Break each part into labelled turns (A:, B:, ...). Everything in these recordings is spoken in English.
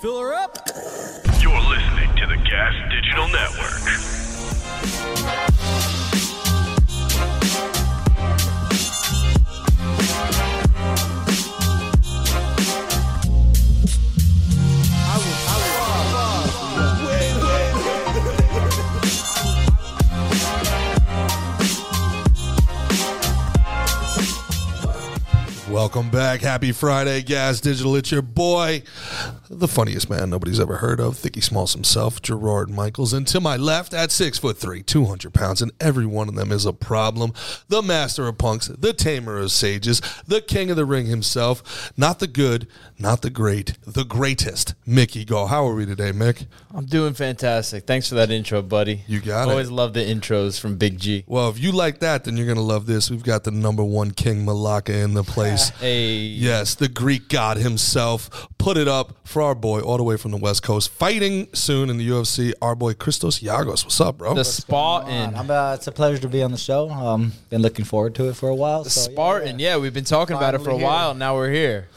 A: Fill her up.
B: You're listening to the Gas Digital Network.
C: Welcome back. Happy Friday, Gas Digital. It's your boy, the funniest man nobody's ever heard of, Thicky Smalls himself, Gerard Michaels. And to my left, at six foot three, 200 pounds, and every one of them is a problem. The master of punks, the tamer of sages, the king of the ring himself, not the good, not the great, the greatest, Mickey Gall. How are we today, Mick?
A: I'm doing fantastic. Thanks for that intro, buddy.
C: You got it.
A: Always love the intros from Big G.
C: Well, if you like that, then you're going to love this. We've got the number one King Malaka in the place.
A: Hey.
C: Yes, the Greek god himself. Put it up for our boy all the way from the West Coast. Fighting soon in the UFC, our boy Christos Yagos. What's up, bro?
A: The
D: on.
A: Spartan.
D: I'm, uh, it's a pleasure to be on the show. Um, been looking forward to it for a while.
A: The
D: so, yeah,
A: Spartan. Yeah, we've been talking about it for a
D: Finally here.
A: while. Now we're here.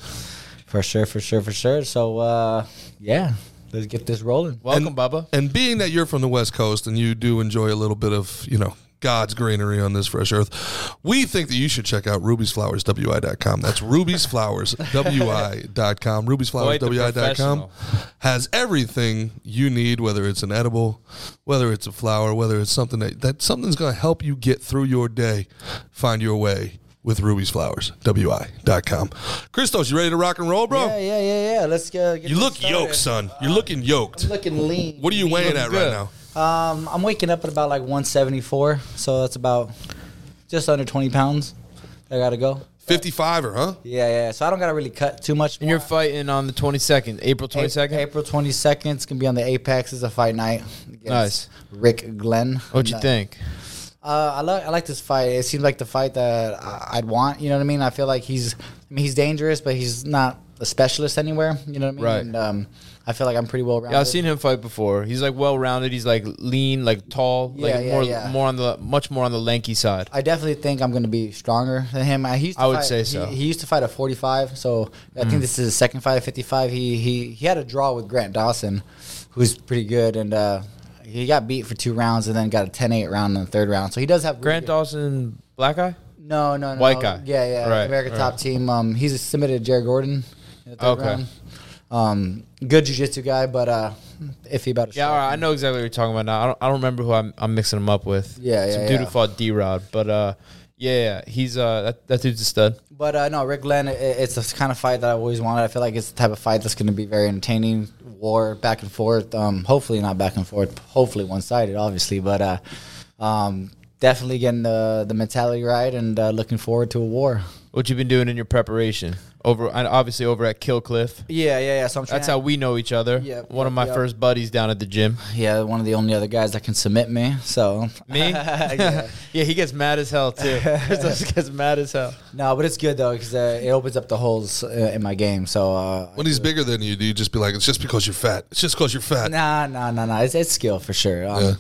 D: for sure, for sure, for sure. So uh, yeah, let's get this rolling.
A: Welcome, Bubba.
C: and being that you're from the West Coast and you do enjoy a little bit of, you know, God's greenery on this fresh earth. We think that you should check out Ruby's Flowers, WI.com. That's Ruby's Flowers, WI.com. Ruby's Flowers,
A: Quite the
C: WI.com
A: professional.
C: has everything you need, whether it's an edible, whether it's a flower, whether it's something that, that something's going to help you get through your day, find your way with Ruby's Flowers, WI.com. Christos, you ready to rock and roll, bro?
D: Yeah, yeah, yeah, yeah. Let's go. Get
C: You
D: this
C: look
D: started.
C: yoked, son. You're looking yoked.
D: I'm looking lean.
C: What are you weighing at right
A: good.
C: now?
D: Um, I'm waking up at about like 174, so that's about just under 20 pounds. I gotta go.
C: 55er, huh?
D: Yeah, yeah. So I don't gotta really cut too much.
A: And you're fighting on the 22nd, April 22nd.
D: April 22nd. It's gonna be on the Apex. It's a fight night. against
A: Nice.
D: Rick Glenn.
A: What you
D: Uh,
A: think?
D: Uh, I like I like this fight. It seems like the fight that I- I'd want. You know what I mean? I feel like he's I mean he's dangerous, but he's not a specialist anywhere. You know what I mean?
A: Right.
D: And, um, I feel like I'm pretty well rounded.
A: Yeah, I've seen him fight before. He's like well rounded. He's like lean, like tall,
D: Yeah,
A: like
D: yeah,
A: more
D: yeah.
A: more on the much more on the lanky side.
D: I definitely think I'm going to be stronger than him. I, he used to
A: I would
D: fight-
A: say so. Mm.
D: He, he used to fight at 45, so I think this is his second fight at 55. He he he had a draw with Grant Dawson, who's pretty good, and uh, he got beat for two rounds and then got a 10-8 round in the third round. So he does have really
A: Grant
D: good-
A: Dawson, black eye.
D: No, no, no.
A: White guy.
D: Yeah, yeah.
A: Right,
D: America
A: right.
D: top team. Um, he's submitted Jared Gordon. In the third
A: Okay.
D: Round. Um, good jujitsu guy, but uh, iffy about a
A: Yeah, all right, I know exactly what you're talking about now. I don't, I don't remember who I'm, I'm mixing him up with.
D: Yeah, yeah,
A: Some dude
D: yeah.
A: who fought D Rod, but uh, yeah, yeah, he's uh, that, that dude's a stud.
D: But uh, no, Rick Glenn. It, it's the kind of fight that I always wanted. I feel like it's the type of fight that's going to be very entertaining. War back and forth. Um, hopefully not back and forth. Hopefully one sided, obviously. But uh, um, definitely getting the the mentality right and uh, looking forward to a war.
A: What you been doing in your preparation over, and obviously over at Kill Cliff.
D: Yeah, yeah, yeah. So I'm
A: That's how we know each other.
D: Yeah,
A: One of my
D: yeah.
A: first buddies down at the gym.
D: Yeah, one of the only other guys that can submit me. So
A: Me? yeah. he gets mad as hell too. He gets mad as hell.
D: No, but it's good though because uh, it opens up the holes uh, in my game. So uh,
C: When he's bigger than you, do you just be like, it's just because you're fat? It's just because you're fat.
D: nah, nah, nah, nah. It's, it's skill for sure. Um,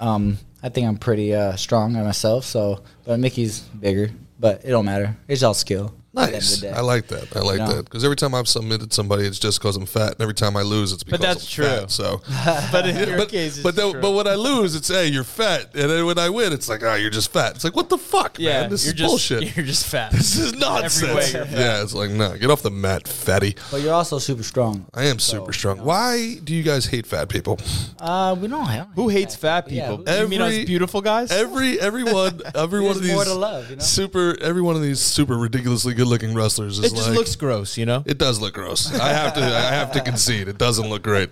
D: um, I think I'm pretty uh, strong on myself. So, but Mickey's bigger, but it don't matter. It's all skill. at the end of the
C: Nice.
D: day.
C: I like that. I like
D: No.
C: that. Because every time I've submitted somebody, it's just because I'm fat. And every time I lose, it's because
A: that's
C: I'm
A: true.
C: fat. So,
A: But in your
C: but,
A: case, it's
C: but, then-
A: true.
C: but when I lose, it's, hey, you're fat. And then when I win, it's like, oh, you're just fat. It's like, what the fuck,
A: yeah,
C: man? This
A: you're
C: is
A: just
C: bullshit.
A: you're just fat.
C: This is nonsense.
A: way you're fat.
C: Yeah, it's like, nah, get off the mat, fatty.
D: But you're also super strong.
C: I am super strong. Why do you guys hate fat people?
D: Uh, we don't have
A: Who hates fat
D: Yeah,
A: people?
C: who-
A: you mean us
C: Every-
A: beautiful guys?
C: Every everyone every one of
D: There's
C: these
D: more to love, you know?
C: super every one of these super ridiculously good looking wrestlers is
A: it just
C: like
A: looks gross, you know.
C: It does look gross. I have to. I have to concede. It doesn't look great.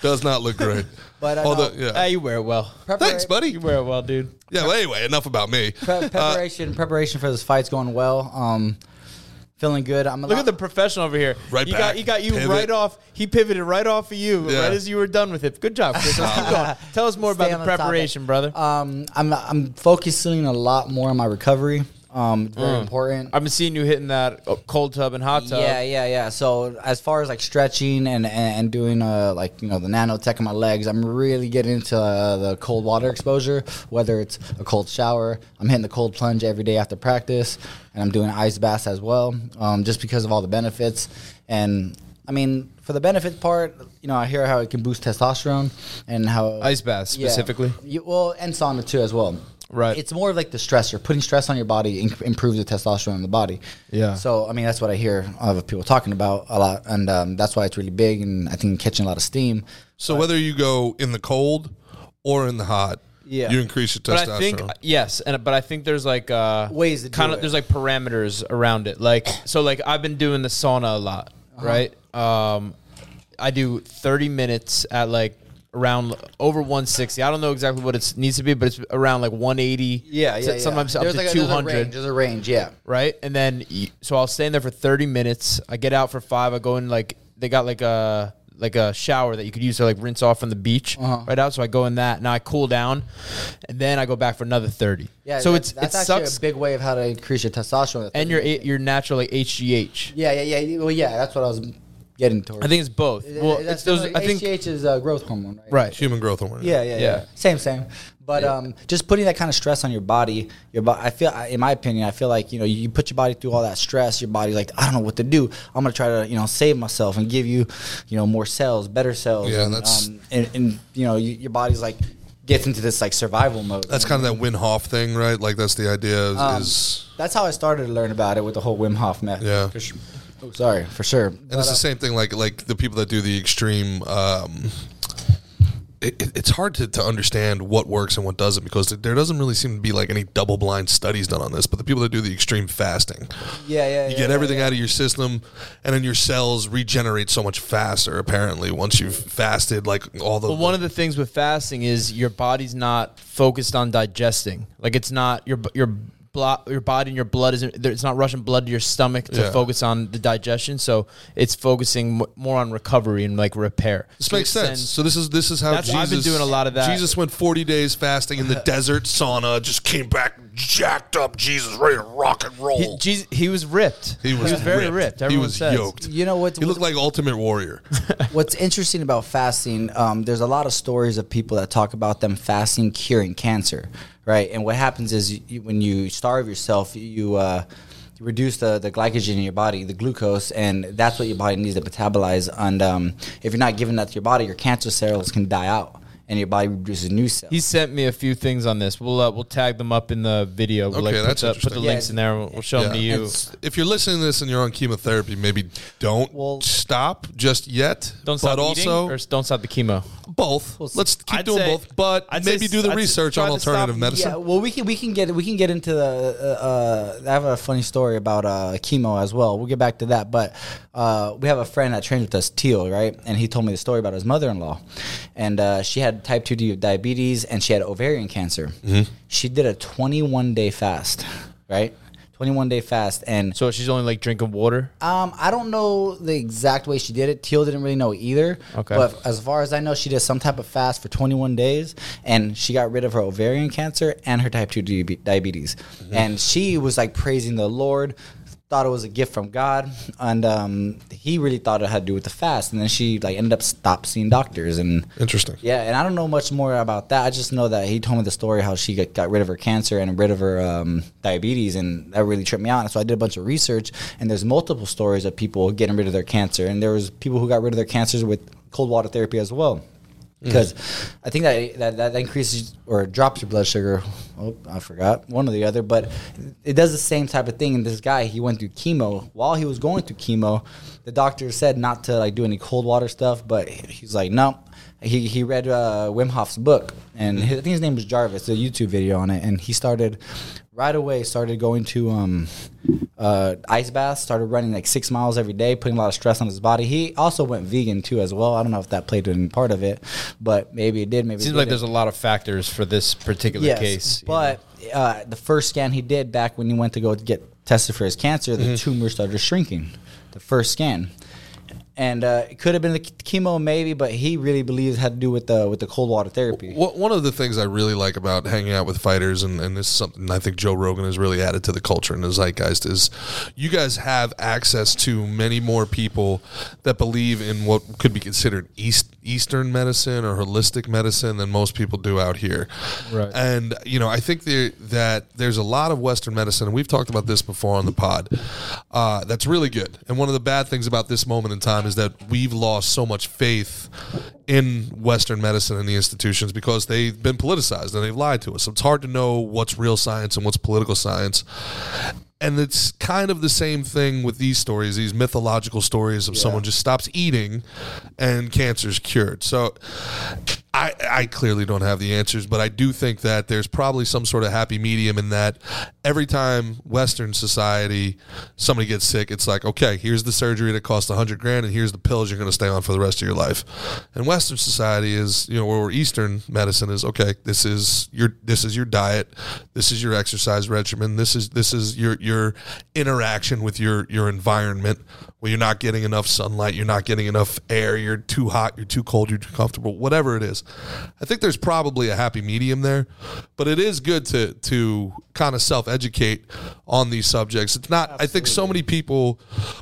C: Does not look great.
D: But I
C: Although,
D: know-
C: yeah.
A: Ah, you wear it well.
C: Thanks, buddy.
A: You wear it well, dude.
C: Yeah. Well, anyway, enough about me.
A: Uh,
C: Uh,
D: Pre- preparation, preparation for this fight's going well. Um, feeling good. I'm a
A: Look
D: lot-
A: at the professional over here.
C: Right
A: he
C: back.
A: got he got you
C: Pivot.
A: right off. He pivoted right off of you
C: Yeah.
A: right as you were done with it. Good job, Chris. Let's keep going. Tell us more
D: Stay
A: about the Uh,
D: on the topic.
A: preparation, brother.
D: Um, I'm I'm focusing a lot more on my recovery. Um, it's
A: Mm.
D: very important.
A: I've been seeing you hitting that uh, cold tub and hot tub.
D: Yeah, yeah, yeah. So as far as like stretching and and, and doing uh like you know the nanotech in my legs, I'm really getting into uh, the cold water exposure. Whether it's a cold shower, I'm hitting the cold plunge every day after practice, and I'm doing ice baths as well, um, just because of all the benefits. And I mean, for the benefit part, you know, I hear how it can boost testosterone and how
A: Ice baths
D: Yeah.
A: specifically.
D: You- well, and sauna too as well.
A: Right.
D: It's more of like the stressor, putting stress on your body inc- improves the testosterone in the body.
A: Yeah.
D: So I mean, that's what I hear of people talking about a lot, and um, that's why it's really big, and I think catching a lot of steam.
C: So whether you go in the cold or in the hot,
D: Yeah.
C: you increase your testosterone.
A: But I think yes, and but I think there's like uh,
D: Ways to do
A: kind
D: it.
A: of there's like parameters around it. Like so, like I've been doing the sauna a lot,
D: Uh-huh.
A: right? Um, I do 30 minutes at like around over 160. I don't know exactly what it needs to be, but it's around like 180. so- sometimes up
D: there's
A: to
D: like a- there's a
A: 200
D: range, There's a range, yeah.
A: right? And then y- so I'll stay in there for thirty minutes. I get out for five. I go in like they got like a like a shower that you could use to like rinse off from the beach
D: Uh-huh.
A: right out. So I go in that. Now I cool down, and then I go back for another thirty.
D: Yeah.
A: So
D: that-
A: it's it
D: that's actually
A: sucks,
D: a big way of how to increase your testosterone.
A: and your your natural like HGH.
D: yeah, yeah, yeah. Well, yeah, that's what I was getting towards.
A: I think it's both. Well,
D: that's
A: it's those. I think
D: HGH is a growth hormone, right?
A: right.
C: human growth hormone.
D: Yeah, yeah, yeah,
A: Yeah.
D: Same, same. But um, just putting that kind of stress on your body, your bo- I feel, I- in my opinion, I feel like you know, you put your body through all that stress. Your body's like, I don't know what to do. I'm gonna try to, you know, save myself and give you, you know, more cells, better cells.
C: Yeah,
D: and,
C: that's-
D: um, and, and you know, you, your body's like gets into this like survival mode.
C: That's kind of that Win Hof thing, right? Like that's the idea is,
D: Um,
C: is
D: That's how I started to learn about it with the whole Wim Hof method.
C: Yeah.
D: For sure. Oh, sorry, for sure.
C: and
A: uh,
C: it's the same thing. Like like the people that do the extreme. Um, it, it- it's hard to, to understand what works and what doesn't because there doesn't really seem to be like any double blind studies done on this. But the people that do the extreme fasting,
D: um, Yeah, yeah. yeah,
C: you get
D: yeah,
C: everything out of your system, and then your cells regenerate so much faster. Apparently, once you've fasted, like all the
A: Well, one of the things with fasting is your body's not focused on digesting. Like it's not your your blo- your body and your blood isn't. there- It's not rushing blood to your stomach to
C: Yeah.
A: focus on the digestion. So it's focusing m- more on recovery and like repair.
C: This
A: So
C: makes
A: it
C: sense.
A: sends-
C: So this is this is how
A: That's-
C: Jesus,
A: I've been doing a lot of that.
C: Jesus went forty days fasting in the desert sauna, just came back jacked up. Jesus ready to rock and roll.
A: he, Jesus, he was ripped. He was, very ripped.
C: He
A: Everyone
C: was
A: says.
C: yoked.
D: You know what's-
C: He looked like Ultimate Warrior.
D: What's interesting about fasting, um, there's a lot of stories of people that talk about them fasting curing cancer, right? And what happens is you, when you starve yourself, you uh, you reduce the, the glycogen in your body, the glucose, and that's what your body needs to metabolize. And um, if you're not giving that to your body, your cancer cells can die out, and your body produces new cells.
A: He sent me a few things on this. We'll uh, we'll tag them up in the video. We'll,
C: Okay,
A: like,
C: that's
A: put the, put the
C: interesting.
A: links in there. and We'll, we'll show them to
C: Yeah.
A: you.
C: if you're listening to this and you're on chemotherapy, maybe don't
D: Well-
C: stop just yet.
A: Don't
C: but
A: stop eating
C: also
A: or s- don't stop the chemo.
C: both. Let's keep
A: I'd
C: doing
A: say-
C: both, but
A: I'd say
C: maybe do the
A: s- I'd s-
C: research
A: try
C: on
A: to stop-
C: alternative medicine.
D: Yeah, well, we can we can get we can get into the. Uh, uh, I have a funny story about uh, chemo as well. We'll get back to that, but uh, we have a friend that trained with us, Teal, right? And he told me the story about his mother-in-law, and uh, she had type two di- diabetes and she had ovarian cancer. She did a 21 day fast, right? 21 day fast, and
A: So she's only like drinking water.
D: um, I don't know the exact way she did it. Teal didn't really know either.
A: Okay.
D: But as far as I know, she did some type of fast for 21 days, and she got rid of her ovarian cancer and her type 2 diabe- diabetes. And she was like praising the Lord, thought it was a gift from God, and um, he really thought it had to do with the fast. And then she like ended up stopped seeing doctors and.
C: Interesting.
D: Yeah, and I don't know much more about that. I just know that he told me the story how she got, got rid of her cancer and rid of her um, diabetes, and that really tripped me out. And so I did a bunch of research, and there's multiple stories of people getting rid of their cancer, and there was people who got rid of their cancers with cold water therapy as well. Because Mm. I think that, that that increases or drops your blood sugar. Oh, I forgot one or the other, but it does the same type of thing. And this guy, he went through chemo. While he was going through chemo, the doctor said not to like do any cold water stuff, but he's like, no, he, he read uh, Wim Hof's book, and
A: Mm-hmm.
D: his, I think his name was Jarvis. A YouTube video on it, and he started right away. Started going to um, uh, ice baths. Started running like six miles every day, putting a lot of stress on his body. He also went vegan too, as well. I don't know if that played any part of it, but maybe it did. Maybe it
A: Seems like
D: didn't.
A: there's a lot of factors for this particular case. you
D: But uh, the first scan he did back when he went to go get tested for his cancer,
A: Mm-hmm.
D: the tumor started shrinking. The first scan. And uh, it could have been the chemo, maybe, but he really believes it had to do with the with the cold water therapy.
C: What, one of the things I really like about hanging out with fighters, and, and this is something I think Joe Rogan has really added to the culture and the zeitgeist, is you guys have access to many more people that believe in what could be considered east, Eastern medicine or holistic medicine than most people do out here.
A: Right.
C: And you know, I think there, that there's a lot of Western medicine, and we've talked about this before on the pod. Uh, that's really good. And one of the bad things about this moment in time is that we've lost so much faith in Western medicine and the institutions because they've been politicized and they've lied to us. So it's hard to know what's real science and what's political science and it's kind of the same thing with these stories, these mythological stories of someone just stops eating and cancer's cured. So I, I clearly don't have the answers, but I do think that there's probably some sort of happy medium in that every time Western society, somebody gets sick, it's like, okay, here's the surgery that costs 100 grand, and here's the pills you're going to stay on for the rest of your life. And Western society is, you know, or Eastern medicine is, okay, this is your, this is your diet, this is your exercise regimen, this is, this is your, your interaction with your, your environment. Well, you're not getting enough sunlight, you're not getting enough air, you're too hot, you're too cold, you're too comfortable, whatever it is. I think there's probably a happy medium there, but it is good to to kind of self educate on these subjects. It's not. I think so many people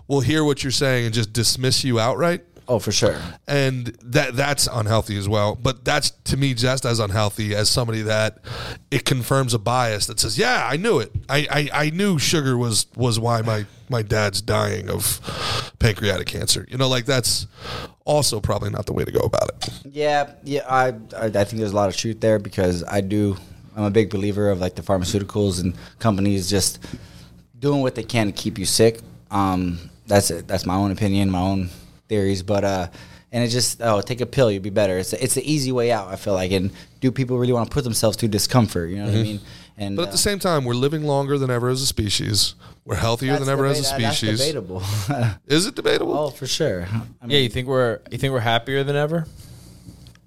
C: will hear what you're saying and just dismiss you outright,
D: Oh, for sure.
C: and that that's unhealthy as well. But that's to me just as unhealthy as somebody that it confirms a bias that says, "Yeah, I knew it. I I, I knew sugar was was why my." My dad's dying of pancreatic cancer. You know, like that's also probably not the way to go about it.
D: Yeah, yeah. I, I I think there's a lot of truth there because I do. I'm a big believer of like the pharmaceuticals and companies just doing what they can to keep you sick. Um, that's it. That's my own opinion, my own theories, but uh, and it just oh, take a pill, you'll be better. It's it's the easy way out. I feel like, and do people really want to put themselves through discomfort? You know what I mean? And
C: Mm-hmm.
D: uh,
C: But at the same time, we're living longer than ever as a species. We're healthier than ever as a species.
D: That's debatable.
C: Is it debatable?
D: oh, for sure. I mean,
A: Yeah, you think we're you think we're happier than ever?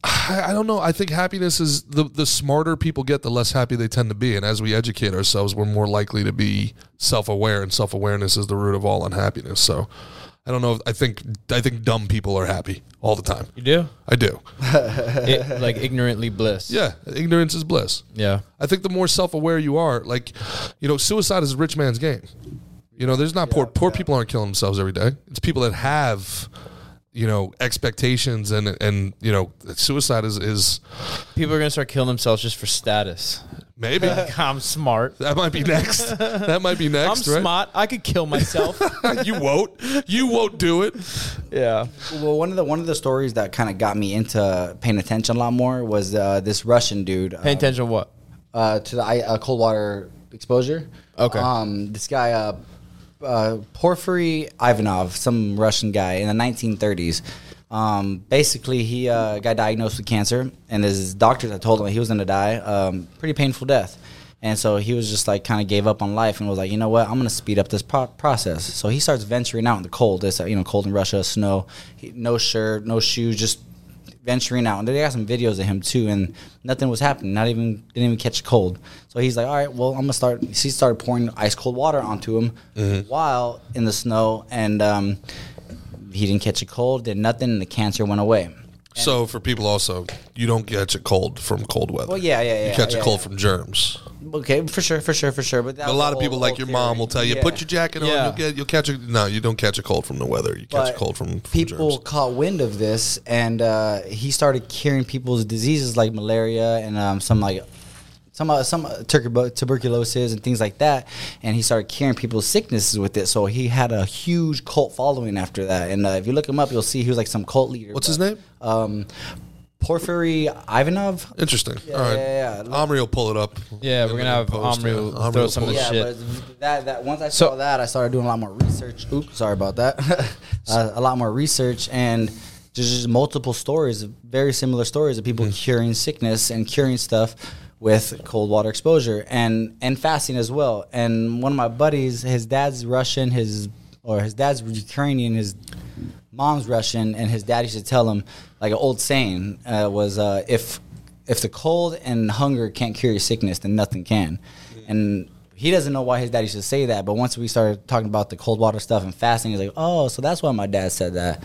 C: I, I don't know. I think happiness is the the smarter people get, the less happy they tend to be. And as we educate ourselves, we're more likely to be self aware, and self awareness is the root of all unhappiness. So, I don't know. If, I think I think dumb people are happy all the time.
A: You do?
C: I do.
A: It, like ignorantly bliss.
C: Yeah, ignorance is bliss.
A: Yeah.
C: I think the more self aware you are, like, you know, suicide is a rich man's game. You know, there's not poor poor people aren't killing themselves every day. It's people that have, you know, expectations and and you know, suicide is is
A: People are gonna start killing themselves just for status.
C: maybe
A: I'm smart.
C: that might be next. That might be
A: I'm
C: next, right?
A: smart. I could kill myself.
C: you won't. You won't do it.
A: yeah.
D: Well, one of the one of the stories that kind of got me into paying attention a lot more was uh, this Russian dude.
A: Pay
D: uh,
A: attention to what?
D: uh, to the I- uh, cold water exposure.
A: Okay.
D: Um, this guy, uh, uh, Porfiry Ivanov, some Russian guy in the 1930s. Um, basically, he uh, got diagnosed with cancer, and his doctors had told him he was going to die. Um, pretty painful death. And so he was just like kind of gave up on life and was like, you know what, I'm gonna speed up this pro- process. So he starts venturing out in the cold. It's uh, you know cold in Russia, snow, he, no shirt, no shoes, just venturing out, and they got some videos of him too, and nothing was happening. Not even didn't even catch a cold. So he's like, "All right, well, I'm gonna start." She started pouring ice cold water onto him
C: Mm-hmm.
D: while in the snow, and um, he didn't catch a cold, did nothing, and the cancer went away.
C: So for people also, you don't catch a cold from cold weather.
D: Well, yeah, yeah, yeah.
C: You catch
D: yeah,
C: a cold from germs.
D: yeah. Okay, for sure, for sure, for sure. But, that
C: But
D: was
C: a lot
D: the
C: of people,
D: whole-
C: like
D: whole
C: your mom,
D: theory.
C: will tell you,
D: Yeah.
C: put your jacket on.
A: Yeah.
C: You'll get, you'll catch a no. You don't catch a cold from the weather. You catch a
D: But
C: cold from, from
D: people
C: germs.
D: caught wind of this, and uh, he started curing people's diseases like malaria and um, some like some uh, some uh, tubercu- tuberculosis and things like that. And he started curing people's sicknesses with it. So he had a huge cult following after that. And uh, if you look him up, you'll see he was like some cult leader.
C: What's his
D: but-
C: name?
D: Um, Porfiry Ivanov.
C: Interesting. All right.
D: yeah, yeah.
C: Omri will pull it up.
A: Yeah, we're
C: And we
A: gonna
C: can
A: have
C: post,
A: Omri
C: yeah.
A: will
C: Omri
A: throw
C: will
A: some
C: pull
A: of
C: it
A: the
C: up.
A: shit.
D: but that that once I
A: So-
D: saw that, I started doing a lot more research. Oops, sorry about that. uh, a lot more research and just, just multiple stories, very similar stories of people
A: Hmm.
D: curing sickness and curing stuff with cold water exposure and and fasting as well. And one of my buddies, his dad's Russian, his or his dad's Ukrainian, his mom's Russian, and his dad used to tell him like an old saying uh, was uh, if if the cold and hunger can't cure your sickness, then nothing can. And he doesn't know why his dad used to say that, but once we started talking about the cold water stuff and fasting, he's like, oh, so that's why my dad said that.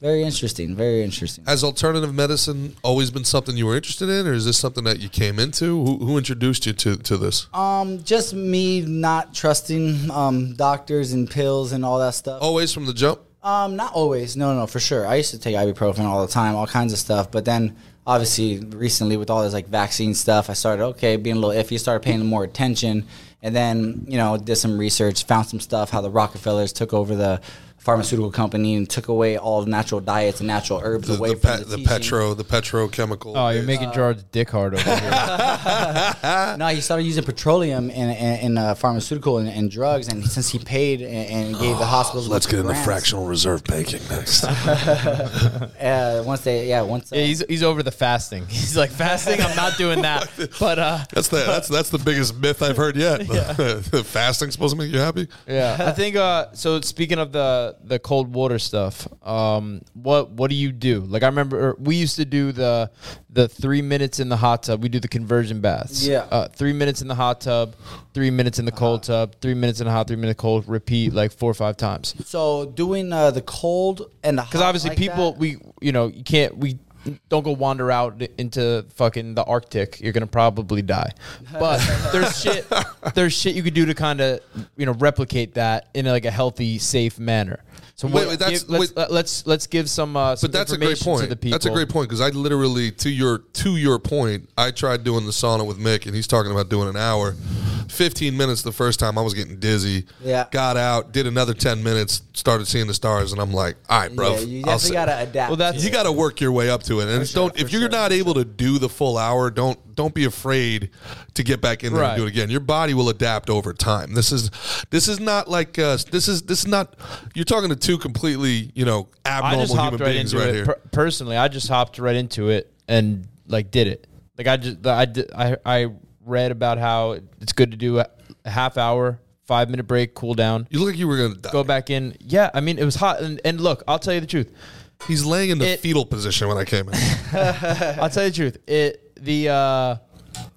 D: Very interesting. Very interesting.
C: Has alternative medicine always been something you were interested in, or is this something that you came into? Who, who introduced you to, to this?
D: Um, just me not trusting um, doctors and pills and all that stuff.
C: always from the jump.
D: Um, not always. No, no, for sure. I used to take ibuprofen all the time, all kinds of stuff. But then, obviously, recently with all this like vaccine stuff, I started okay being a little iffy. Started paying more attention, and then you know did some research, found some stuff how the Rockefellers took over the pharmaceutical company and took away all natural diets and natural herbs
C: The,
D: away
C: the,
D: from
C: pe-
D: the,
C: the
D: teaching.
C: petro, the petrochemical.
A: Oh, you're
C: base.
A: making Gerard's dick hard over here.
D: No, he started using petroleum in, in, in uh, pharmaceutical and, and drugs, and since he paid and, and gave the hospitals,
C: Let's get into
D: grants,
C: fractional reserve banking next.
D: Uh, once they, yeah, once uh,
A: Yeah, he's he's over the fasting. He's like fasting. I'm not doing that. But uh,
C: that's the that's that's the biggest myth I've heard yet. Fasting's supposed to make you happy.
A: yeah, I think uh. So speaking of the the cold water stuff, um, what what do you do? Like I remember we used to do the the three minutes in the hot tub. We do the conversion baths.
D: Yeah.
A: uh, three minutes in the hot tub, three minutes in the cold tub, three minutes in the hot, three minute cold. Repeat like four or five times.
D: So doing uh, the cold and the
A: Because obviously, people we you know you can't we don't go wander out into fucking the Arctic. You're gonna probably die. But there's shit there's shit you could do to kind of you know replicate that in like a healthy, safe manner. So
C: Wait,
A: what-
C: wait, that's-
A: give- let's, let- let's let's give some uh, some
C: But that's a great
A: information to the
C: point.
A: people.
C: That's a great point because I literally to your to your point, I tried doing the sauna with Mick, and he's talking about doing an hour, fifteen minutes the first time. I was getting dizzy.
D: Yeah.
C: got out, did another ten minutes, started seeing the stars, and I'm like, all right, bro,
D: yeah, you definitely gotta adapt.
A: Well, that's-
C: you got to work your way up to it, and
D: sure,
C: don't if
D: for sure.
C: you're not able to do the full hour, don't don't be afraid to get back in there
A: Right.
C: and do it again. Your body will adapt over time. This is this is not like uh, this is this is not. You're talking to two completely you know
A: I
C: abnormal
A: just hopped
C: human
A: right
C: beings
A: into
C: right
A: it.
C: here.
A: Per- personally, I just hopped right into it and like did it. Like I just I did, I I read about how it's good to do a, a half hour, five minute break, cool down.
C: you look like you were gonna die.
A: go back in. Yeah, I mean it was hot, and, and look, I'll tell you the truth.
C: He's laying in the
A: It-
C: fetal position when I came in.
A: I'll tell you the truth. It the uh,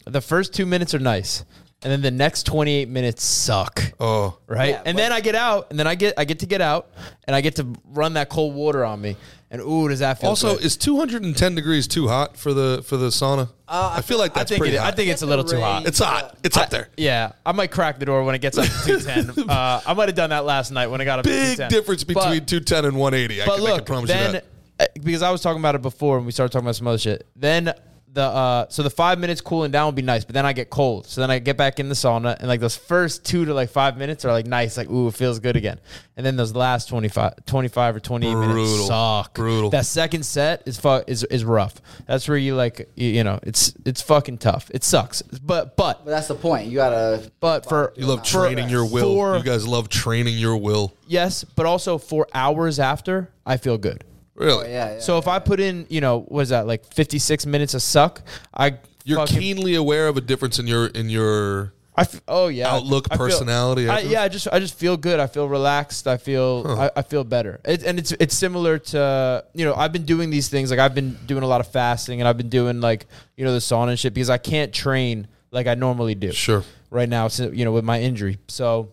A: the first two minutes are nice, and then the next twenty eight minutes suck.
C: Oh,
A: Right,
D: Yeah,
A: and
D: but-
A: then I get out, and then I get I get to get out, and I get to run that cold water on me, and ooh, does that feel
C: also,
A: good.
C: is 210 degrees too hot for the for the sauna? I feel like
A: Uh, I
C: that's
A: think
C: pretty
A: it, I
C: hot.
A: think it's a little too hot.
C: it's hot. It's up there.
A: yeah, I might crack the door when it gets up to two ten. Uh, I might have done that last night when I got up. to
C: Big
A: 210.
C: difference
A: But-
C: between 210 and 180. I
A: But
C: can, I
A: look,
C: can promise
A: then
C: you that.
A: uh, because I was talking about it before, and we started talking about some other shit. Then the uh, so the five minutes cooling down would be nice, but then I get cold, so then I get back in the sauna, and like those first two to like five minutes are like nice, like ooh, it feels good again, and then those last 25, 25 or twenty eight minutes
C: Brutal.
A: suck.
C: Brutal.
A: That second set is fu- is is rough. That's where you like you, you know it's it's fucking tough. It sucks, but but
D: but that's the point. You gotta.
A: but for
C: You love
A: for-
C: training your will.
A: for-
C: you guys love training your will.
A: yes, but also for hours after, I feel good.
C: Really?
D: Oh, Yeah. yeah.
A: So if I put in, you know, what is that like 56 minutes of suck? I
C: You're
A: fucking-
C: keenly aware of a difference in your in your
A: I f- oh yeah,
C: Outlook,
A: I feel-
C: personality,
A: I,
C: everything?
A: yeah, I just I just feel good. I feel relaxed. I feel I, I feel better. It, and it's it's similar to you know I've been doing these things like I've been doing a lot of fasting and I've been doing like you know the sauna and shit because I can't train like I normally do.
C: Sure.
A: Right now, so, you know, with my injury, so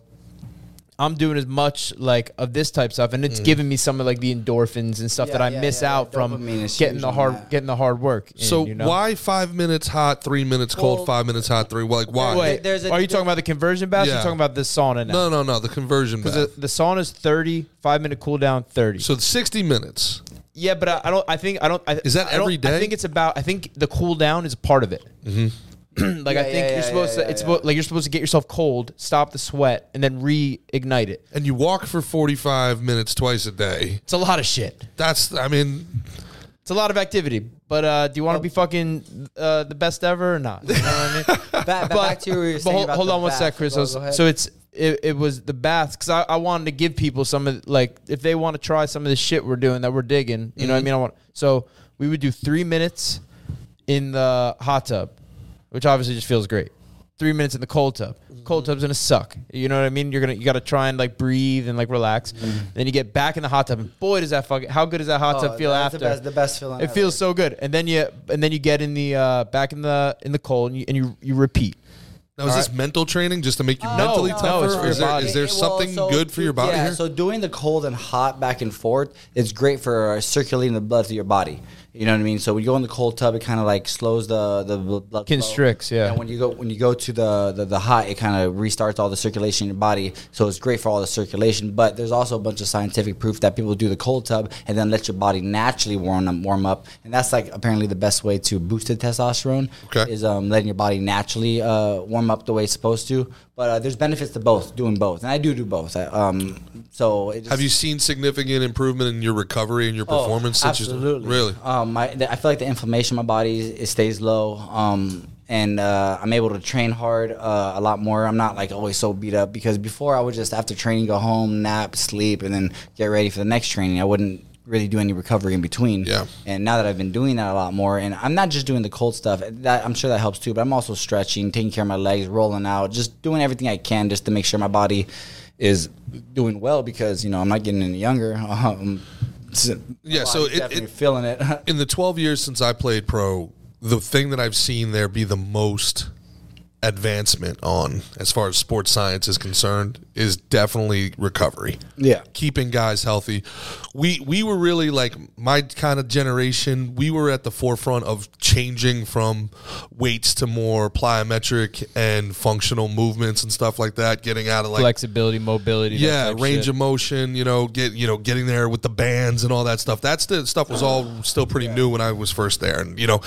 A: I'm doing as much like of this type stuff, and
C: Mm.
A: it's giving me some of like the endorphins and stuff
D: Yeah,
A: that I
D: yeah,
A: miss
D: yeah,
A: out from
D: dopamine is
A: getting
D: huge
A: the
D: on
A: hard
D: that.
A: getting the hard work. in,
C: So
A: you know?
C: why five minutes hot, three minutes cold,
D: Well-
C: five minutes hot, three? Like why?
A: Wait,
D: There's a-
A: are you talking about the conversion bath? or You're
C: Yeah.
A: talking about the sauna now.
C: No, no, no. The conversion bath.
A: The, the sauna's 30, five minute cool down 30.
C: so it's sixty minutes.
A: yeah, but I, I don't, I think, I don't, I,
C: Is that
A: I don't-
C: every day?
A: I think it's about, I think the cool down is part of it.
C: Mm-hmm.
A: like, I
D: Yeah,
A: think
D: yeah,
A: you're
D: yeah,
A: supposed
D: yeah,
A: to,
D: yeah,
A: it's
D: yeah.
A: supposed- like, you're supposed to get yourself cold, stop the sweat, and then reignite it.
C: and you walk for 45 minutes twice a day.
A: It's a lot of shit.
C: That's, I mean,
A: It's a lot of activity. But uh, do you want to be fucking uh, the best ever or not? You know what I mean?
D: Oh. back, back, back to what you were
A: but
D: saying
A: hold,
D: about
A: hold
D: the
A: on one
D: bath.
A: sec, Chris.
D: Go-
A: So-
D: go ahead.
A: so it's it, it was the bath because I, I wanted to give people some of like if they want to try some of the shit we're doing that we're digging. You
D: Mm-hmm.
A: know what I mean? I want so we would do three minutes in the hot tub, which obviously just feels great. Three minutes in the cold tub. Cold
D: Mm-hmm.
A: tub's gonna suck. You know what I mean? You're gonna you gotta try and like breathe and like relax. Then you get back in the hot tub, and boy, does that fucking how good does that hot
D: Mm-hmm. Oh,
A: tub feel
D: that's
A: after?
D: The best, the best feeling.
A: It
D: ever.
A: feels so good, and then you and then you get in the uh, back in the in the cold, and you and you, you repeat.
C: Now, is this mental training just to make you mentally
A: no,
C: tougher?
A: it's for
C: or
A: your
C: is there,
A: body.
C: is there
D: It- it- well,
C: something
D: so
C: good for
D: do-
C: your body
D: yeah,
C: here?
D: So doing the cold and hot back and forth, it's great for uh, circulating the blood through your body. You know what I mean? So when you go in the cold tub, it kind of like slows the the bl- blood flow.
A: Constricts, yeah.
D: And when you go when you go to the the, the hot, it kind of restarts all the circulation in your body. So it's great for all the circulation. But there's also a bunch of scientific proof that people do the cold tub and then let your body naturally warm up, warm up, and that's like apparently the best way to boost the testosterone
C: Okay.
D: is um, letting your body naturally uh, warm up the way it's supposed to. But uh, there's benefits to both, doing both, and I do do both. I, um, so it just,
C: Have you seen significant improvement in your recovery and your
D: Oh,
C: performance? since you-
D: absolutely.
C: really?
D: Um, I, th- I feel like the inflammation in my body it stays low. Um, and uh, I'm able to train hard uh, a lot more. I'm not like always so beat up because before I would just after training go home, nap, sleep, and then get ready for the next training. I wouldn't really do any recovery in between.
C: Yeah.
D: And now that I've been doing that a lot more, and I'm not just doing the cold stuff. That I'm sure that helps too. But I'm also stretching, taking care of my legs, rolling out, just doing everything I can just to make sure my body is doing well because you know I'm not getting any younger. Um, s-
C: Yeah,
D: my
C: so
D: body's
C: it-
D: definitely
C: it-
D: feeling it.
C: in the 12 years since I played pro, the thing that I've seen there be the most advancement on as far as sports science is concerned is definitely recovery.
D: Yeah.
C: Keeping guys healthy. We we were really like my kind of generation, we were at the forefront of changing from weights to more plyometric and functional movements and stuff like that, getting out of like
A: Flexibility, mobility. that
C: yeah,
A: type
C: range
A: shit.
C: of motion, you know, get you know, getting there with the bands and all that stuff. That's the stuff was all still pretty new when I was first there, and you know,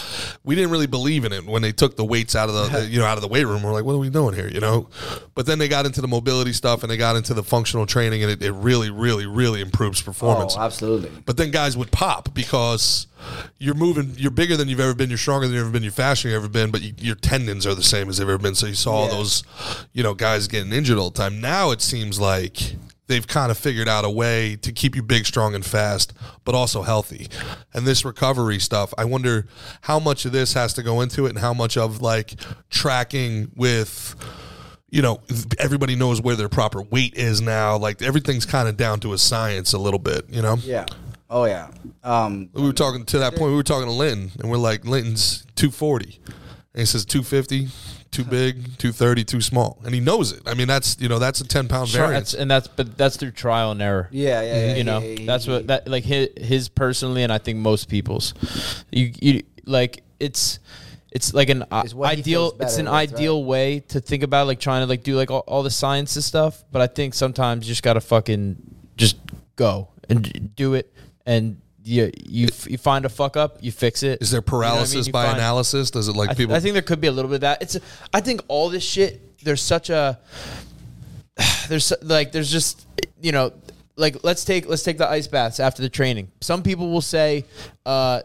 C: we didn't really believe in it when they took the weights out of the, you know out of the weight room. We're like, what are we doing here, you know? But then they got into the mobility stuff and they got into the functional training, and it, it really, really, really improves performance.
D: Oh, absolutely.
C: But then guys would pop because you're moving, you're bigger than you've ever been, you're stronger than you've ever been, you're faster than you've ever been, but you, your tendons are the same as they've ever been. So you saw all
D: Yeah.
C: those, you know, guys getting injured all the time. Now it seems like they've kind of figured out a way to keep you big, strong, and fast, but also healthy. And this recovery stuff, I wonder how much of this has to go into it and how much of like tracking with you know, everybody knows where their proper weight is now. Like everything's kind of down to a science a little bit, you know?
D: Yeah. Oh yeah. Um,
C: We were talking to that point, we were talking to Linton, and we're like, Linton's 240. And he says 250, too big, 230, too small. And he knows it. I mean, that's, you know, that's a 10 pound
A: Sure,
C: variance.
A: that's, and that's but that's through trial and error.
D: Yeah, yeah, yeah,
A: You know,
D: yeah, yeah,
A: that's what that like his, his personally, and I think most people's. You you like it's. It's like an i-
D: It's what he
A: ideal.
D: feels
A: It's an
D: better with,
A: ideal way to think about, like trying to like do like all, all the science and stuff. But I think sometimes you just gotta fucking just go and d- do it, and you you f- you find a fuck up, you fix it.
C: Is there
A: You know what I mean?
C: paralysis
A: You
C: by
A: find-
C: analysis? Does it like
A: I, th-
C: people?
A: I think there could be a little bit of that. It's I think all this shit. There's such a there's so- like there's just you know like let's take let's take the ice baths after the training. Some people will say uh,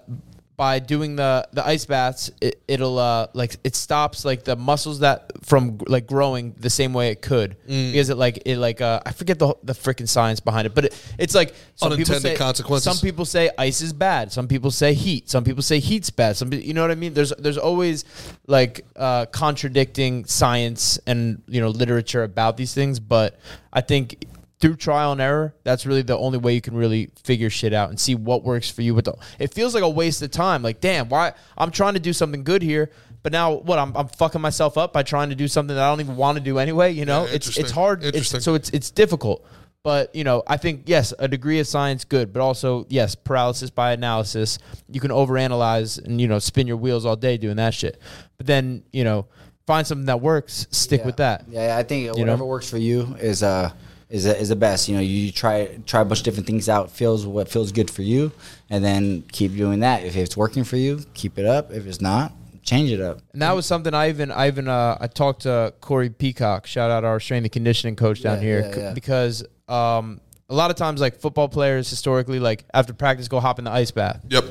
A: by doing the the ice baths it, it'll uh, like it stops like the muscles that from like growing the same way it could
C: Mm.
A: because it like it like uh, I forget the the freaking science behind it, but it, it's like some people
C: Unintended
A: say
C: consequences.
A: Some people say ice is bad. Some people say heat. Some people say heat's bad. Some pe- you know what I mean. There's there's always like uh, contradicting science and you know literature about these things. But I think through trial and error, that's really the only way you can really figure shit out and see what works for you. But the, it feels like a waste of time. Like damn, why I'm trying to do something good here. But now what? I'm, I'm fucking myself up by trying to do something that I don't even want to do anyway. You know,
C: Yeah,
A: it's it's
C: interesting.
A: hard. It's,
C: Interesting.
A: so it's it's difficult. But you know, I think yes, a degree of science good, but also yes, paralysis by analysis. You can overanalyze and you know spin your wheels all day doing that shit. But then you know, find something that works, stick
D: yeah.
A: with that.
D: Yeah, yeah, I think
A: know?
D: whatever works for you is uh is is the best. You know, you try try a bunch of different things out. Feels what feels good for you, and then keep doing that. If it's working for you, keep it up. If it's not, change it up.
A: And that was something I even I even uh, I talked to Corey Peacock. Shout out our strength and conditioning coach down
D: Yeah,
A: here
D: yeah,
A: c-
D: yeah.
A: because um, a lot of times like football players historically like after practice go hop in the ice bath.
C: yep.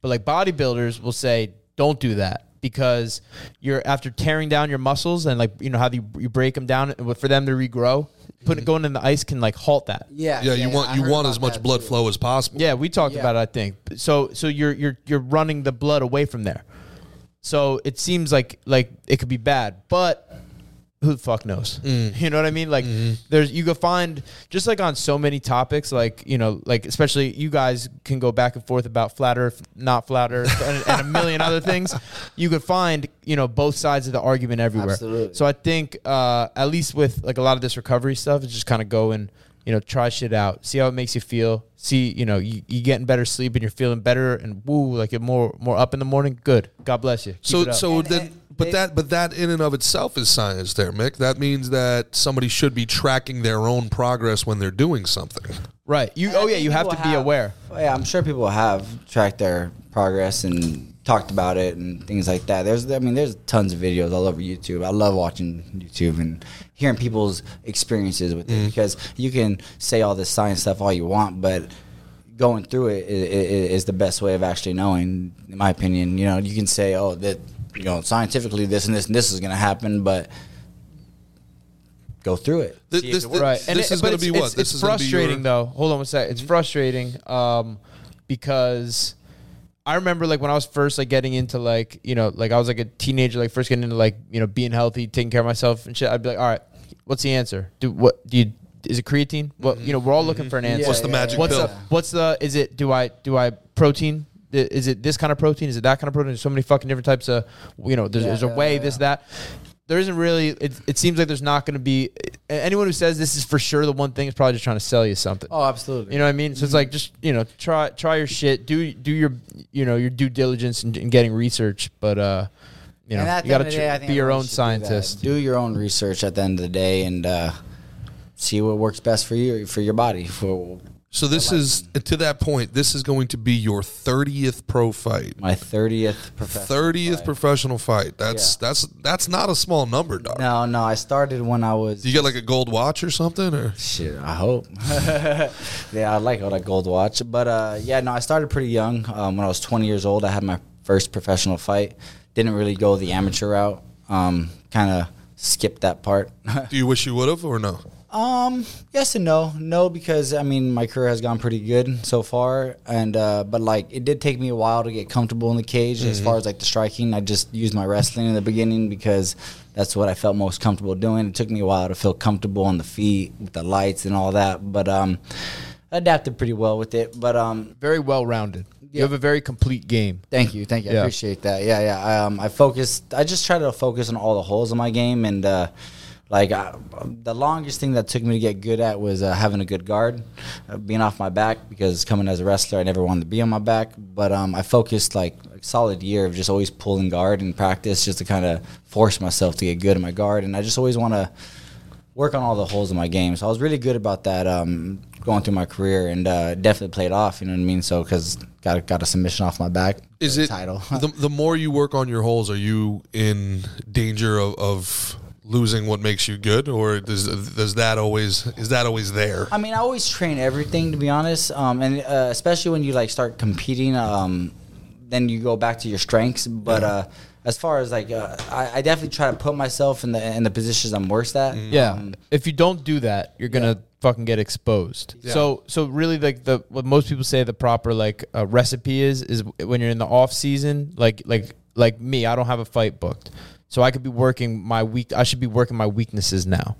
A: But like bodybuilders will say, don't do that because you're after tearing down your muscles and like you know how you, you break them down and for them to regrow. Putting going in the ice can like halt that.
D: Yeah,
C: Yeah, you want you want as much blood flow as possible.
A: Yeah, we talked
D: Yeah.
A: about it. I think so. So you're you're you're running the blood away from there. So it seems like like it could be bad, but who the fuck knows?
D: Mm.
A: You know what I mean? Like
D: Mm-hmm.
A: there's you can find just like on so many topics, like you know, like especially you guys can go back and forth about flat Earth, not flat Earth, and, and a million other things. You could find you know both sides of the argument everywhere.
D: Absolutely.
A: So I think uh, at least with like a lot of this recovery stuff, it's just kind of go and you know try shit out, see how it makes you feel. See you know you you getting better sleep and you're feeling better and woo like you're more more up in the morning. Good. God bless you. Keep it
C: So
A: up.
C: so then but
D: they-
C: that but that in and of itself is science there, Mick. That means that somebody should be tracking their own progress when they're doing something.
A: right. You oh yeah you have to
D: People
A: be aware.
D: Yeah, I'm sure people have tracked their progress and talked about it and things like that. There's, I mean, there's tons of videos all over YouTube. I love watching YouTube and hearing people's experiences with
A: Mm-hmm.
D: it because you can say all this science stuff all you want, but going through it is, is the best way of actually knowing, in my opinion. You know, you can say, oh, that you know, scientifically this and this and this is going to happen, but go through it.
C: Th-
D: See if
C: this
D: it
C: this,
D: works.
A: right.
C: this
A: it-
C: is
A: but
C: going to be
A: it's-
C: what?
A: It's,
C: this
A: it's
C: is gonna be your- Mm-hmm.
A: frustrating though. Hold on one sec. It's frustrating um, because I remember like when I was first like getting into like you know like I was like a teenager like first getting into like you know being healthy, taking care of myself and shit. I'd be like, all right, what's the answer? Do what do you? Is it creatine? What
C: Mm-hmm.
A: you know? We're all looking for an answer.
D: What's the Yeah, yeah, magic
A: What's
C: pill?
A: the What's the? Is it? Do I? Do I protein? Th- Is it this kind of protein? Is it that kind of protein? There's so many fucking different types of. You know, there's,
D: Yeah,
A: there's a
D: yeah,
A: way
D: yeah,
A: this
D: yeah.
A: that. There isn't really. It, it seems like there's not going to be anyone who says this is for sure. The one thing is probably just trying to sell you something.
D: Oh, absolutely.
A: You know what I mean? So it's like just you know try try your shit, do do your you know your due diligence in, in getting research, but uh you know
D: And at
A: you
D: the
A: got
D: end
A: to
D: of the day, I
A: tr-
D: think
A: be your
D: everyone
A: own
D: should do that.
A: scientist.
D: Do, your own research at the end of the day and uh, see what works best for you, for your body. For
C: So this is to that point. This is going to be your thirtieth pro fight.
D: my thirtieth professional.
C: Thirtieth professional fight. That's
D: Yeah.
C: that's that's not a small number, dog.
D: No, no, I started when I was.
C: Do you get like a gold watch or something? Or
D: Shit, I hope. yeah, I like all that gold watch, but uh, yeah, no, I started pretty young. Um, when I was 20 years old, I had my first professional fight. Didn't really go the amateur route. Um, kind of skipped that part.
C: do you wish you would have or no?
D: Um, yes and no. No, because I mean my career has gone pretty good so far, and uh, but like it did take me a while to get comfortable in the cage. As far as like the striking, I just used my wrestling in the beginning because that's what I felt most comfortable doing. It took me a while to feel comfortable on the feet with the lights and all that, but um, I adapted pretty well with it. But um,
A: Very well rounded. You have a very complete game.
D: Thank you, thank you.
A: Yeah.
D: I appreciate that. Yeah, yeah. I, um, I focused. I just try to focus on all the holes in my game, and uh, like I, the longest thing that took me to get good at was uh, having a good guard, uh, being off my back. Because coming as a wrestler, I never wanted to be on my back. But um, I focused like a solid year of just always pulling guard in practice, just to kind of force myself to get good at my guard. And I just always want to work on all the holes in my game. So I was really good about that um, going through my career, and uh, definitely played off. You know what I mean? So because got got a submission off my back.
C: Is
D: for the
C: it
D: title?
C: the, the more you work on your holes, are you in danger of, of losing what makes you good, or does does that always is that always there?
D: I mean, I always train everything to be honest, um, and uh, especially when you like start competing, um, then you go back to your strengths. But uh, as far as like, uh, I, I definitely try to put myself in the in the positions I'm worst at.
A: Yeah.
D: Um,
A: if you don't do that, you're gonna fucking get exposed. So so really like the what most people say the proper like uh, recipe is is when you're in the off season. Like like like me, I don't have a fight booked, so I could be working my weak. I should be working my weaknesses now,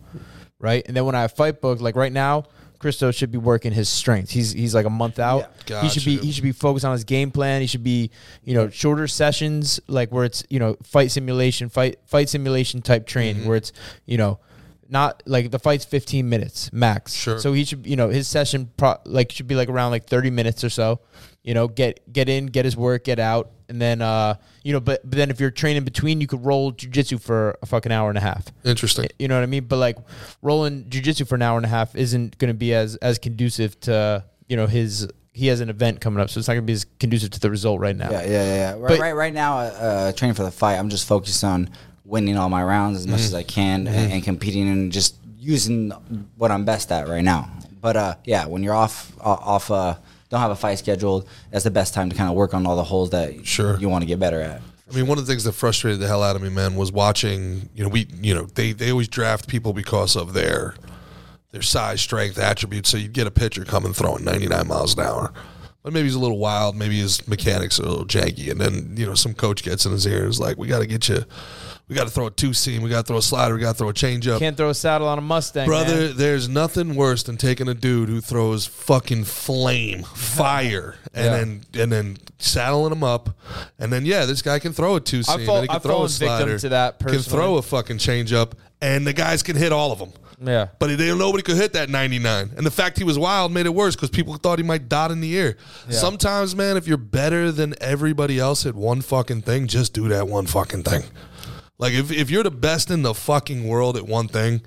A: right? And then when I have fight booked, like right now. Christo should be working his strengths. He's he's like a month out.
C: Yeah.
A: He should be
C: Gotcha.
A: he should be focused on his game plan. He should be, you know, shorter sessions like where it's, you know, fight simulation, fight fight simulation type training where it's, you know, not like the fight's 15 minutes max.
C: Sure.
A: So he should, you know, his session pro- like should be like around like 30 minutes or so. You know, get get in, get his work, get out, and then uh, you know, but but then if you're training between, you could roll jujitsu for a fucking hour and a half.
C: Interesting.
A: You know what I mean? But like rolling jujitsu for an hour and a half isn't going to be as as conducive to you know his. He has an event coming up, so it's not going to be as conducive to the result right now.
D: Yeah, yeah, yeah. yeah. Right,
A: But-
D: right, right now, uh, training for the fight, I'm just focused on winning all my rounds as much
A: Mm-hmm.
D: as I can and, and competing and just using what I'm best at right now. But uh, yeah, when you're off, uh, off, uh, don't have a fight scheduled, that's the best time to kind of work on all the holes that
C: Sure.
D: you want to get better at.
C: I mean, one of the things that frustrated the hell out of me, man, was watching. You know, we, you know, they they always draft people because of their their size, strength, attributes. So you get a pitcher coming throwing 99 miles an hour, but maybe he's a little wild. Maybe his mechanics are a little janky, and then you know, some coach gets in his ear and is like, "We got to get you." We got to throw a two seam. We got to throw a slider. We got to throw a changeup.
A: Can't throw a saddle on a Mustang,
C: Brother,
A: man.
C: there's nothing worse than taking a dude who throws fucking flame, fire, and then and then saddling him up, and then yeah, this guy can throw a two seam,
A: fall-
C: he can
A: I've
C: throw a
A: fallen victim
C: slider,
A: to that
C: can throw
A: personally.
C: a fucking changeup, and the guys can hit all of them.
A: Yeah.
C: But they, nobody could hit that 99. And the fact he was wild made it worse because people thought he might dot in the air. Sometimes, man, if you're better than everybody else at one fucking thing, just do that one fucking thing. Like if, if you're the best in the fucking world at one thing,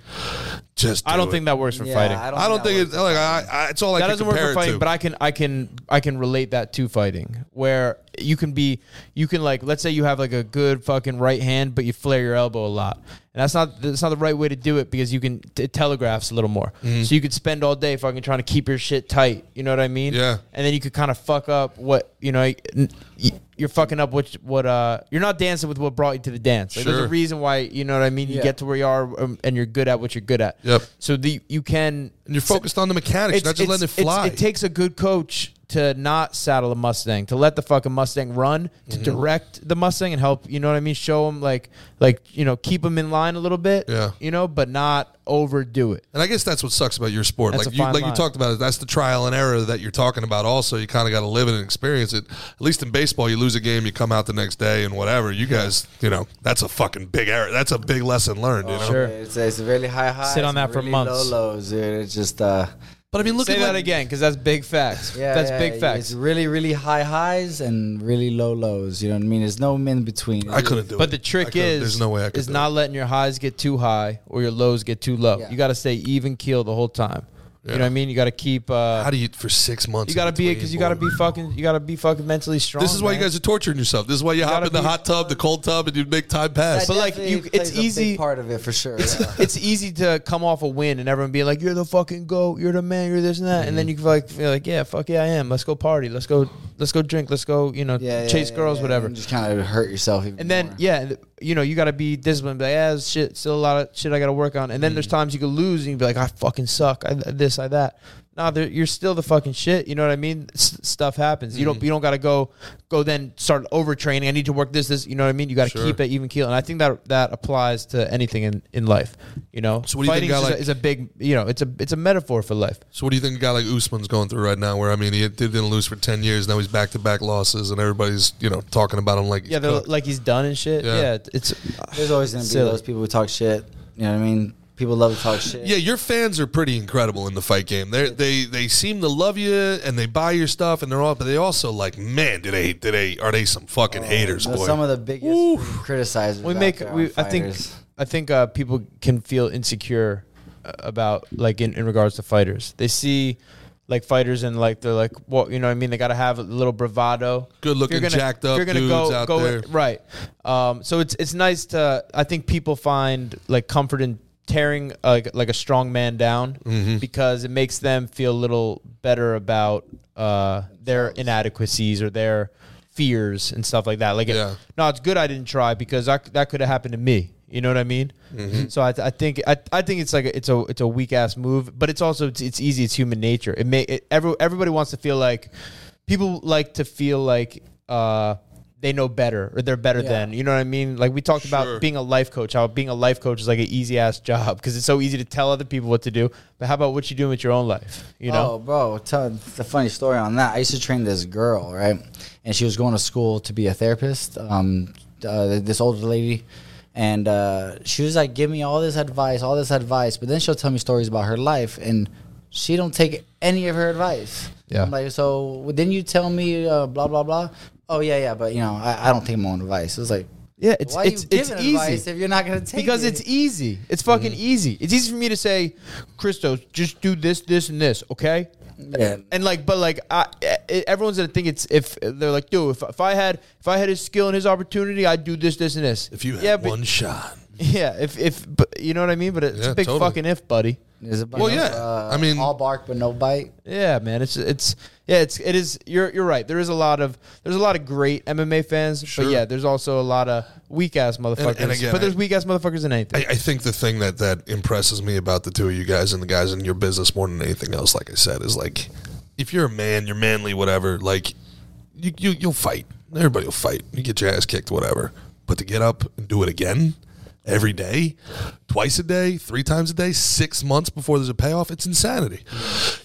C: just do
A: I don't
C: it.
A: think that works for
D: Yeah,
A: fighting.
D: I don't,
C: I don't
D: that
C: think
D: works.
C: it's like I, I it's all I
A: that
C: can
A: doesn't work
C: compare
A: for
C: it
A: fighting,
C: to.
A: but I can I can I can relate that to fighting where you can be you can like let's say you have like a good fucking right hand but you flare your elbow a lot. And that's not that's not the right way to do it because you can it telegraphs a little more.
C: Mm-hmm.
A: So you could spend all day fucking trying to keep your shit tight, you know what I mean?
C: Yeah.
A: And then you could kind of fuck up what, you know, n- y- you're fucking up what what uh you're not dancing with what brought you to the dance. Like there's
C: Sure.
A: a reason why, you know what I mean, you
D: Yeah.
A: get to where you are um, and you're good at what you're good at.
C: Yep.
A: So the you can
C: and you're focused on the mechanics, not just letting it
A: it's-
C: fly.
A: it takes a good coach to not saddle a Mustang, to let the fucking Mustang run, to
C: Mm-hmm.
A: direct the Mustang and help. You know what I mean? Show him like, like you know, keep him in line a little bit.
C: Yeah.
A: You know, but not overdo it.
C: and I guess that's what sucks about your sport.
A: That's
C: like
A: a
C: you
A: fine
C: like you
A: line.
C: talked about it. That's the trial and error that you're talking about also. You kinda gotta live it and experience it. At least in baseball, you lose a game, you come out the next day and whatever. You guys, you know, that's a fucking big error. That's a big lesson learned, you know.
A: Oh, Sure.
D: It's, it's really high highs.
A: on that
D: and
A: for
D: really
A: months.
D: Low lows, dude. It's just uh,
C: But I mean look
A: Say
C: at
A: that
C: like-
A: again, because that's big facts.
D: yeah,
A: that's
D: yeah,
A: big
D: It's
A: facts.
D: really, really high highs and really low lows. You know what I mean? There's no in between.
C: I couldn't do it.
A: But the
C: I
A: trick
C: couldn't-
A: is,
C: there's no way I could
A: is
C: do
A: not
C: it.
A: letting your highs get too high or your lows get too low.
D: Yeah.
A: You got to stay even keel the whole time. You
C: Yeah.
A: know what I mean? You got to keep. Uh,
C: how do you for six months?
A: you got to
C: in
A: be
C: between,
A: because you got to
C: boy?
A: be fucking. You got to be fucking mentally strong.
C: This is why
A: man.
C: you guys are torturing yourself. This is why you, hop
A: gotta
C: in the
A: be-
C: hot tub, the cold tub, and you make time pass.
A: but, Uh, like, you-
D: Definitely
A: it's
D: plays a big
A: easy-
D: part of it for sure. yeah.
A: it's easy to come off a win and everyone be like, "You're the fucking goat. You're the man. You're this and that."
D: Mm-hmm.
A: And then you can like feel like, "Yeah, fuck yeah, I am. Let's go party. Let's go. Let's go drink. Let's go. You know,
D: Yeah, yeah,
A: chase
D: yeah,
A: girls,
D: yeah.
A: whatever."
D: And just kind of hurt yourself. Even
A: And then
D: more.
A: yeah, th- you know, you got to be disciplined. Be Like, yeah, this shit, still a lot of shit I got to work on. And then
C: Mm.
A: there's times you could lose and you be like, "I fucking suck. I this, I that." Nah, there- you're still the fucking shit. You know what I mean? S- stuff happens. You
C: Mm.
A: don't you don't got to go go then start overtraining. I need to work this this. You know what I mean? You got to
C: Sure.
A: keep it even keel. And I think that that applies to anything in, in life. You know,
C: So what do you think
A: Fighting is,
C: I
A: just
C: like-
A: a, is a big you know it's a it's a metaphor for life.
C: So what do you think a guy like Usman's going through right now? Where I mean, he didn't lose for ten years. Now he's back to back losses, and everybody's you know talking about him like he's
A: Yeah, they're
C: cooked.
A: like he's done and shit.
C: Yeah.
A: Yeah, it's
D: There's always gonna be
A: Silly.
D: those people who talk shit. You know what I mean? People love to talk shit.
C: yeah. Your fans are pretty incredible in the fight game. They they they seem to love you and they buy your stuff and they're all, but they also like man, do they do they are they some fucking
A: Oh,
C: haters,
D: You know,
C: boy?
D: some of the biggest criticizers.
A: we
D: out
A: make
D: there on
A: we, I think
D: fighters.
A: I think uh, people can feel insecure uh, about like in, in regards to fighters. They see like fighters and like they're like what you know what I mean they got to have a little bravado.
C: Good-looking,
A: If you're
C: jacked up
A: if you're gonna
C: dudes
A: go,
C: out
A: go
C: there.
A: Right. Um, so it's it's nice to I think people find like comfort in tearing uh, like like a strong man down
C: Mm-hmm.
A: because it makes them feel a little better about uh, their inadequacies or their fears and stuff like that. Like, it-
C: Yeah.
A: no, it's good I didn't try because I c that could have happened to me. You know what I mean?
D: Mm-hmm.
A: So I, I think I, I think it's like a, it's a it's a weak ass move, but it's also it's, it's easy. It's human nature. It may it, every, everybody wants to feel like people like to feel like uh, they know better or they're better
D: Yeah.
A: than. You know what I mean? Like we talked
C: Sure.
A: about being a life coach, how being a life coach is like an easy ass job because it's so easy to tell other people what to do. But how about what you do with your own life? You
D: Oh,
A: know?
D: bro, tell the funny story on that. I used to train this girl, right? And she was going to school to be a therapist. Um, uh, this older lady, and uh, she was like, "Give me all this advice, all this advice," but then she'll tell me stories about her life, and she don't take any of her advice.
A: Yeah.
D: I'm like, so didn't you tell me uh, blah blah blah? Oh yeah, yeah, but you know, I, I don't take my own advice. It's like,
A: Yeah, it's
D: why
A: it's
D: are you
A: it's
D: giving
A: easy.
D: advice if you're not gonna take
A: because
D: it?
A: it's e easy. It's fucking easy. It's easy for me to say, Christos, just do this, this, and this, okay?
D: Yeah.
A: And like, but like, I, e- everyone's gonna think it's if they're like, dude, if, if I had if I had his skill and his opportunity, I'd do this, this, and this.
C: if you had
A: yeah, but-
C: one shot,
A: yeah, if if but, you know what I mean. But it's
C: Yeah,
A: a big
C: totally.
A: fucking if, buddy.
D: There's a bunch
C: Well,
D: of, uh,
C: yeah, I mean-
D: all bark but no bite.
A: Yeah, man. It's it's yeah. It's it is. You're you're right. There is a lot of there's a lot of great MMA fans,
C: Sure.
A: but yeah, there's also a lot of weak ass motherfuckers.
C: again,
A: but there's
C: I-
A: weak ass motherfuckers in anything.
C: I, I think the thing that that impresses me about the two of you guys and the guys in your business more than anything else, like I said, is like if you're a man, you're manly, whatever. Like you, you you'll fight. Everybody will fight. You get your ass kicked, whatever. But to get up and do it again, every day, twice a day, three times a day, six months before there's a payoff. It's insanity.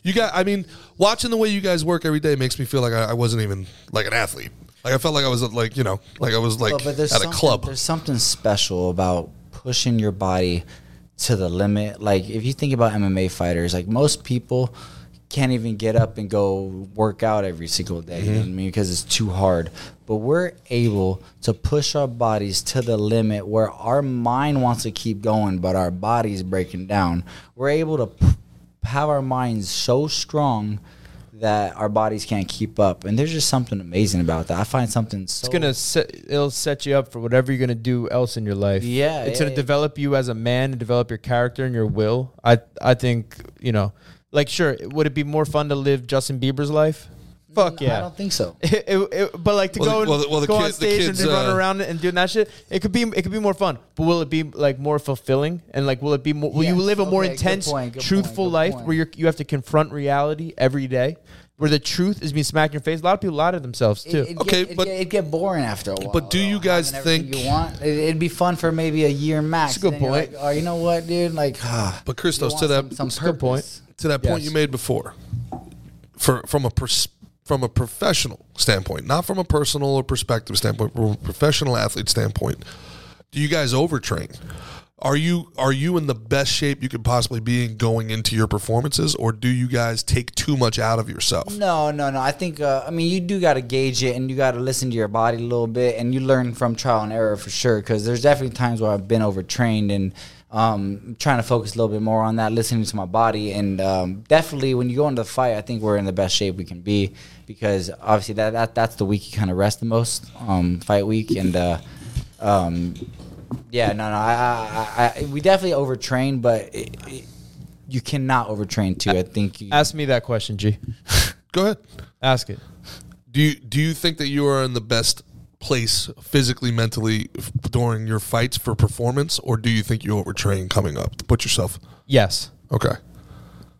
C: You got, I mean, watching the way you guys work every day makes me feel like I, I wasn't even like an athlete. Like I felt like I was like you know like I was like
D: Well, but there's
C: at a
D: something-
C: club.
D: There's something special about pushing your body to the limit. Like if you think about MMA fighters, like most people can't even get up and go work out every single day.
C: Mm-hmm.
D: You know what I mean? Because it's too hard. But we're able to push our bodies to the limit where our mind wants to keep going, but our body's breaking down. We're able to p- have our minds so strong that our bodies can't keep up. And there's just something amazing about that. I find something so
A: It's gonna set, it'll set you up for whatever you're gonna do else in your life.
D: Yeah,
A: it's
D: yeah,
A: gonna
D: yeah.
A: develop you as a man and develop your character and your will. I I think you know, like sure, would it be more fun to live Justin Bieber's life? Fuck
D: Mm, I
A: yeah.
D: don't think so.
A: It, it- it- but like to
C: Well, the-
A: go and
C: well, the- well, the
A: go
C: kid-
A: on
C: the
A: stage
C: kids,
A: and run
C: uh,
A: around and doing that shit, it could be it could be more fun. But will it be like more fulfilling and like will it be more? Will you
D: Yes,
A: live a more
D: okay, good
A: intense,
D: point, good
A: truthful
D: point, good
A: life
D: point.
A: where you you have to confront reality every day, where the truth is being smacked in your face? A lot of people lie to themselves too.
D: It,
C: Okay,
D: okay, get,
C: but-
D: but it get boring after a while.
C: but do you
D: though,
C: guys
D: having everything
C: think-
D: you want? It, would be fun for maybe a year max.
A: That's a good
D: and then you're
A: point.
D: Like, oh, you know what, dude? Like, ah,
C: But
D: you
C: Christos,
D: want
C: to that
D: some, some
A: good point.
D: purpose.
C: to that point
A: Yes.
C: you made before, for from a pers- from a professional standpoint, not from a personal or perspective standpoint, from a professional athlete standpoint, do you guys overtrain? Are you are you in the best shape you could possibly be in going into your performances, or do you guys take too much out of yourself?
D: No, no, no. I think uh, I mean you do got to gauge it, and you got to listen to your body a little bit, and you learn from trial and error for sure. Because there's definitely times where I've been overtrained and um, trying to focus a little bit more on that, listening to my body, and um, definitely when you go into the fight, I think we're in the best shape we can be because obviously that, that that's the week you kind of rest the most, um, fight week, and uh, um, yeah, no, no. I, I, I, I we definitely overtrain, but. It, it, you cannot overtrain too. I think you,
A: Ask me that question, G.
C: Go ahead.
A: Ask it.
C: Do you do you think that you are in the best place physically, mentally f- during your fights for performance, or do you think you overtrain coming up to put yourself?
A: Yes.
C: Okay.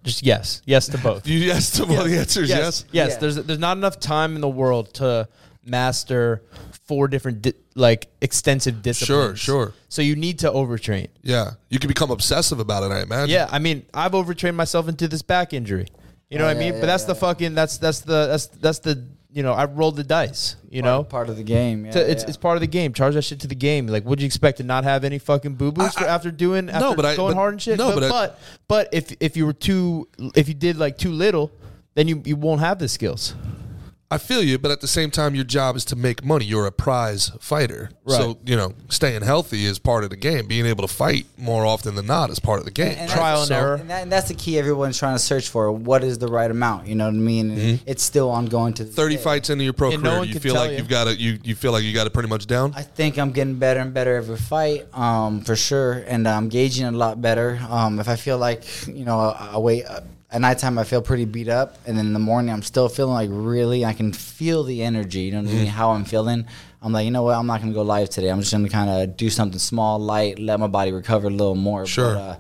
A: Just yes. Yes to both.
C: You yes to both the answers. yes.
A: yes. yes.
D: Yeah.
A: There's there's not enough time in the world to master four different di- like extensive disciplines.
C: sure.
A: So you need to overtrain.
C: Yeah, you can become obsessive about it. I imagine.
A: Yeah, I mean, I've overtrained myself into this back injury. You know
D: Oh,
A: what I
D: yeah,
A: mean?
D: yeah,
A: but that's the
D: yeah.
A: fucking that's that's the that's that's the you know I rolled the dice. You know.
D: part of the game. Yeah,
C: Oh,
A: To- it's,
D: yeah.
A: it's part of the game. Charge that shit to the game. Like, would you expect to not have any fucking boo boos
C: I- I-
A: after doing after
C: but I-
A: going
C: but-
A: hard and shit?
C: no,
A: but
C: but I-
A: but, but if if you were too if you did like too little, then you you won't have the skills.
C: I feel you, but at the same time, your job is to make money. You're a prize fighter,
A: Right.
C: so you know staying healthy is part of the game. Being able to fight more often than not is part of the game.
D: And
A: Trial
D: that's-
A: and error.
D: and, that, and that's the key. Everyone's trying to search for what is the right amount. You know what I mean? And
A: Mm-hmm.
D: It's still ongoing to this
C: Thirty
D: day.
C: fights into your pro
A: And no
C: career,
A: one
C: you
A: can
C: feel
A: tell
C: like
A: you.
C: have got it. You you feel like you got it pretty much down.
D: I think I'm getting better and better every fight, um, for sure, and I'm gauging a lot better. Um, if I feel like you know, I, I wait uh, at nighttime, I feel pretty beat up, and then in the morning, I'm still feeling like really, I can feel the energy. You know what I mean? How I'm feeling. I'm like, you know what? I'm not gonna go live today. I'm just gonna kind of do something small, light, let my body recover a little more.
C: Sure.
D: uh,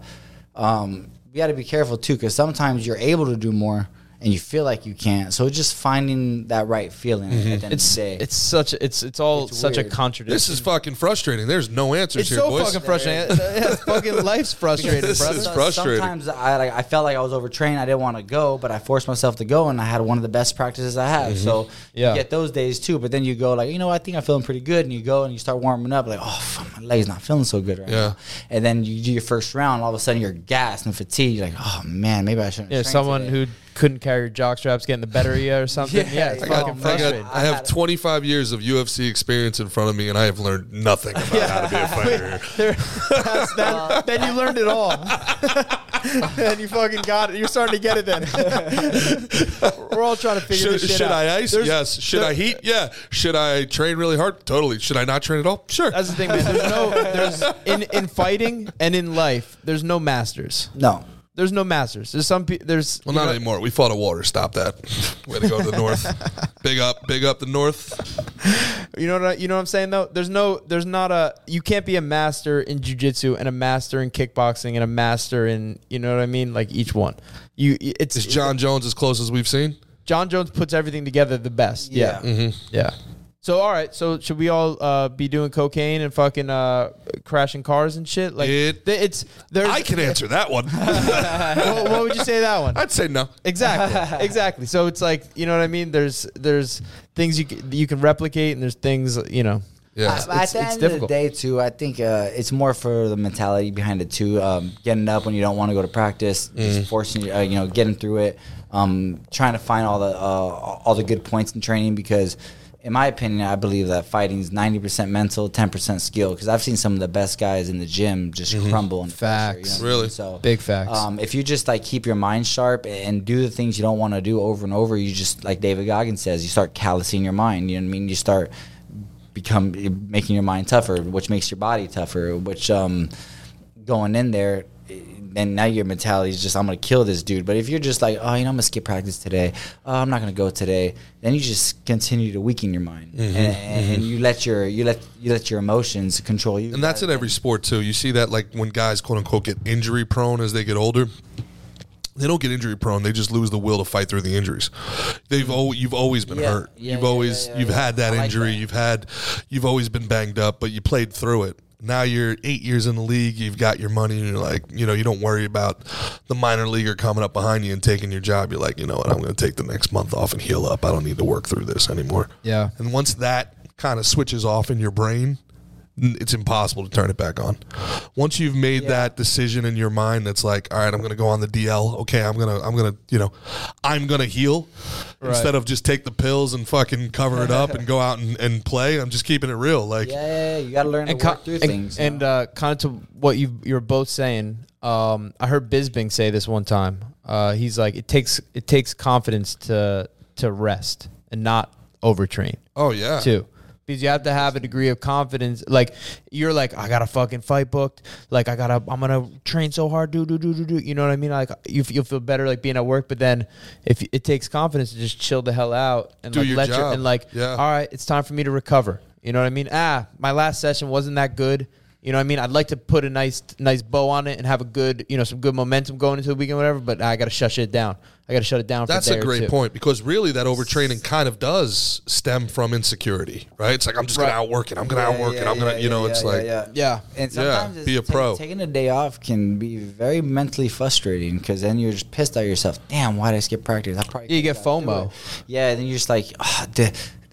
D: um, you got to be careful too, because sometimes you're able to do more. And you feel like you can't, so just finding that right feeling at the end
A: It's
D: of the day.
A: it's such a, it's it's all
D: It's
A: such a
D: weird.
A: contradiction.
C: this is fucking frustrating. There's no answers
A: it's
C: here,
A: so
C: boys.
A: fucking frustrating. Yeah, it's fucking life's frustrating,
C: This
A: brother.
C: is
D: So-
C: frustrating.
D: Sometimes I like I felt like I was overtrained. I didn't want to go, but I forced myself to go, and I had one of the best practices I have. So
A: Yeah.
D: you get those days too. But then you go like, you know, I think I'm feeling pretty good, and you go and you start warming up. Like, oh, fuck, my leg's not feeling so good right
C: Yeah.
D: now. And then you do your first round, all of a sudden you're gassed and fatigued. You're like, oh man, maybe I shouldn't.
A: Yeah,
D: train
A: someone
D: today.
A: who couldn't carry your jock straps getting the better of you or something. Yeah,
D: Yeah,
A: it's
D: I
C: I,
D: got-
A: fucking
C: got- I,
A: frustrating.
C: got, I have 25 years of UFC experience in front of me, and I have learned nothing about how to be a fighter.
A: There- that's-
C: Uh,
A: that- then you learned it all. then you fucking got it. You're starting to get it. Then we're all trying to figure
C: Should,
A: this shit
C: should
A: out.
C: I ice?
A: There's-
C: yes. Should I heat? Yeah. Should I train really hard? Totally. Should I not train at all? Sure.
A: That's the thing, man. There's no there's in in fighting and in life. There's no masters.
D: no.
A: There's no masters. There's some. pe- There's
C: well,
A: you
C: not
A: know-
C: anymore. We fought a water. Stop that. Way to go to the north. Big up. Big up the north.
A: You know what I, you know what I'm saying though? There's no there's not a you can't be a master in jujitsu and a master in kickboxing and a master in you know what I mean? Like each one. You it's
C: Is John Jones as close as we've seen?
A: John Jones puts everything together the best. Yeah.
D: Yeah.
A: Yeah. So all right, so should we all uh, be doing cocaine and fucking uh, crashing cars and shit? Like
C: It-
A: th- it's there's.
C: I can answer that one.
A: what, what would you say to that one?
C: I'd say no.
A: Exactly, exactly. So it's like you know what I mean. There's there's things you c- you can replicate, and there's things you know.
C: Yeah.
A: It's-
D: Uh, But at
A: it's-
D: the
A: it's
D: end
A: difficult.
D: of the day, too, I think uh, it's more for the mentality behind it too. Um, getting up when you don't want to go to practice,
A: Mm.
D: just forcing you, uh, you know, getting through it. Um, trying to find all the uh, all the good points in training because, in my opinion, I believe that fighting is ninety percent mental, ten percent skill. Because I've seen some of the best guys in the gym just
A: Mm-hmm.
D: crumble. Under pressure, what
A: Facts.
D: I mean?
C: Really.
D: so
A: Big facts.
D: Um, if you just like keep your mind sharp and do the things you don't want to do over and over, you just like David Goggins says, you start callousing your mind. You know what I mean? You start become making your mind tougher, which makes your body tougher. Which um, going in there, and now your mentality is just I'm gonna kill this dude. But if you're just like, oh, you know, I'm gonna skip practice today. Oh, I'm not gonna go today. Then you just continue to weaken your mind,
C: Mm-hmm,
D: and, and you let your you let you let your emotions control you.
C: And that's in every sport too. You see that like when guys quote unquote get injury prone as they get older. They don't get injury prone. They just lose the will to fight through the injuries. They've al- you've always been
D: Yeah,
C: hurt.
D: yeah,
C: you've
D: yeah,
C: always
D: yeah, yeah,
C: you've
D: yeah.
C: had that
D: I like
C: injury.
D: that.
C: You've had you've always been banged up, but you played through it. Now you're eight years in the league. You've got your money. And you're like you know you don't worry about the minor leaguer coming up behind you and taking your job. You're like you know what I'm going to take the next month off and heal up. I don't need to work through this anymore.
A: Yeah.
C: And once that kind of switches off in your brain, n- it's impossible to turn it back on. Once you've made that decision in your mind, that's like, all right, I'm going to go on the DL. Okay, I'm gonna, I'm gonna, you know, I'm gonna heal instead of just take the pills and fucking cover it up and go out and, and play. I'm just keeping it real. Like,
D: yeah, yeah, yeah, you gotta learn
A: and
D: to
A: co-
D: work through
A: and,
D: things. you know?
A: and, uh, kind of to what you you're both saying. Um, I heard Bisbing say this one time. Uh, he's like, it takes it takes confidence to to rest and not overtrain
C: oh yeah,
A: too. Because you have to have a degree of confidence. Like you're like, I got a fucking fight booked. Like I gotta, I'm gonna train so hard, do do do do do. You know what I mean? Like you, f- you'll feel better like being at work. But then, if y- it takes confidence to just chill the hell out and
C: Do
A: like
C: your
A: let your
C: job.
A: and like,
C: Yeah.
A: all right, it's time for me to recover. You know what I mean? Ah, my last session wasn't that good. You know what I mean? I'd like to put a nice nice bow on it and have a good, you know, some good momentum going into the weekend, whatever. But I gotta shut shit down. I gotta shut it down.
C: That's
A: for a,
C: a
A: day or
C: great
A: two.
C: point because really that overtraining kind of does stem from insecurity, right? It's like I'm just
A: Right.
C: gonna outwork it. I'm gonna outwork it. I'm gonna, you know, it's like
A: Yeah.
D: And
C: Yeah,
D: sometimes it's
C: be a
D: ta-
C: pro.
D: Taking a day off can be very mentally frustrating because then you're just pissed at yourself. Damn, why did I skip practice? I probably
A: You
D: could've
A: get
D: got through
A: FOMO.
D: it." Yeah, and then you're just like, oh,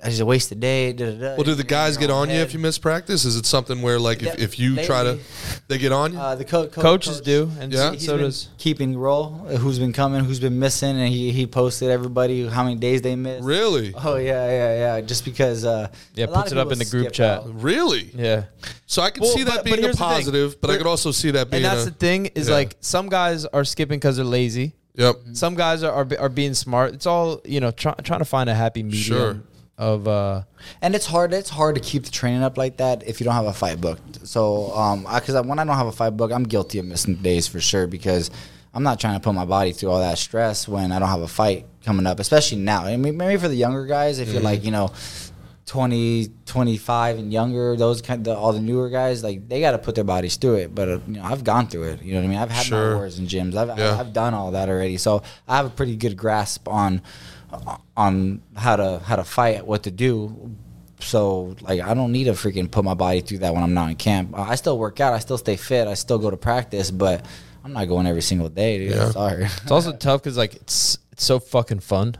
D: I just wasted a day. Da, da, da.
C: Well, do the
D: You're in
C: guys
D: your
C: get
D: own
C: on you
D: head.
C: if you miss practice? Is it something where like if,
D: Yeah,
C: if you try to,
D: lately.
C: they get on you?
D: Uh, the co- co-
A: Coaches
D: coach-
A: do, and
C: Yeah.
A: so,
D: He's
A: so
D: been
A: does.
D: keeping roll. Who's been coming? Who's been missing? And he, he posted everybody how many days they missed.
C: really,
A: uh,
D: Oh yeah, yeah, yeah. Just because. Uh, a
A: Yeah,
D: lot
A: puts
D: of
A: it up
D: people
A: in the group
D: skip
A: chat.
D: out.
C: really.
A: Yeah.
C: So I could
A: Well,
C: see that
A: but- but
C: being a
A: here's the thing.
C: positive, but I
A: We're-
C: could also see that being.
A: and that's
C: a,
A: the thing is
C: yeah.
A: like Mm. some guys are skipping because they're lazy.
C: Yep.
D: Mm.
A: Some guys are, are be- are being smart. It's all you know, try, trying to find a happy medium
C: Sure.
A: of uh,
D: And it's hard. It's hard to keep the training up like that if you don't have a fight booked. So, um, because I, when I don't have a fight book, I'm guilty of missing days for sure because I'm not trying to put my body through all that stress when I don't have a fight coming up, especially now. I mean, maybe for the younger guys, if
C: Mm-hmm.
D: you're like, you know. 20 25 and younger those kind of all the newer guys like they got to put their bodies through it but uh, you know i've gone through it you know what i mean i've had
C: Sure.
D: my wars in gyms I've,
C: Yeah.
D: I've done all that already so i have a pretty good grasp on on how to how to fight what to do so like i don't need to freaking put my body through that when i'm not in camp Uh, i still work out i still stay fit i still go to practice but i'm not going every single day dude
C: Yeah.
D: sorry
A: it's also tough because like it's it's so fucking fun,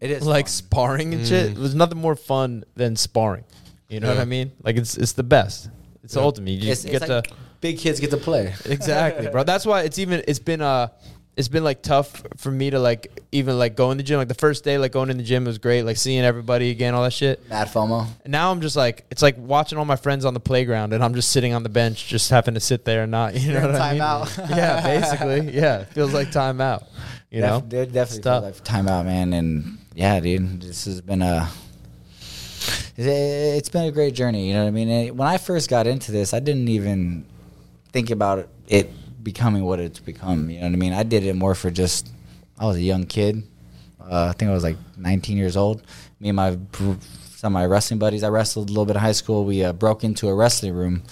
D: it is
A: like
D: fun.
A: sparring and shit. There's nothing more fun than sparring. You know what
C: Mm. Yeah.
A: I mean? Like it's it's the best. It's the ultimate. You
D: it's,
A: just get
D: it's
A: to
D: like big kids get to play
A: exactly, bro. That's why it's even it's been uh it's been like tough for me to like even like go in the gym. Like the first day, like going in the gym was great. Like seeing everybody again, all that shit.
D: mad fomo
A: And now I'm just like it's like watching all my friends on the playground, and I'm just sitting on the bench, just having to sit there and not, you know,
D: in
A: what I mean?
D: timeout.
A: yeah, basically, yeah, it feels like timeout. You know,
D: Def- def- definitely
A: Stuff.
D: feels like time out, man. And yeah, dude, this has been a it's been a great journey. You know what I mean? And when I first got into this, I didn't even think about it becoming what it's become. You know what I mean? I did it more for just I was a young kid. Uh, I think I was like 19 years old. Me and my br- some of my wrestling buddies. I wrestled a little bit in high school. We uh, broke into a wrestling room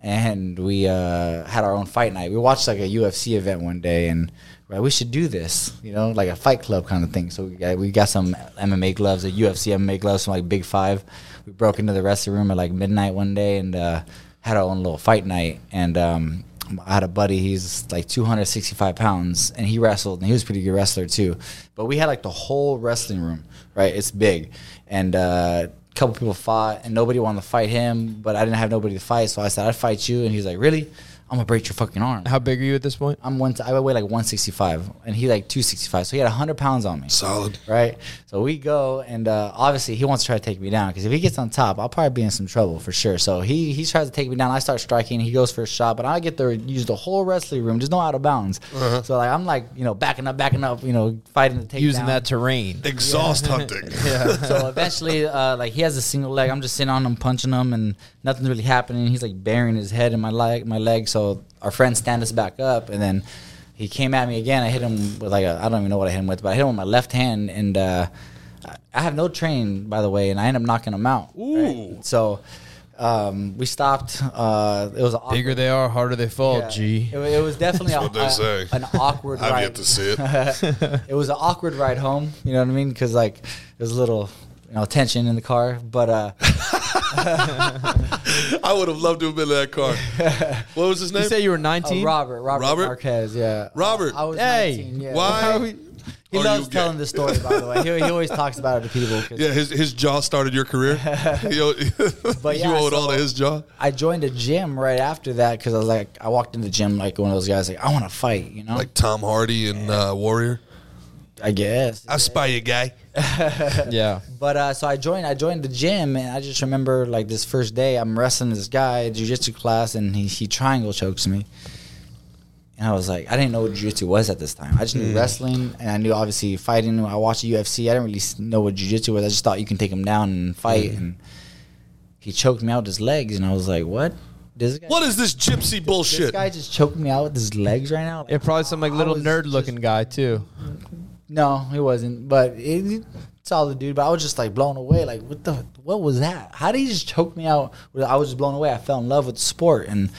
D: and we uh, had our own fight night. We watched like a UFC event one day, and we're like, we should do this, you know, like a fight club kind of thing. So we got, we got some MMA gloves, a UFC MMA gloves from like Big Five. We broke into the wrestling room at like midnight one day and uh, had our own little fight night. And um, I had a buddy, he's like 265 pounds, and he wrestled, and he was a pretty good wrestler too. But we had like the whole wrestling room, right? It's big. And, uh, couple people fought and nobody wanted to fight him, but I didn't have nobody to fight, so I said I'd fight you, and he's like, really? I'm gonna break your fucking arm.
A: How big are you at this point?
D: I'm one. I weigh like 165, and he like 265, so he had 100 pounds on me.
C: Solid.
D: Right, so we go, and uh, obviously he wants to try to take me down because if he gets on top, I'll probably be in some trouble for sure. So he he tries to take me down. I start striking. He goes for a shot, but I get there, use the whole wrestling room, just no out of bounds. So like I'm like you know backing up, backing up, you know fighting the takedown.
A: Uh-huh. Using that terrain.
C: Exhaust hunting.
D: so eventually, uh, like he has a single leg. I'm just sitting on him, punching him, and nothing's really happening. He's like burying his head in my leg, my leg. So our friend stand us back up, and then he came at me again. I hit him with like a, I don't even know what I hit him with, but I hit him with my left hand, and uh, I- I have no train by the way, and I end up knocking him out. Ooh. So um, we stopped. Uh, it was an
A: Bigger
D: awkward-
A: they are, harder they fall.
D: yeah.
A: G.
D: It, wa- it was definitely a,
C: what they
D: a-
C: say.
D: an awkward
C: I've
D: ride
C: yet to see it.
D: it was an awkward ride home. You know what I mean? Because like there was a little you know tension in the car, but uh,
C: I would have loved to have been in that car. What was his
A: You
C: name?
A: say you were
D: uh,
A: 19.
D: Robert, Robert,
C: Robert?
D: Marquez, yeah,
C: Robert.
D: I was
A: Hey,
D: 19, yeah.
C: Why?
A: How we-
D: He
C: are
D: loves
C: you gay?
D: telling this story, by the way. He, he always talks about it to people. 'cause
C: Yeah, his, his jaw started your career. you owe,
D: But
C: you
D: yeah,
C: owe it
D: so-
C: all to his jaw.
D: I joined a gym right after that because I was like, I walked in the gym like one of those guys, like I want to fight, you know.
C: Like Tom Hardy and uh, Warrior.
D: I guess.
C: I spy you, guy.
A: Yeah.
D: But uh, so I joined. I joined the gym, and I just remember like this first day, I'm wrestling this guy jujitsu class, and he, he triangle chokes me. And I was like, I didn't know what jujitsu was at this time. I just
C: Mm.
D: knew wrestling, and I knew obviously fighting. I watched the UFC. I didn't really s- know what jujitsu was. I just thought you can take him down and
C: Mm.
D: fight. And he choked me out with his legs, and I was like, what? This guy,
C: What is this gypsy
D: This
C: bullshit?
D: guy just choked me out with his legs right now.
A: Yeah, probably some like
D: I
A: little
D: was
A: nerd
D: just-
A: looking guy too.
D: No, he wasn't. But it, it- solid dude. But I was just like blown away. Like what the what was that? How did he just choke me out? Well, I was just blown away. I fell in love with the sport and.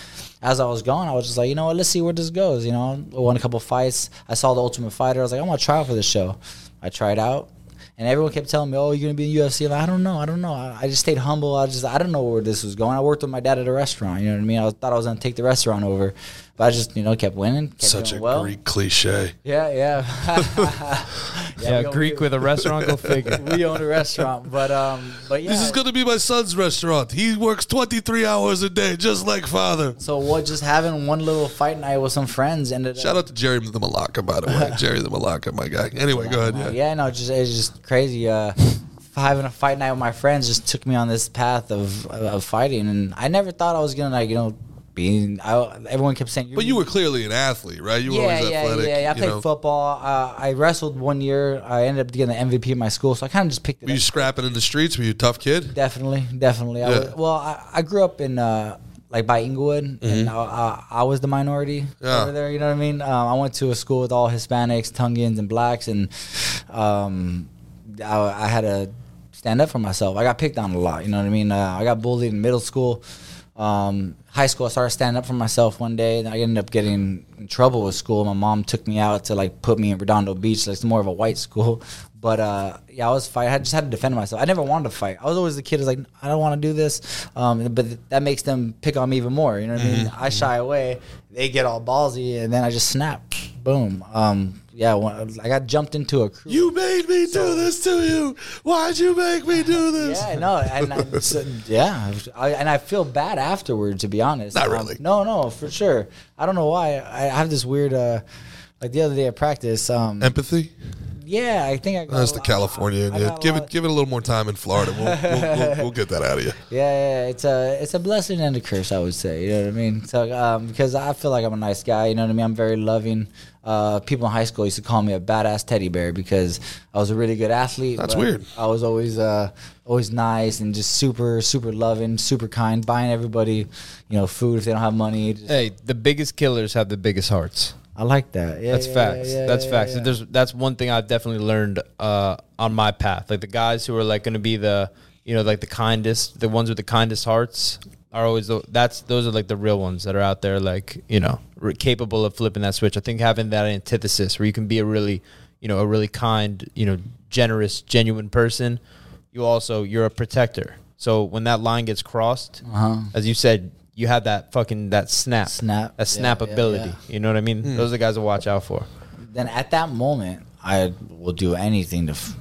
D: As I was going, I was just like, you know what? Let's see where this goes. You know, I won a couple fights. I saw the Ultimate Fighter. I was like, I want to try out for this show. I tried out, and everyone kept telling me, "Oh, you're gonna be in UFC." I'm like, I don't know. I don't know. I, I just stayed humble. I just I don't know where this was going. I worked with my dad at a restaurant. You know what I mean? I was- thought I was gonna take the restaurant over, but I just you know kept winning. Kept
C: Such a
D: doing well.
C: Greek cliche.
D: Yeah, yeah.
A: Yeah,
D: we own-
A: Greek with a restaurant. Go figure.
D: we own a restaurant, but um, but yeah.
C: This is going to be my son's restaurant. He works 23 hours a day, just like father.
D: so what? Just having one little fight night with some friends ended up.
C: Shout out to Jerry the Malacca, by the way. Jerry the Malacca, my guy. Anyway, go ahead. Yeah.
D: uh, Yeah, no, just it's just crazy. Uh, having a fight night with my friends just took me on this path of of fighting, and I never thought I was gonna like you know be. I, everyone kept saying,
C: But you were clearly an athlete, right? You were
D: yeah,
C: always
D: yeah,
C: athletic.
D: yeah, yeah. I
C: you
D: played
C: know.
D: football. Uh, I wrestled one year. I ended up getting the MVP of my school, so I kind of just picked it
C: Were you
D: up.
C: scrapping in the streets? Were you a tough kid?
D: Definitely, definitely. I
C: Yeah.
D: was, well, I, I grew up in uh, like by Inglewood, and I, I, I was the minority
C: Mm-hmm. Yeah.
D: over there. You know what I mean? Um, I went to a school with all Hispanics, Tongans, and blacks, and um, I, I had to stand up for myself. I got picked on a lot. You know what I mean? Uh, I got bullied in middle school. Um, high school, I started standing up for myself one day, and I ended up getting in trouble with school. My mom took me out to like put me in Redondo Beach, like it's more of a white school. But uh, yeah, I was fight. I just had to defend myself. I never wanted to fight. I was always the kid who's like, I don't want to do this. Um, but th- that makes them pick on me even more. You know what I
C: Mm-hmm.
D: mean? I shy away. They get all ballsy, and then I just snap. Boom. Um, yeah, when, I got jumped into a crew.
C: You made me do this to you. Why'd you make me do this?
D: Yeah, no, and I, so, yeah, I, and I feel bad afterward. To be honest,
C: Not
D: Um,
C: really.
D: no, no, for sure. I don't know why. I have this weird, uh, like the other day at practice. Um,
C: Empathy?
D: yeah, I think I got
C: That's
D: a
C: the
D: lot-
C: Californian.
D: I
C: Yeah.
D: got a
C: Give
D: lot-
C: it give it a little more time in Florida. We'll, we'll, we'll, we'll get that out of you.
D: Yeah, yeah, yeah, it's a it's a blessing and a curse, I would say. You know what I mean? So, um, because I feel like I'm a nice guy. You know what I mean? I'm very loving. Uh, people in high school used to call me a badass teddy bear because I was a really good athlete.
C: That's
D: but
C: weird.
D: I was always uh, always nice and just super super loving, super kind, buying everybody, you know, food if they don't have money. Just-
A: Hey, the biggest killers have the biggest hearts.
D: I like that. Yeah,
A: That's
D: yeah,
A: facts.
D: yeah,
A: that's
D: yeah,
A: facts.
D: yeah.
A: There's that's one thing I've definitely learned uh, on my path. Like the guys who are like going to be the you know like the kindest, the ones with the kindest hearts. are always the, that's those are like the real ones that are out there, like you know, re- capable of flipping that switch. I think having that antithesis where you can be a really, you know, a really kind, you know, generous, genuine person. You also you're a protector. So when that line gets crossed,
D: Uh-huh.
A: as you said, you have that fucking that snap,
D: Snap.
A: that
D: Yeah,
A: snap
D: yeah,
A: ability.
D: yeah.
A: You know what I mean?
C: Hmm.
A: Those are the guys to watch out for.
D: then at that moment, I will do anything to f-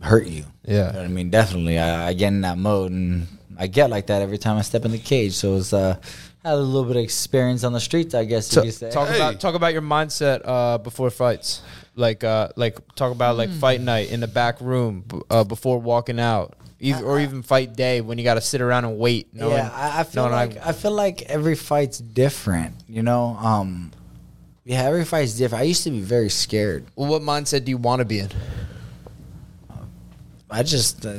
D: hurt you.
A: Yeah.
D: You know what I mean, definitely. I, I get in that mode, and I get like that every time I step in the cage. So it's uh, had a little bit of experience on the streets, I guess you could say.
A: Talk
C: Hey.
A: about talk about your mindset uh, before fights, like uh, like talk about
D: Hmm.
A: like fight night in the back room b- uh, before walking out, Eith- or even fight day when you got to sit around and wait. Knowing,
D: yeah, I, I feel
A: knowing
D: like I, feel like every fight's different. You know, um, yeah, every fight's different. I used to be very scared.
A: Well, what mindset do you want to be in?
D: I just, uh,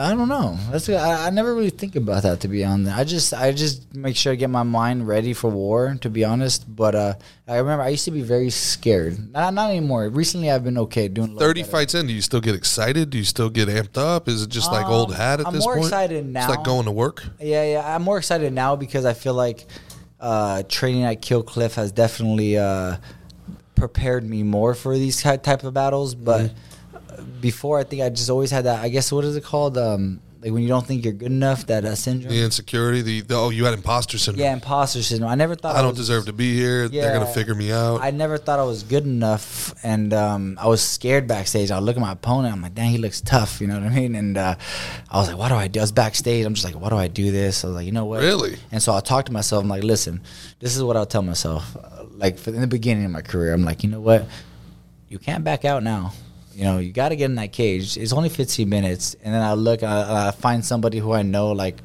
D: I don't know. That's I, I never really think about that to be honest. I just I just make sure I get my mind ready for war. To be honest, but uh, I remember I used to be very scared. Not not anymore. Recently, I've been okay doing a little
C: Thirty
D: better.
C: fights in, do you still get excited? Do you still get amped up? Is it just like old
D: Um,
C: hat at
D: I'm
C: this
D: more
C: point?
D: excited
C: It's like
D: now.
C: going to work.
D: Yeah, yeah. I'm more excited now because I feel like uh, training at Kill Cliff has definitely uh, prepared me more for these ki- type of battles. But before, I think I just always had that. I guess what is it called? Um, like when you don't think you're good enough, that uh, syndrome.
C: The
D: Yeah.
C: insecurity, the, the oh, you had imposter syndrome.
D: imposter syndrome. I never thought
C: I don't
D: was-
C: deserve to be here. They're gonna
D: Yeah.
C: figure me out.
D: I never thought I was good enough, and um, I was scared backstage. I look at my opponent. I'm like, dang, he looks tough. You know what I mean? And uh, I was like, why do I do? I was backstage. I'm just like, why do I do this? I was like, you know what?
C: Really?
D: And so I talked to myself. I'm like, listen, this is what I'll tell myself. Uh, Like for in the beginning of my career, I'm like, you know what? You can't back out now. You know, you got to get in that cage. It's only 15 minutes, and then I look and I, I find somebody who I know like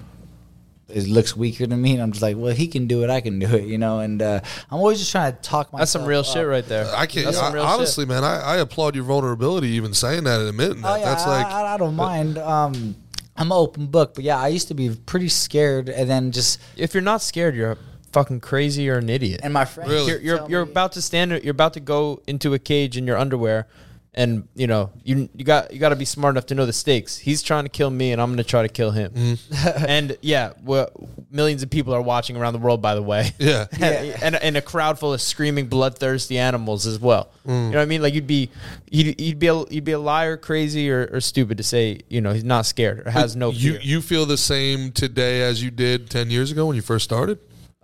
D: is looks weaker than me, and I'm just like, well, he can do it, I can do it, you know. And uh, I'm always just trying to talk myself.
A: That's some real
D: up.
A: shit right there.
C: I can't.
A: That's
C: I,
A: some real
C: honestly, man, I, I applaud your vulnerability, even saying that and admitting that.
D: Oh yeah,
C: That's like
D: I, I, I don't mind. Um, I'm an open book, but yeah, I used to be pretty scared, and then just
A: shit. If you're not scared, you're fucking crazy or an idiot.
D: and my friends.
C: Really?
A: you're you're,
D: tell
A: you're
D: me-
A: about to stand you're about to go into a cage in your underwear and you know you you got you got to be smart enough to know the stakes he's trying to kill me and i'm going to try to kill him
C: Mm-hmm.
A: and yeah well, millions of people are watching around the world by the way
C: Yeah.
A: and, and and a crowd full of screaming bloodthirsty animals as well
C: Mm.
A: you know what i mean like you'd be you'd, you'd be a, you'd be a liar crazy or, or stupid to say you know he's not scared or has no
C: you.
A: fear
C: You feel the same today as you did ten years ago when you first started.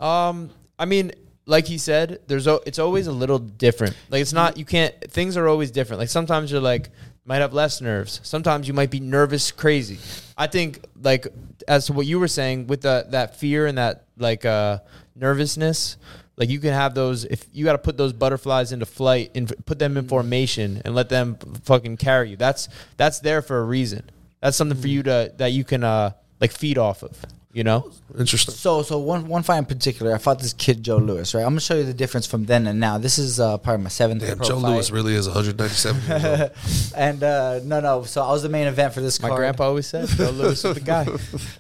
A: I mean, like he said, there's o- it's always a little different. Like it's not you can't things are always different. Like sometimes you're like might have less nerves. Sometimes you might be nervous crazy. I think like as to what you were saying with the that fear and that like uh nervousness, like you can have those if you got to put those butterflies into flight and put them in formation and let them fucking carry you. That's that's there for a reason. That's something for you to that you can uh like feed off of, you know?
C: Interesting.
D: So, so one one fight in particular, I fought this kid Joe Lewis. Right, I'm gonna show you the difference from then and now. This is uh, probably my seventh.
C: Damn,
D: pro
C: Joe
D: fight.
C: Lewis really is 197. years old.
D: And uh, no, no. So I was the main event for this.
A: My
D: card.
A: grandpa always said, "Go Lewis with the guy."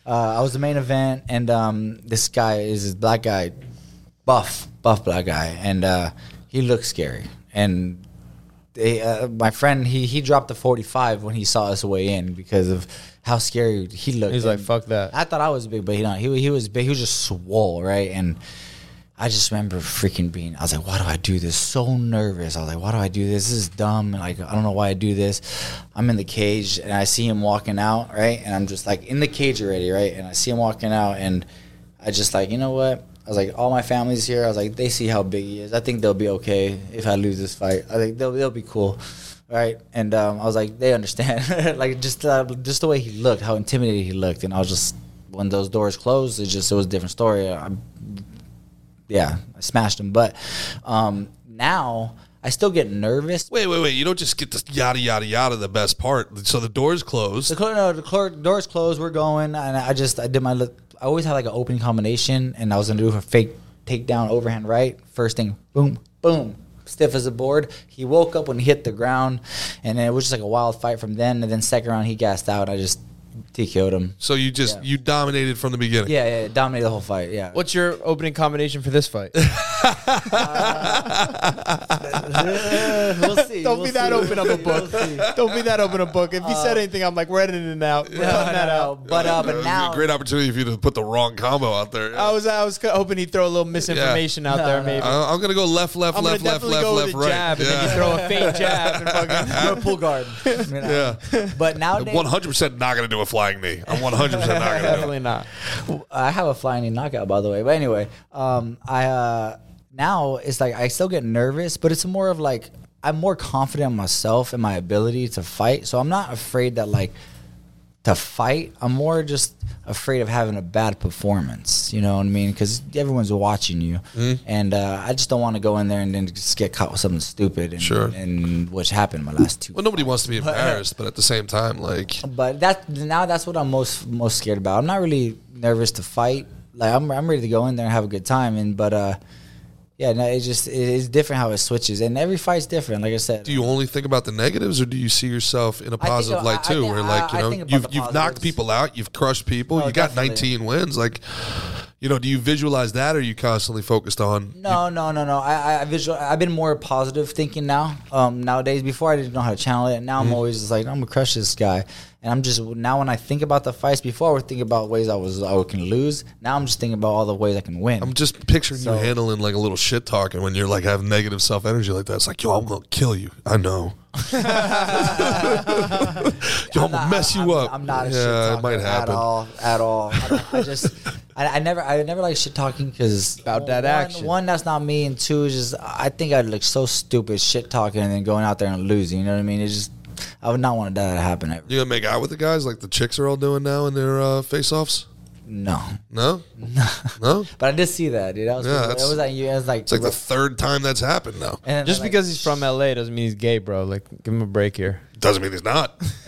D: uh, I was the main event, and um, this guy is this black guy, buff, buff black guy, and uh, he looked scary. And they, uh, my friend, he he dropped the forty five when he saw us weigh in because of how scary he looked.
A: He's like,
D: And
A: "Fuck that."
D: I thought I was big, but he not. He he was big. He was just swole, right? And I just remember freaking being. I was like, "Why do I do this?" So nervous. I was like, "Why do I do this? This is dumb." And like, I don't know why I do this. I'm in the cage and I see him walking out, right? And I'm just like in the cage already, right? And I see him walking out, and I just like, you know what? I was like, all my family's here. I was like, they see how big he is. I think they'll be okay if I lose this fight. I think they'll they'll be cool, right? And um, I was like, they understand. like just uh, just the way he looked, how intimidated he looked, and I was just when those doors closed, it just it was a different story. I yeah, I smashed him. But um, now I still get nervous.
C: Wait, wait, wait! You don't just get this yada yada yada. The best part. So the doors closed.
D: The, clo- no, the clo- door's closed. We're going, and I just I did my. li- I always had like an opening combination, and I was gonna do a fake takedown overhand right. First thing, boom, boom, stiff as a board. He woke up when he hit the ground, and then it was just like a wild fight from then. And then second round, he gassed out. I just TKO'd him.
C: So you just you dominated from the beginning.
D: Yeah, yeah, dominated the whole fight. Yeah.
A: What's your opening combination for this fight?
D: uh, we'll see.
A: Don't be that open up a book. Don't be that open a book. If you said anything, I'm like, we're editing it out. We're cutting that out.
D: But uh,
C: That
D: but
C: would be
D: now
C: a great opportunity for you to put the wrong combo out there.
A: I was I was hoping he'd throw a little misinformation out there, maybe.
C: I- I'm gonna go left, left,
A: I'm gonna
C: Uh, left, left,
A: definitely
C: left,
A: go
C: left,
A: with a
C: right.
A: jab, and then you
C: yeah,
A: throw a fake jab and fucking.
D: you're a pool guard. you know.
C: yeah.
D: But nowadays,
C: One hundred percent not gonna do a flying knee. I'm one hundred percent not gonna do. It.
A: Definitely not.
D: I have a flying knee knockout, by the way. But anyway, um, I uh, now it's like I still get nervous, but it's more of like I'm more confident in myself and my ability to fight. So I'm not afraid that like to fight. I'm more just afraid of having a bad performance. You know what I mean? Because everyone's watching you,
C: Mm-hmm.
D: and uh, I just don't want to go in there and then just get caught with something stupid. And,
C: Sure.
D: And which happened in my last two.
C: Well, nobody wants to be
D: uh,
C: embarrassed, but at the same time, like
D: But that now that's what I'm most most scared about. I'm not really nervous to fight. Like I'm I'm ready to go in there and have a good time. And but uh, yeah, no, it's just it, it's different how it switches, and every fight's different. Like I said,
C: do you only think about the negatives or do you see yourself in a
D: think-
C: positive
D: I-
C: light
D: I
C: too
D: think-
C: where like you
D: I- I
C: know
D: think about
C: you've,
D: the
C: you've knocked
D: positives.
C: people out you've crushed people
D: Oh,
C: you got
D: definitely.
C: 19 wins like you know do you visualize that or are you constantly focused on
D: no, no, no, no. I, I- I visual. I've been more positive thinking now. Um, nowadays, before I didn't know how to channel it. Now
C: Mm-hmm.
D: I'm always just like, I'm gonna crush this guy. And I'm just now when I think about the fights, before I would think about ways I was I can lose. Now I'm just thinking about all the ways I can win.
C: I'm just picturing
D: So-
C: you handling like a little shit talking when you're like have negative self energy like that. It's like, yo, I'm gonna kill you. I know. yo, I'm, gonna
D: not-
C: mess
D: I'm-
C: you
D: I'm-
C: up.
D: I'm not a
C: yeah,
D: shit talker
C: it might
D: at
C: happen.
D: all. At all. I, don't- I just, I, I never, I never like shit talking because
A: About that
D: one,
A: action.
D: One, that's not me, and two, is just I think I'd look so stupid shit talking and then going out there and losing. You know what I mean? It's just, I would not want that to happen ever.
C: You gonna make out with the guys like the chicks are all doing now in their uh, face offs?
D: No.
C: No, no.
D: But I did see that, dude. That was,
C: Yeah,
D: it
C: that's-
D: was like, it was like,
C: It's like the third time that's happened now.
D: and then
A: Just
D: like-
A: because he's from LA doesn't mean he's gay, bro. Like, give him a break here.
C: Doesn't mean he's not.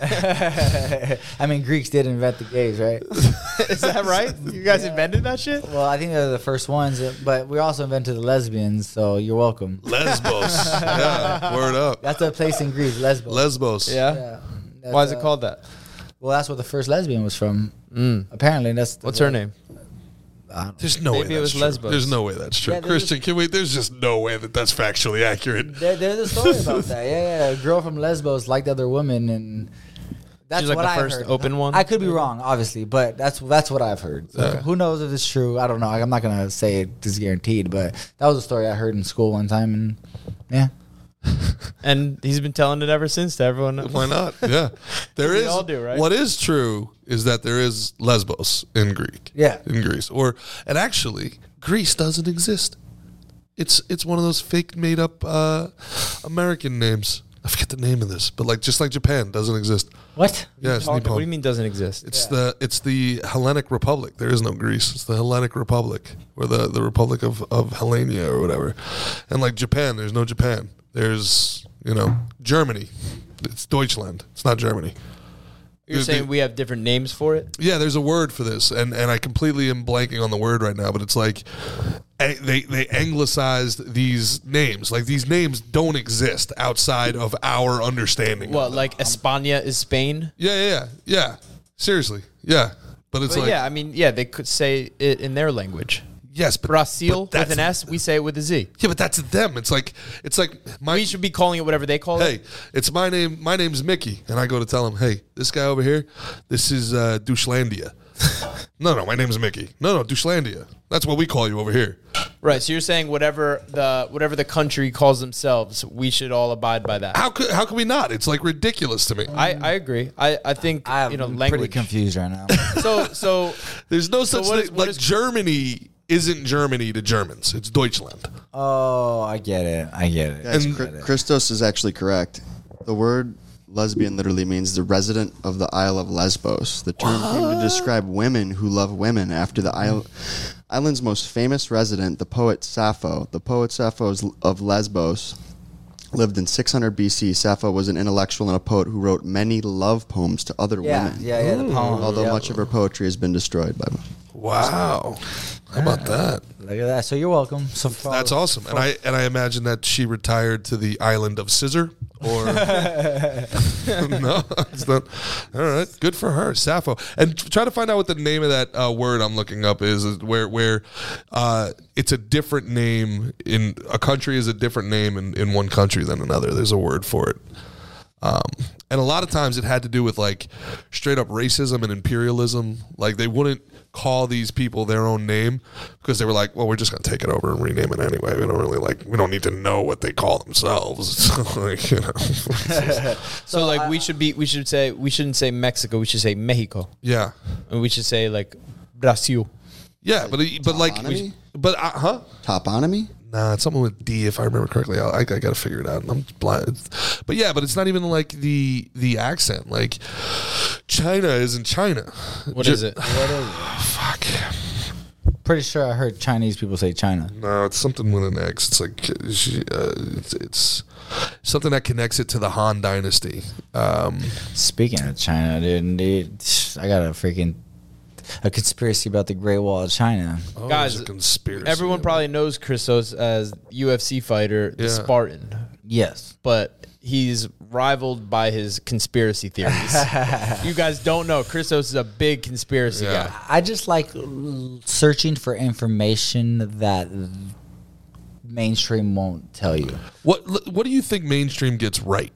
D: I mean, Greeks did invent the gays, right?
A: Is that right? You guys invented that shit?
D: well, I think they're the first ones, but we also invented the lesbians, so you're welcome.
C: Lesbos. yeah, word up.
D: That's a place in Greece, Lesbos.
C: Lesbos.
A: Yeah.
D: Yeah.
A: Why is
D: That's,
A: it
D: uh,
A: called that? Mm.
D: Well, that's where the first lesbian was from. Apparently, that's
A: What's her name?
C: There's no
A: Maybe
C: way
A: it was
C: that's true.
A: Lesbos.
C: There's no way that's true.
D: Yeah, there's-
C: Christian, can we? There's just no way that that's factually accurate.
D: There, there's a story about that. Yeah, yeah. A girl from Lesbos liked other women, and that's
A: She's like
D: what
A: the
D: I
A: first
D: heard.
A: open one?
D: I could be wrong, obviously, but that's that's what I've heard. So Who knows if it's true? I don't know. I'm not gonna say it is guaranteed, but that was a story I heard in school one time, and yeah.
A: And he's been telling it ever since to everyone. else.
C: Why not? Yeah, there is.
A: all do, right?
C: What is true is that there is Lesbos in Greek.
D: Yeah.
C: in Greece, or and actually, Greece doesn't exist. It's it's one of those fake made up uh, American names. I forget the name of this, but like just like Japan doesn't exist.
D: What?
C: Yeah, it's
A: Talking-
C: Nippon.
A: What do you mean doesn't exist?
C: It's the it's the Hellenic Republic. There is no Greece. It's the Hellenic Republic or the the Republic of of Hellenia or whatever. And like Japan, there's no Japan. There's you know Germany. It's Deutschland. It's not Germany.
A: You're
C: the-
A: saying we have different names for it?
C: Yeah, there's a word for this, and, and I completely am blanking on the word right now, but it's like a- they they anglicized these names. Like these names don't exist outside of our understanding. of
A: What,
C: them.
A: like España is Spain?
C: Yeah, yeah, yeah, yeah. Seriously, yeah. But it's
A: But
C: like
A: yeah, I mean, yeah, they could say it in their language.
C: yes, but
A: Brazil
C: but that's-
A: with an S, we say it with a Z.
C: Yeah, but that's them. It's like it's like my
A: We should be calling it whatever they call it.
C: hey, it's my name. My name's Mickey, and I go to tell him, hey, this guy over here, this is uh, Douchelandia. no, no, my name's Mickey. No, no, Douchelandia. That's what we call you over here.
A: Right. So you're saying whatever the whatever the country calls themselves, we should all abide by that.
C: How could how can we not? It's like ridiculous to me.
A: I, I agree. I, I think
D: I'm
A: you know
D: pretty
A: language.
D: confused right now.
A: So so
C: There's no such
A: what
C: thing.
A: is- what
C: like
A: is-
C: Germany isn't Germany to Germans. It's Deutschland.
D: oh, I get it. I get it.
E: Guys,
C: And-
E: Chri- Christos is actually correct. The word lesbian literally means the resident of the Isle of Lesbos. The term came to describe women who love women after the isle, island's most famous resident, the poet Sappho. The poet Sappho is- of Lesbos lived in 600 BC. Sappho was an intellectual and a poet who wrote many love poems to other
D: Yeah,
E: women.
D: yeah, yeah. The poem.
E: Although
D: yeah.
E: much of her poetry has been destroyed by
C: Wow. How about that?
D: Look at that. So you're welcome. So
C: That's awesome. And I and I imagine that she retired to the island of Scissor, or no, it's not. All right, good for her, Sappho. And t- try to find out what the name of that uh, word I'm looking up is. is where where uh, it's a different name in a country is a different name in, in one country than another. There's a word for it. Um, and a lot of times it had to do with like straight up racism and imperialism. Like they wouldn't call these people their own name because they were like, well, we're just going to take it over and rename it anyway. We don't really like, we don't need to know what they call themselves. So, like, you know.
A: So, like we should be we should say we shouldn't say Mexico, we should say Mexico.
C: yeah.
A: And we should say like Brazil.
C: Yeah. But, uh, but like,
E: Taxonomy?
C: but, uh, huh?
E: Toponomy?
C: Nah, it's something with D, if I remember correctly. I, I, got to figure it out. I'm blind, but yeah, but it's not even like the the accent. Like China isn't China.
A: What is it?
D: What is it?
C: Fuck.
D: Pretty sure I heard Chinese people say China.
C: No, it's something with an X. It's like uh, it's, it's something that connects it to the Han Dynasty. Um,
D: Speaking of China, dude, dude, I got a freaking a conspiracy about the Great Wall of China.
C: oh,
A: Guys,
C: there's a conspiracy.
A: Everyone probably knows Christos as UFC fighter, the
C: Yeah.
A: Spartan,
D: Yes.
A: but he's rivaled by his conspiracy theories. you guys don't know Christos is a big conspiracy
C: Yeah.
A: guy.
D: I just like l- searching for information that mainstream won't tell you.
C: What what do you think mainstream gets right?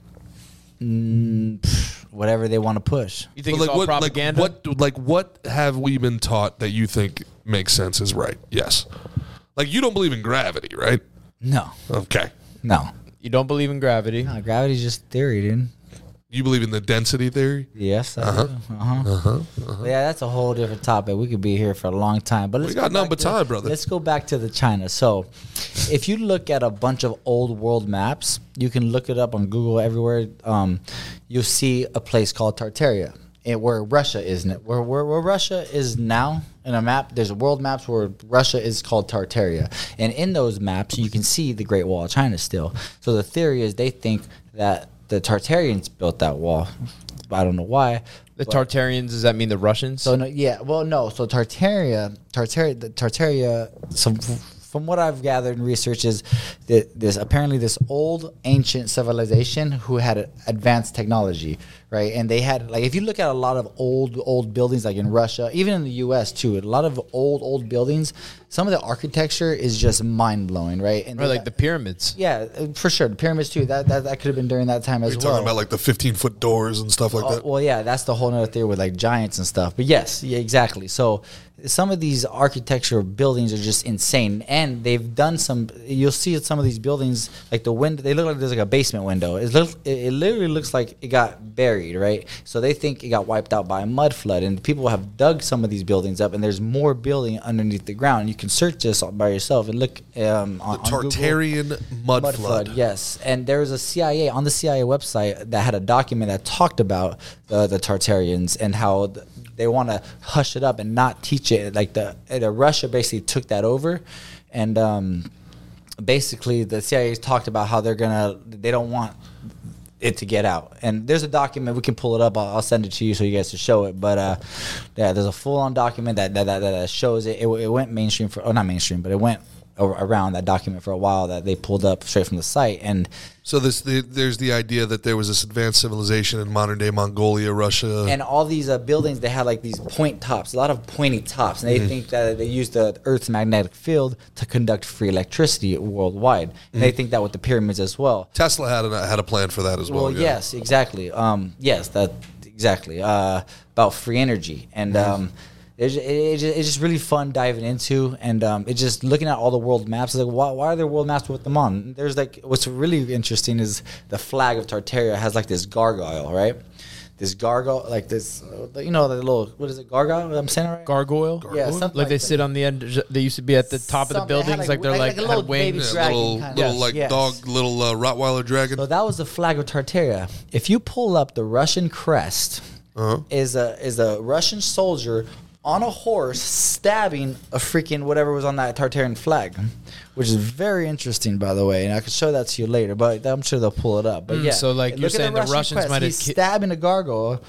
D: Mm, Whatever they want to push.
A: You think
C: But
A: it's all
C: what,
A: propaganda?
C: Like what, like what have we been taught that you think makes sense is right? Yes. Like you don't believe in gravity, right?
D: No.
C: Okay.
D: No.
A: you don't believe in gravity.
D: No, gravity's just theory, dude.
C: You believe in the density theory?
D: Yes, I do. Uh-huh. Yeah, that's a whole different topic. We could be here for a long time, but let's
C: got
D: go
C: none
D: back
C: but
D: to-
C: time, brother.
D: Let's go back to the China. So, if you look at a bunch of old world maps, you can look it up on Google everywhere. Um, you'll see a place called Tartaria, and where Russia is now. Where, where where Russia is now in a map, there's world maps where Russia is called Tartaria, and in those maps, you can see the Great Wall of China still. So the theory is they think that the Tartarians built that wall. I don't know why.
A: The
D: but-
A: Tartarians, does that mean the Russians?
D: so no, yeah, well, no. So Tartaria, Tartaria, the Tartaria. So from what I've gathered and researched is that there's apparently this old ancient civilization who had advanced technology, right? And they had like if you look at a lot of old old buildings, like in Russia, even in the U.S. too, a lot of old old buildings. Some of the architecture is just mind blowing, right? And
A: or
D: they-
A: like the pyramids.
D: yeah, uh, for sure. The pyramids too. That that, that could have been during that time as
C: You're
D: well.
C: talking about like the 15 foot doors and stuff like
D: Oh,
C: that.
D: well, yeah, that's the whole nother theory with like giants and stuff. But yes, yeah, exactly. So some of these architecture buildings are just insane, and they've done some. You'll see some of these buildings, like the window, they look like there's like a basement window. It looks, it, it literally looks like it got buried, right? So they think it got wiped out by a mud flood, and people have dug some of these buildings up, and there's more building underneath the ground. You can search this by yourself and look um, on, on Google
C: Tartarian mud, flood.
D: yes. And there was a CIA on the CIA website that had a document that talked about the, the Tartarians and how th- they want to hush it up and not teach it. Like the, the Russia basically took that over, and um, basically the CIA talked about how they're gonna they don't want it to get out. And there's a document we can pull it up. I'll, I'll send it to you so you guys can show it. But uh, yeah, there's a full-on document that that, that, that shows it. it. w- It went mainstream for, oh, not mainstream, but it went a- around that document for a while that they pulled up straight from the site. And
C: So this the, there's the idea that there was this advanced civilization in modern day Mongolia, Russia.
D: and all these uh, buildings they had like these point tops a lot of pointy tops and they think that they use the earth's magnetic field to conduct free electricity worldwide and they think that with the pyramids as well
C: Tesla had a, had a plan for that as well.
D: Well,
C: yeah.
D: yes, exactly. Um, yes, that exactly uh, about free energy, and um, it's, it, it, ju- it's just really fun diving into, and um, it's just looking at all the world maps. Like, why, why are there world maps with them on? There's like what's really interesting is the flag of Tartaria has like this gargoyle, right? This gargoyle, like this, uh, you know, the little what is it, gargoyle? I'm saying it right.
A: Gargoyle?
D: Yeah, something
A: Like they
D: that.
A: sit on the end. They used to be at the top
D: Something-
A: of the
D: they had, like,
A: buildings. Like they're
D: like- like
A: like,
D: a
A: had
D: little baby
A: wings.
D: dragon
C: little
D: kind of-
C: little
D: Yes,
C: like
D: yes.
C: dog, little uh, Rottweiler dragon.
D: So that was the flag of Tartaria. If you pull up the Russian crest, is a is a Russian soldier on a horse stabbing a freaking whatever was on that Tartarian flag, which is very interesting, by the way. And I could show that to you later, but I'm sure they'll pull it up. But yeah,
A: Hmm, so, like,
D: look
A: you're
D: at
A: saying the Russians
D: crest.
A: might have
D: He's
A: ki-
D: stabbing a gargoyle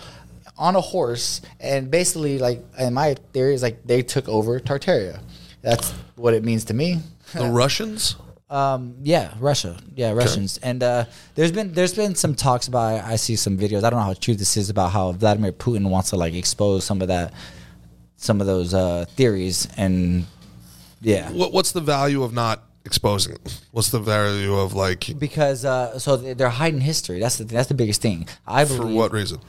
D: on a horse, and basically, like, in my theory is like they took over Tartaria. That's what it means to me.
C: the Russians.
D: Um, yeah, Russia. Yeah, Russians. And uh, there's been there's been some talks about. I see some videos. I don't know how true this is about how Vladimir Putin wants to like expose some of that, some of those uh, theories. And yeah,
C: What, what's the value of not exposing them? What's the value of like
D: because uh, so they- they're hiding history. That's the that's the biggest thing. I believe
C: for what reason?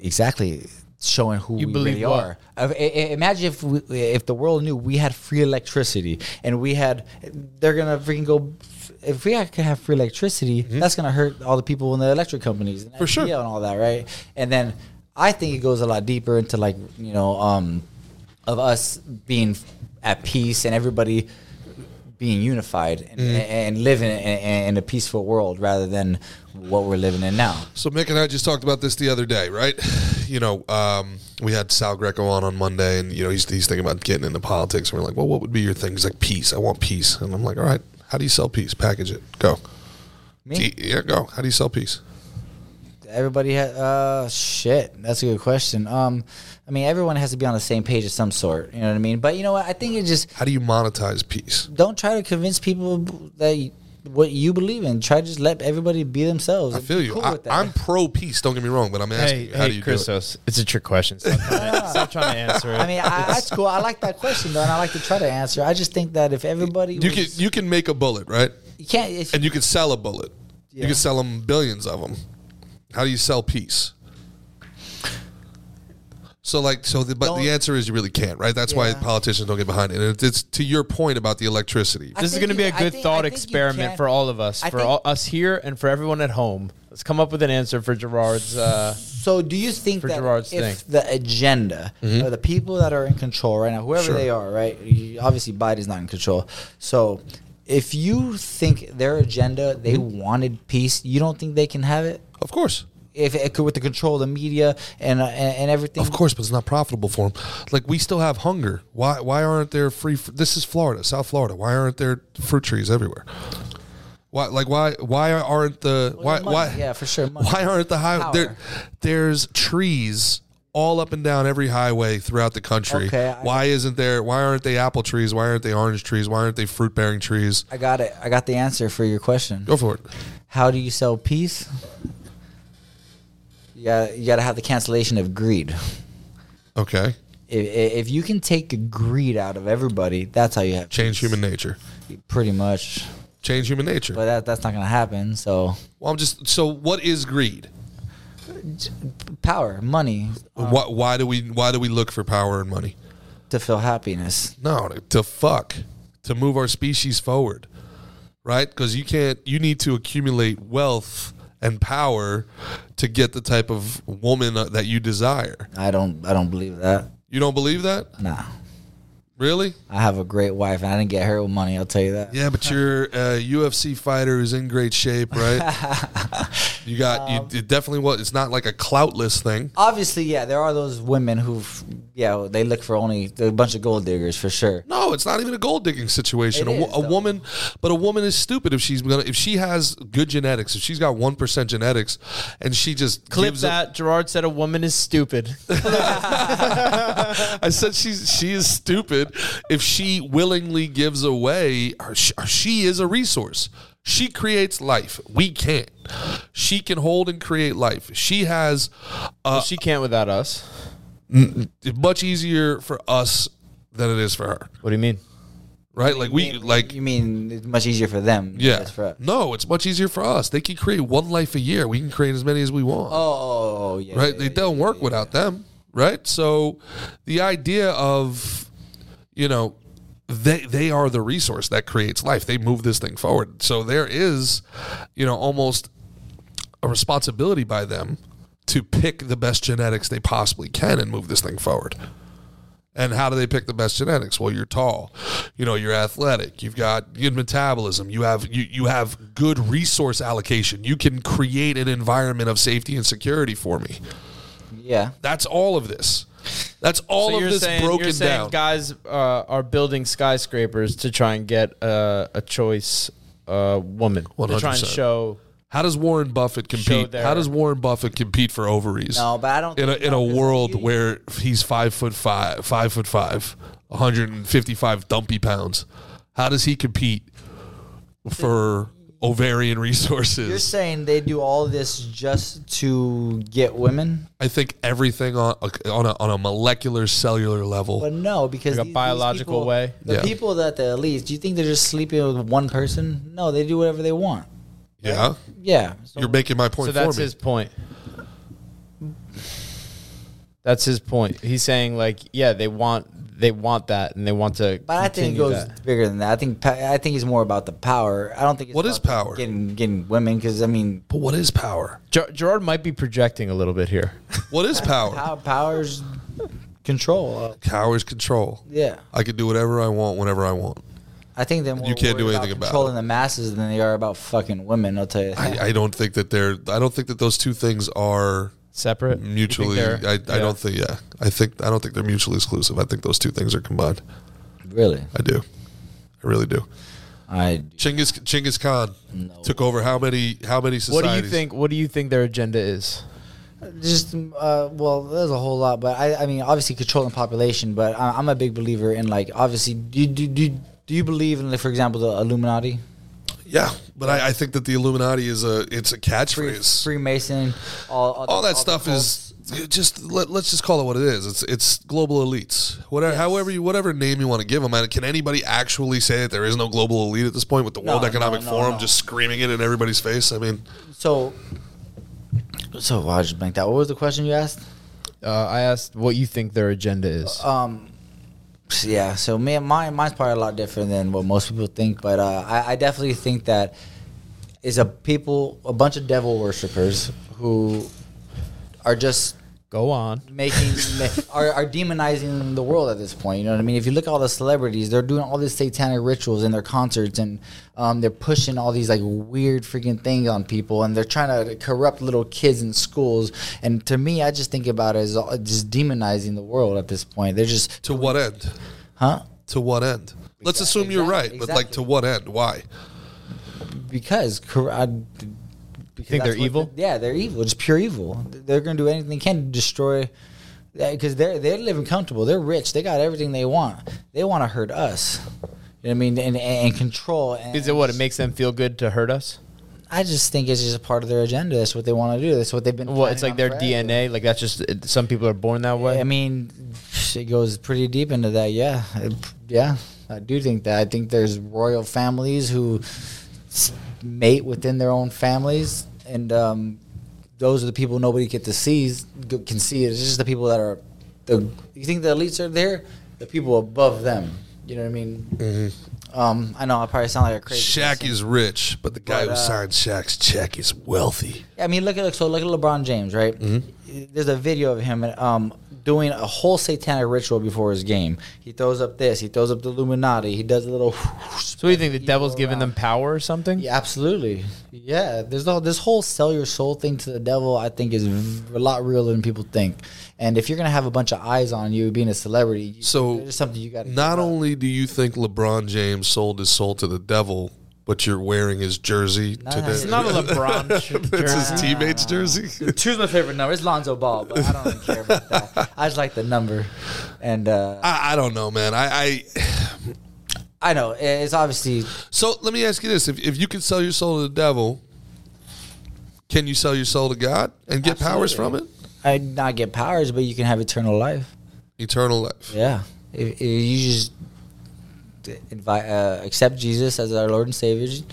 D: exactly showing who we
A: believe
D: really
A: what?
D: are. I- I- Imagine if we, if the world knew we had free electricity and we had, they're gonna freaking go. If we ha- can have free electricity, that's gonna hurt all the people in the electric companies and
C: For sure.
D: SPL and all that, right? And then I think it goes a lot deeper into like you know, um, of us being at peace and everybody being unified and, and living in, in, in a peaceful world rather than what we're living in now.
C: So Mick and I just talked about this the other day, right? You know, um, we had Sal Greco on on Monday, and you know he's he's thinking about getting into politics. And we're like, well, what would be your thing? He's like, peace. I want peace. And I'm like, all right, how do you sell peace? Package it. Go.
D: Me?
C: Do you- yeah, go. How do you sell peace?
D: Everybody has uh shit. That's a good question. Um, I mean, everyone has to be on the same page of some sort. You know what I mean? But you know what? I think it just
C: How do you monetize peace?
D: don't try to convince people that you, what you believe in. Try to just let everybody be themselves.
C: I
D: and
C: feel
D: be
C: you.
D: cool
C: I,
D: with that.
C: I'm pro peace. Don't get me wrong, but I'm asking
A: Hey,
C: you, how do
A: hey,
C: you
D: uh,
C: do it?
A: Christos, it's a trick question. Stop trying, to- stop trying to answer it.
D: I mean, I, that's cool. I like that question though, and I like to try to answer. I just think that if everybody
C: You can
D: was-
C: you can make a bullet, right?
D: you can't if
C: And you can sell a bullet. You
D: Yeah.
C: can sell them billions of them. How do you sell peace? So like so, the, but
D: Don't-
C: the answer is you really can't, right? That's why
D: Yeah.
C: politicians don't get behind it. And it's, it's to your point about the electricity.
D: I
A: this is
D: think
A: going to
D: you-
A: be
D: I
A: a good
D: think-
A: thought
D: I think you
A: experiment
D: can-
A: for all of us,
D: I
A: for
D: think-
A: all, us here and for everyone at home. Let's come up with an answer for Gerard's. Uh,
D: So, do you think
A: For
D: that
A: Gerard's
D: if
A: thing.
D: the agenda or the people that are in control right now, whoever
C: Mm-hmm. Sure.
D: they are, right? you- Obviously, Biden's not in control. So, if you think their agenda, they
C: Mm-hmm.
D: wanted peace, you don't think they can have it?
C: of course,
D: If it could, with the control of the media and uh, and, and everything,
C: of course, but it's not profitable for them. Like we still have hunger. Why why aren't there free? fr- This is Florida, South Florida. Why aren't there fruit trees everywhere? Why like why why aren't the why
D: Well, money,
C: why
D: yeah, for sure, money.
C: why aren't the high
D: Power.
C: there? There's trees all up and down every highway throughout the country.
D: Okay, I-
C: why isn't there? Why aren't they apple trees? Why aren't they orange trees? Why aren't they fruit bearing trees?
D: I got it. I got the answer for your question.
C: Go for it.
D: How do you sell peace? You got you got to have the cancellation of greed.
C: Okay,
D: If, if you can take greed out of everybody, that's how you have
C: change
D: peace.
C: human nature.
D: Pretty much.
C: Change human nature.
D: but that, that's not gonna happen. So
C: well, I'm just so. What is greed?
D: power, money
C: why, why do we why do we look for power and money?
D: to feel happiness.
C: No, to fuck, to move our species forward, right? Because you can't. You need to accumulate wealth and power to get the type of woman uh, that you desire.
D: I don't I don't believe that.
C: You don't believe that,
D: Nah.
C: really?
D: I have a great wife and I didn't get her with money, I'll tell you that.
C: Yeah, but you're uh, a UFC fighter who's in great shape, right? Um, you got you. It definitely was. It's not like a cloutless thing.
D: Obviously, yeah, there are those women who yeah, they look for only they're a bunch of gold diggers for sure.
C: No, it's not even a gold digging situation. A,
D: It
C: wo-
D: is,
C: a
D: though.
C: woman, but a woman is stupid if she's gonna if she has good genetics, if she's got one percent genetics, and she just
A: clip
C: gives a-
A: that. Gerard said a woman is stupid.
C: I said she's she is stupid if she willingly gives away. Or she, or she is a resource. She creates life. We can't. She can hold and create life. She has
A: she can't without us.
C: it much easier for us than it is for her.
A: What do you mean?
C: Right? Like we like
D: You mean it's much easier for them?
C: yeah.
D: That's for, oh,
C: No, it's much easier for us. They can create one life a year. We can create as many as we want.
D: oh, oh, yeah.
C: right?
D: yeah,
C: They
D: yeah.
C: don't work without them, right? So the idea of you know they they are the resource that creates life. They move this thing forward. So there is you know almost a responsibility by them to pick the best genetics they possibly can and move this thing forward. And how do they pick the best genetics? Well, you're tall, you know, you're athletic, you've got good metabolism, you have you you have good resource allocation. You can create an environment of safety and security for me.
D: Yeah.
C: That's all of this. That's all
A: So
C: of
A: you're
C: this
A: saying
C: broken
A: you're saying
C: down.
A: guys uh, are building skyscrapers to try and get uh, a choice uh, woman. They're trying to
C: 100%.
A: show.
C: How does Warren Buffett compete?
A: their-
C: How does Warren Buffett compete for ovaries?
D: No, but I don't
C: in a,
D: think-
C: in
D: no,
C: a
D: 'cause
C: world
D: you-
C: where he's five foot five, five foot five, 155 dumpy pounds. How does he compete for ovarian resources.
D: You're saying they do all this just to get women,
C: I think everything on a, on a on a molecular cellular level.
D: but no, because
A: Like a
D: these- these
A: biological
D: people-
A: way?
D: The
C: Yeah.
D: people that the elites, do you think they're just sleeping with one person? No, they do whatever they want.
C: yeah,
D: Yeah, so
C: you're making my point
A: So that's
C: for me.
A: his point. That's his point. He's saying like, yeah, they want they want that and they want to.
D: But I think it
A: continue
D: goes
A: that.
D: bigger than that. I think pa- I think it's more about the power. I don't think it's
C: What is
D: about
C: power?
D: Getting getting women because I mean
C: but what is power?
A: Ger- Gerard might be projecting a little bit here.
C: What is power?
D: power powers control. Uh,
C: Power is control.
D: yeah,
C: I can do whatever I want whenever I want.
D: I think they're more
C: You can't do
D: worried
C: anything about it.
D: controlling the masses than they are about fucking women. I'll tell you. that.
C: I, I don't think that they're. I don't think that those two things are
A: Separate You think
C: mutually. I,
A: they're-
C: I
A: yeah.
C: don't think. Yeah, I think I don't think they're mutually exclusive. I think those two things are combined.
D: really,
C: I do. I really do.
D: I
C: Genghis Genghis Khan took over how many how many
A: What
C: societies?
A: do you think? What do you think their agenda is?
D: just uh, well, there's a whole lot, but I, I mean, obviously controlling population. But I, I'm a big believer in like obviously. Do you, do do do you believe in, like, for example, the Illuminati,
C: Yeah, but I, I think that the Illuminati is a it's a catchphrase.
D: Freemason, all all, the-
C: all that
D: the
C: stuff
D: cults?
C: is just let, let's just call it what it is. It's it's global elites. Whatever, however, you whatever name you want to give them. And can anybody actually say that there is no global elite at this point with the World
D: no,
C: Economic
D: no,
C: Forum
D: no.
C: just screaming it in everybody's face? I mean,
D: So, so wow, I just blanked out. What was the question you asked?
A: Uh, I asked what you think their agenda is.
D: Um, yeah. So me, mine, mine's probably a lot different than what most people think, but uh, I, I definitely think that is a people, a bunch of devil worshippers who are just
A: Go on.
D: making ma- are, are demonizing the world at this point. You know what I mean? If you look at all the celebrities, they're doing all these satanic rituals in their concerts, and um, they're pushing all these like weird freaking things on people, and they're trying to corrupt little kids in schools. And to me, I just think about it as all- just demonizing the world at this point. They're just
C: to what end?
D: huh
C: To what end? Let's assume you're right,
D: exactly,
C: but like to
D: exactly.
C: what end? Why?
D: because. Cor- I, because
A: Think they're
D: that's what
A: evil?
D: the- yeah, they're evil. Just pure evil. They're going to do anything they can to destroy. Because they're they're living comfortable. They're rich. They got everything they want. They want to hurt us. You know what I mean? And, and, and control. And
A: Is it what it makes them feel good to hurt us?
D: I just think it's just a part of their agenda. That's what they want to do. That's what they've been.
A: Well, it's
D: planning
A: like their
D: on forever.
A: DNA. Like that's just it- some people are born that way.
D: I mean, it goes pretty deep into that. Yeah, It- yeah, I do think that. I think there's royal families who s- mate within their own families, and um, those are the people nobody get to see g- can see. It's just the people that are the. You think the elites are there? The people above them. You know what I mean? Um, I know I probably sound like a crazy.
C: Shaq
D: person.
C: is rich, but the guy
D: But,
C: who
D: uh,
C: signed Shaq's check is wealthy.
D: I mean, look at so look at LeBron James, right?
C: Mm-hmm.
D: There's a video of him um, doing a whole satanic ritual before his game. He throws up this, he throws up the Illuminati, he does a little.
A: so what do you think the devil's giving them power or something?
D: Yeah, absolutely. Yeah, there's all this whole sell your soul thing to the devil. I think is v- a lot realer than people think. And if you're gonna have a bunch of eyes on you, being a celebrity, you-
C: So,
D: there's something you got.
C: Not only do you think LeBron James sold his soul to the devil, but you're wearing his jersey today.
A: It's not a LeBron. sh-
C: It's
A: jersey.
C: his teammate's jersey.
D: Choose my favorite number. It's Lonzo Ball, but I don't even care about that. I just like the number, and uh,
C: I, I don't know, man. I, I
D: I know it's obviously
C: so let me ask you this: if, if you can sell your soul to the devil, can you sell your soul to God and get powers from it?
D: I not get powers, but you can have eternal life.
C: Eternal life.
D: Yeah, if, if you just invite, uh, accept Jesus as our Lord and Savior. just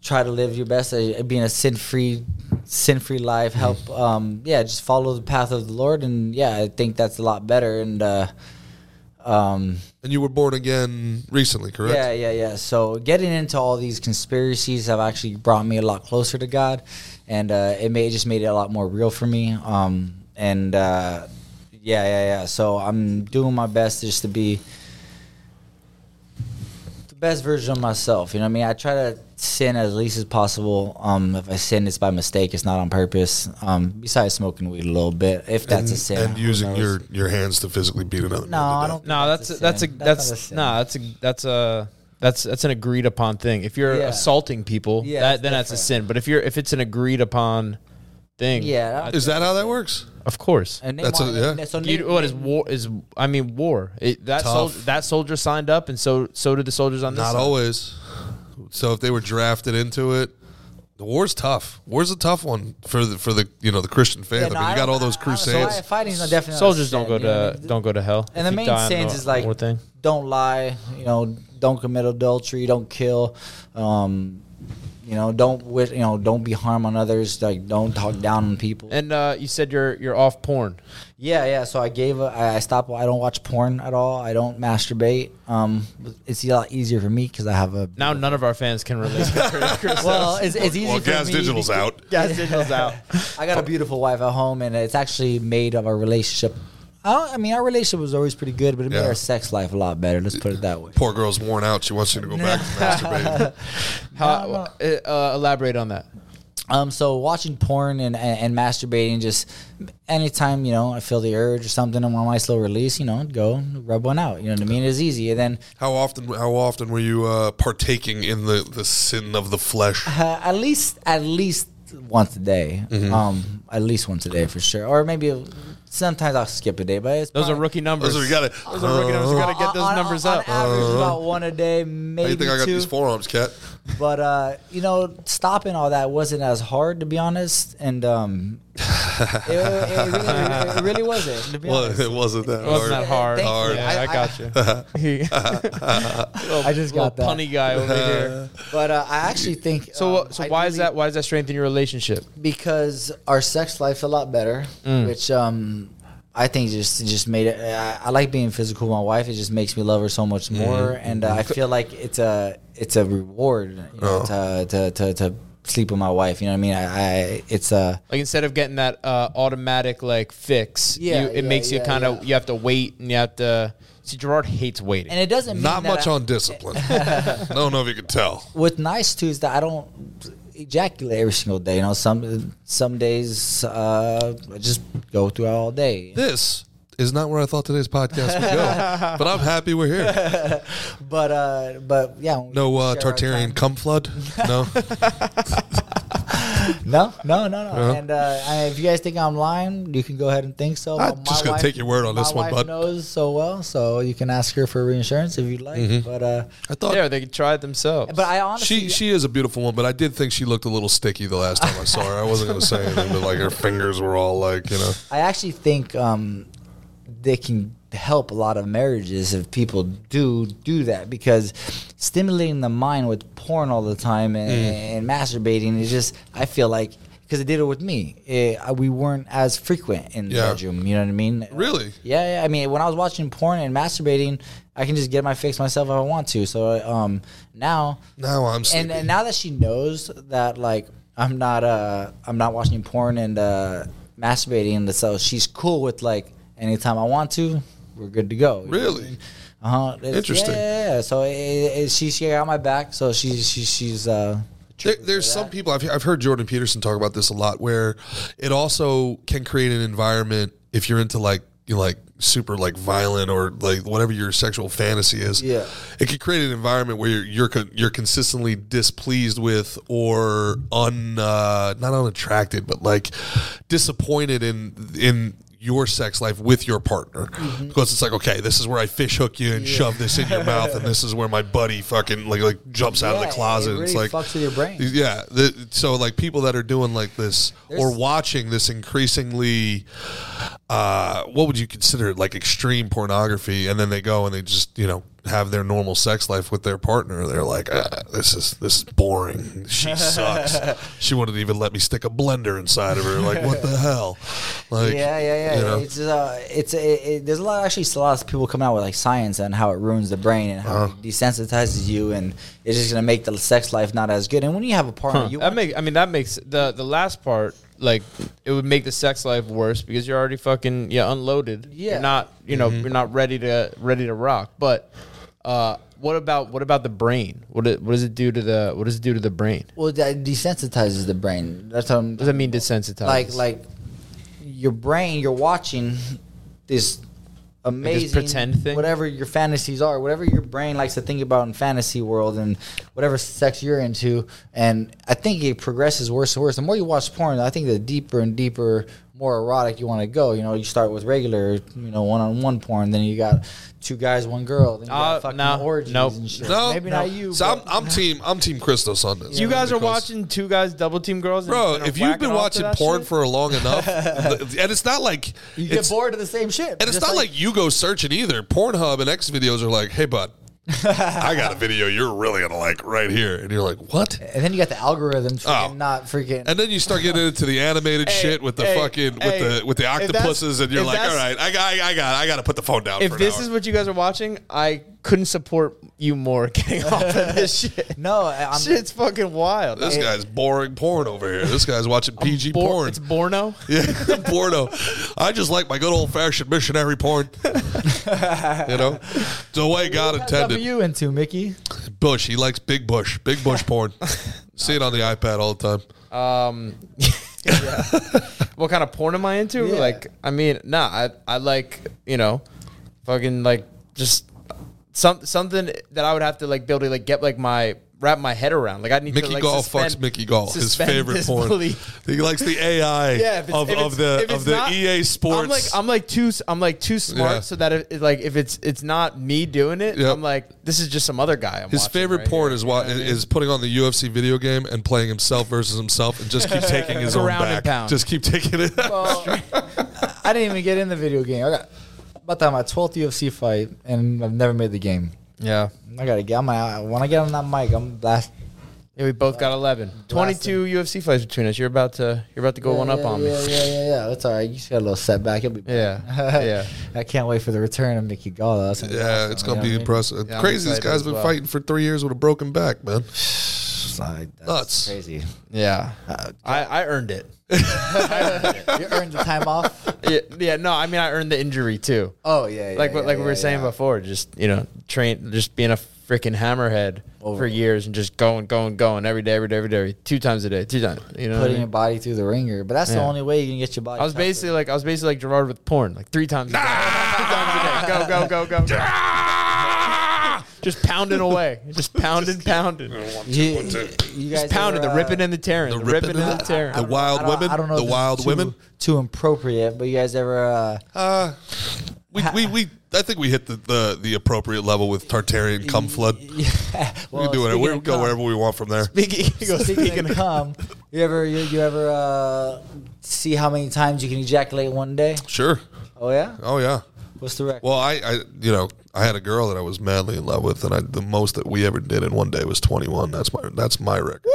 D: Try to live your best, uh, being a sin-free, sin-free life. Help, um, yeah, just follow the path of the Lord, and yeah, I think that's a lot better. And uh, um,
C: And you were born again recently, correct?
D: yeah, yeah, yeah. So getting into all these conspiracies have actually brought me a lot closer to God, and uh, it made it just made it a lot more real for me. Um, and uh, yeah, yeah, yeah. So I'm doing my best just to be the best version of myself. You know what I mean? I try to sin as least as possible. Um, if I sin, it's by mistake. It's not on purpose. Um, besides smoking weed a little bit, if that's a sin.
C: And
D: who
C: using
D: knows?
C: your, your hands to physically beat
D: no,
C: another. man to
D: I
C: death.
D: don't.
A: No, that's
D: a
A: that's a
D: sin.
A: that's,
D: not a sin.
A: no, that's a that's a that's that's an agreed upon thing. If you're
D: Yeah.
A: assaulting people,
D: Yeah,
A: that,
D: it's
A: then that's a
D: different.
A: sin. But if you're if it's an agreed upon thing,
D: Yeah.
A: I-
C: Is that how that works?
A: of course.
D: And
C: That's a-
D: Neymar-
C: yeah.
D: so
A: You, oh,
D: Ney-
A: what is war? Is I mean war. It, that sol-
C: Tough.
A: that soldier signed up, and so so did the soldiers on this.
C: Not
A: side.
C: always. So if they were drafted into it, the war's tough. War's a tough one for the for the you know the Christian faith. I mean, you got all those crusades.
D: Fighting's not definitely
A: Soldiers don't
D: sin,
A: go
D: you know what I
A: to
D: mean?
A: don't go to hell.
D: And the
A: If you
D: main
A: die on
D: sins
A: the
D: is like
A: war thing.
D: don't lie, you know, don't commit adultery, don't kill, um, you know, don't wish, you know, don't be harm on others, like don't talk down on people.
A: And uh, you said you're you're off porn.
D: yeah, yeah. So I gave, a, I I stopped. I don't watch porn at all. I don't masturbate. Um, it's a lot easier for me because I have a
A: Now none of our fans can relate.
D: well, it's, it's easy
C: Well,
D: for
C: Gaz
D: me
C: Digital's
D: because-
C: out.
A: Guys, digital's out.
D: I got a beautiful wife at home, and it's actually made of our relationship. I, don't, I mean, our relationship was always pretty good, but it
C: Yeah.
D: made our sex life a lot better. Let's put it that way.
C: Poor girl's worn out. She wants you to go back to masturbate.
A: How, uh, elaborate on that.
D: Um, so watching porn and, and, and masturbating, just anytime you know I feel the urge or something, and want my slow release, you know, go rub one out. You know what I mean? It's easy, and then
C: How often? How often were you uh, partaking in the the sin of the flesh?
D: uh, at least at least once a day,
A: Mm-hmm.
D: um, at least once a day for sure, or maybe sometimes I'll skip a day, but it's
A: Those are
D: probably-
A: rookie numbers.
C: Those are- you gotta- uh,
A: Those are rookie numbers. You gotta get those
D: on-
A: numbers
D: on
A: up. Uh-huh. Oh,
D: average, about one a day, maybe
C: How you think I got
D: two.
C: these forearms, cat?
D: But uh, you know, stopping all that wasn't as hard to be honest, and um, it, it really, it really wasn't. To be
C: Well,
D: honest.
C: it wasn't that
A: it wasn't
C: uh, hard.
A: that hard.
D: Thank you. Hard.
A: Yeah, I,
D: I-
A: got you. Little-
D: I just
A: little
D: got that.
A: punny guy over here.
D: But uh, I actually think
A: So,
D: um,
A: uh, so
D: I
A: why
D: do
A: is
D: think-
A: that? Why does that strengthen your relationship?
D: Because our sex life's a lot better,
A: Mm.
D: which um, I think just it just made it. I, I like being physical with my wife. It just makes me love her so much
C: Mm-hmm.
D: more, and uh, I
A: Mm-hmm.
D: feel like it's a it's a reward you know,
C: Oh.
D: to, to to to sleep with my wife. You know what I mean? I, I it's uh, a
A: Like instead of getting that uh, automatic like fix,
D: Yeah,
A: you, it
D: yeah,
A: makes you
D: yeah,
A: kind of
D: yeah.
A: you have to wait and you have to. See, Gerard hates waiting.
D: and it doesn't mean
C: Not
D: that
C: much
D: I-
C: on discipline. I don't know if you can tell.
D: what's nice too is that I don't ejaculate every single day. You know, some some days uh, I just go throughout all day.
C: This is not where I thought today's podcast would go, but I'm happy we're here.
D: But uh, but yeah, when we
C: No uh,
D: share our
C: Tartarian
D: time-
C: cum flood. No.
D: No, no, no, no.
C: Uh-huh.
D: And uh, I- if you guys think I'm lying, you can go ahead and think so.
C: I'm
D: But
C: just gonna take your word on
D: my
C: this one,
D: wife
C: bud.
D: Knows so well, so you can ask her for reinsurance if you'd like. But uh,
C: I thought
A: There, they could try it themselves.
D: but I honestly,
C: Mm-hmm. she she is a beautiful one, but I did think she looked a little sticky the last time I saw her. I wasn't gonna say anything, but like her fingers were all like you know.
D: I actually think um, they can help a lot of marriages if people do do that because stimulating the mind with porn all the time and,
C: Mm.
D: and masturbating is just I feel like because it did it with me eh, I we weren't as frequent in the
C: Yeah.
D: bedroom you know what I mean
C: Really?
D: yeah, yeah I mean when I was watching porn and masturbating I can just get my fix myself if I want to so um now
C: Now I'm sleepy.
D: and, and now that she knows that like I'm not uh I'm not watching porn and uh masturbating and so she's cool with like anytime I want to we're good to go
C: really,
D: uh huh
C: Interesting.
D: yeah, yeah, yeah. so it, it, it- she she got my back so she, she she's uh
C: there, there's some people I've I've heard Jordan Peterson talk about this a lot, where it also can create an environment if you're into like you know, like super like violent or like whatever your sexual fantasy is.
D: Yeah.
C: it can create an environment where you're you're, con- you're consistently displeased with or un uh, not unattracted, but like disappointed in in your sex life with your partner because it's like okay this is where i fish hook you and shove this in your mouth and this is where my buddy fucking like like jumps out of
D: Yeah,
C: the
D: it
C: closet
D: really
C: it's like
D: fucks with your brain.
C: yeah. The, so like people that are doing like this or
D: There's-
C: watching this increasingly, uh, what would you consider like extreme pornography? And then they go and they just you know have their normal sex life with their partner. They're like, ah, this is this is boring. She sucks. she wouldn't even let me stick a blender inside of her. Like what the hell? Like
D: yeah yeah yeah
C: you know.
D: it's uh it's it, it, there's a lot actually a lot of people coming out with like science and how it ruins the brain and how
C: Uh-huh.
D: it desensitizes you and it's just gonna make the sex life not as good and when you have a partner you
A: that make I mean that makes the the last part like it would make the sex life worse because you're already fucking yeah unloaded.
D: Yeah.
A: You're not you know you're not ready to ready to rock. But uh, what about what about the brain? What it, what does it do to the what does it do to the brain?
D: Well, that desensitizes the brain. That's what I'm,
A: What does that mean desensitized?
D: like like your brain. You're watching this amazing
A: pretend thing?
D: whatever your fantasies are, whatever your brain likes to think about in fantasy world, and whatever sex you're into. And I think it progresses worse and worse. The more you watch porn, I think the deeper and deeper more erotic you want to go. You know, you start with regular, you know, one on one porn. Then you got two guys, one girl. Then you got
A: Uh,
D: fucking
A: no,
D: orgies
A: nope.
D: and shit.
C: No,
D: Maybe not you.
C: So I'm,
D: but-
C: I'm team. I'm team Christos on this.
A: You
C: man,
A: guys are
C: because-
A: watching two guys double team girls. and-
C: bro.
A: and are
C: If you've been
A: whacking off
C: watching
A: to that
C: porn
A: shit?
C: for long enough, th- and it's not like
D: you get
C: it's,
D: bored of the same shit.
C: and it's
D: Just
C: not like, you go searching either. Pornhub and X videos are like, hey bud, I got a video you're really gonna like right here, and you're like, what?
A: Eh.
D: and then you got the algorithms freaking
C: Oh.
D: not freaking.
C: And then you start getting into the animated
A: Hey,
C: shit with the
A: hey,
C: fucking with
A: hey,
C: the with the
A: if that's-
C: octopuses, and you're
A: if
C: like, all
A: that's-
C: right, I got I got I got to put the phone down.
A: If
C: for
A: this
C: an
A: is
C: hour.
A: what you guys are watching, I couldn't support you more getting off of this shit.
D: no, I- I'm,
A: Shit's fucking wild.
C: this guy's boring porn over here. This guy's watching PG
A: Bor-
C: porn.
A: It's Borno.
C: Yeah, porno. I just like my good old fashioned missionary porn. you know, the way God
D: What are
C: intended.
D: you into Mickey?
C: Bush. He likes big bush, big bush porn. See it on the iPad all the time.
A: Um, what kind of porn am I into?
D: Yeah.
A: Like, I mean, nah, I, I like, you know, fucking like just some, something that I would have to like be able to like get like my, wrap my head around. Like I need
C: Mickey
A: to like
C: Gall
A: suspend,
C: fucks Mickey Gall. His
A: suspend
C: favorite porn.
A: disbelief.
C: He likes the AI
A: Yeah, if it's,
C: of,
A: if it's-
C: of the
A: if it's
C: of the
A: not-
C: EA Sports.
A: I'm like I'm like too s- I'm like too smart
C: Yeah.
A: so that if, like if it's it's not me doing it,
C: Yep.
A: I'm like this is just some other guy. I'm
C: his
A: watching
C: favorite
A: right
C: porn
A: here.
C: is wa- is putting on the UFC video game and playing himself versus himself and just keep taking his own
A: Ground and
C: back.
A: pound.
C: Just keep taking it.
D: Oh. I didn't even get in the video game. I got about that my twelfth UFC fight, and I've never made the game.
A: yeah.
D: I gotta get on my when I get on that mic, I'm blast.
A: Yeah, we both got 11. 22 UFC fights between us. You're about to you're about to go one
D: yeah,
A: up on
D: yeah,
A: me.
D: Yeah, yeah, yeah. That's all right. You just got a little setback. You'll be back.
A: Yeah. Yeah.
D: I can't wait for the return of Mickey Gall. though. That's gonna be
C: Yeah,
D: awesome,
C: it's
D: you
C: gonna
D: know what
C: be
D: I mean?
C: impressive.
A: Yeah, I'm
C: Crazy, this
A: excited
C: guy's
A: as
C: been
A: well.
C: fighting for three years with a broken back, man.
D: It's like- that's
C: Nuts.
D: Crazy.
A: Yeah. I, I earned it.
D: You earned the time off.
A: Yeah, yeah, no, I mean I earned the injury too.
D: Oh yeah, yeah
A: Like what
D: yeah,
A: like we
D: yeah,
A: were saying
D: yeah.
A: before, just you know, train just being a freaking hammerhead for years and just going going going every day every day every day two times a day, two times, you know. what I
D: putting
A: mean?
D: your body through the ringer. But that's the
A: Yeah.
D: only way you can get your body.
A: I was
D: tougher.
A: basically like I was basically like Gerard with porn, like three times. A day. Two times a day. Go go go go. go. just pounding away, just pounding, pounding,
D: You, you guys
A: just pounding.
D: ever,
A: The
D: uh,
A: ripping and the tearing, the, ripping and the tearing.
C: The wild
D: I don't-
C: women.
D: I don't know. if
C: The
D: this is
C: wild
D: too-
C: women.
D: Too appropriate, but you guys ever? Uh,
C: Uh, we, we, we, I think we hit the, the, the appropriate level with Tartarian cum flood. we
D: well,
C: can do whatever.
D: speaking
C: We can
D: of
C: go
D: cum-
C: wherever we want from there.
A: Speaking, he goes,
D: Speaking,
A: speaking
D: of cum, you ever you, you ever uh, see how many times you can ejaculate in one day?
C: Sure.
D: Oh yeah,
C: Oh, yeah.
D: what's the record?
C: Well, I, I, you know, I had a girl that I was madly in love with, and I, the most that we ever did in one day was 21. That's my, that's my record.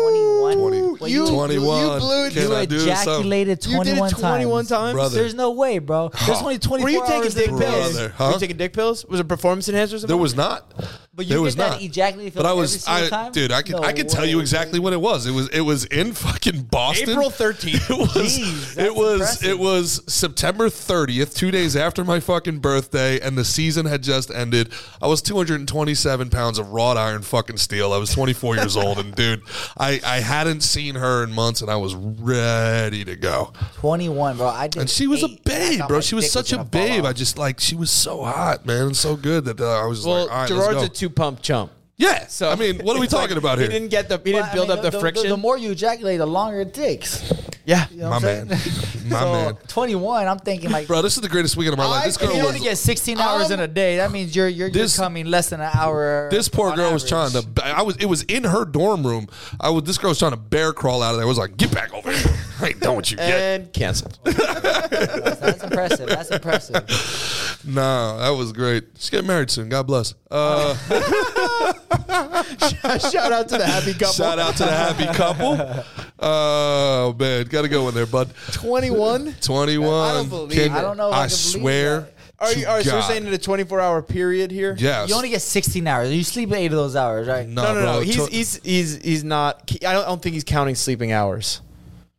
D: 21.
C: 20,
D: You- you
C: 21.
A: blew it.
C: Can
A: You
C: I do some?
D: ejaculated
A: you did
D: 21
A: it
D: times.
A: 21 times.
C: Brother.
D: There's no way, bro. There's only 24
A: Were you taking
D: hours in a
A: dick
C: Brother.
D: day.
A: pills?
C: Huh?
A: Were you taking dick pills? Was it performance enhancers?
C: There was not.
D: But you
C: there
D: did
C: was
D: that
C: not.
D: ejaculate
C: But I
D: every
C: was,
D: single
C: I,
D: time?
C: dude, I can,
D: No
C: I can tell you
D: way.
C: exactly what it was. It was, it was in fucking Boston.
A: April 13th.
C: It was,
D: Jeez, that's
C: it was,
D: impressive.
C: it was September 30th, two days after my fucking birthday, and the season had just ended. I was 227 pounds of wrought iron fucking steel. I was 24 years old, and dude, I, I hadn't seen her in months, and I was ready to go.
D: 21, bro. I did
C: And she was a
D: eight. I
C: babe,
D: thought
C: bro.
D: my
C: She was
D: dick
C: such a
D: gonna fall
C: babe.
D: off.
C: I just like she was so hot, man, and so good that uh, I was just
A: well,
C: like, all right,
A: Gerard's a
C: let's go.
A: two pump chump.
C: yeah.
A: So
C: So I mean, what are we
A: it's like,
C: talking about
A: He
C: here?
A: didn't get the. He
D: Well,
A: didn't
D: I
A: build
D: mean,
A: up the, friction.
D: The, more you ejaculate, the longer it takes.
A: yeah.
D: You know
C: My
D: what I'm
C: man,
D: saying?
C: my
D: So,
C: man,
D: 21, I'm thinking like,
C: bro. This is the greatest weekend of my life. This
D: if you
C: girl
D: only
C: was
D: get 16 hours in a day, that means you're you're,
C: This-
D: you're coming less than an hour.
C: This poor
D: on
C: girl was trying
D: average.
C: to. I was. It was in her dorm room. I was. This girl was trying to bear crawl out of there. I was like, "Get back over here! I ain't done what you get."
A: And canceled.
D: That's impressive. That's impressive.
C: Nah, that was great. She's getting married soon. God bless.
D: Oh.
C: Uh,
A: Shout out to the happy couple.
C: shout out to the happy couple. Oh man, gotta go in there, bud.
A: 21.
C: Twenty-one.
A: I don't believe-
C: Kinder.
D: I don't know if I can
C: I,
D: believe
C: swear.
D: that.
A: Are
C: to
A: you, all right, so you're
C: God.
A: saying in a 24 hour period here?
C: yes?
D: You only get 16 hours. You sleep eight of those hours, right?
A: No, no,
C: bro,
A: no. He's,
C: tw-
A: he's he's he's not. I don't, I don't think he's counting sleeping hours.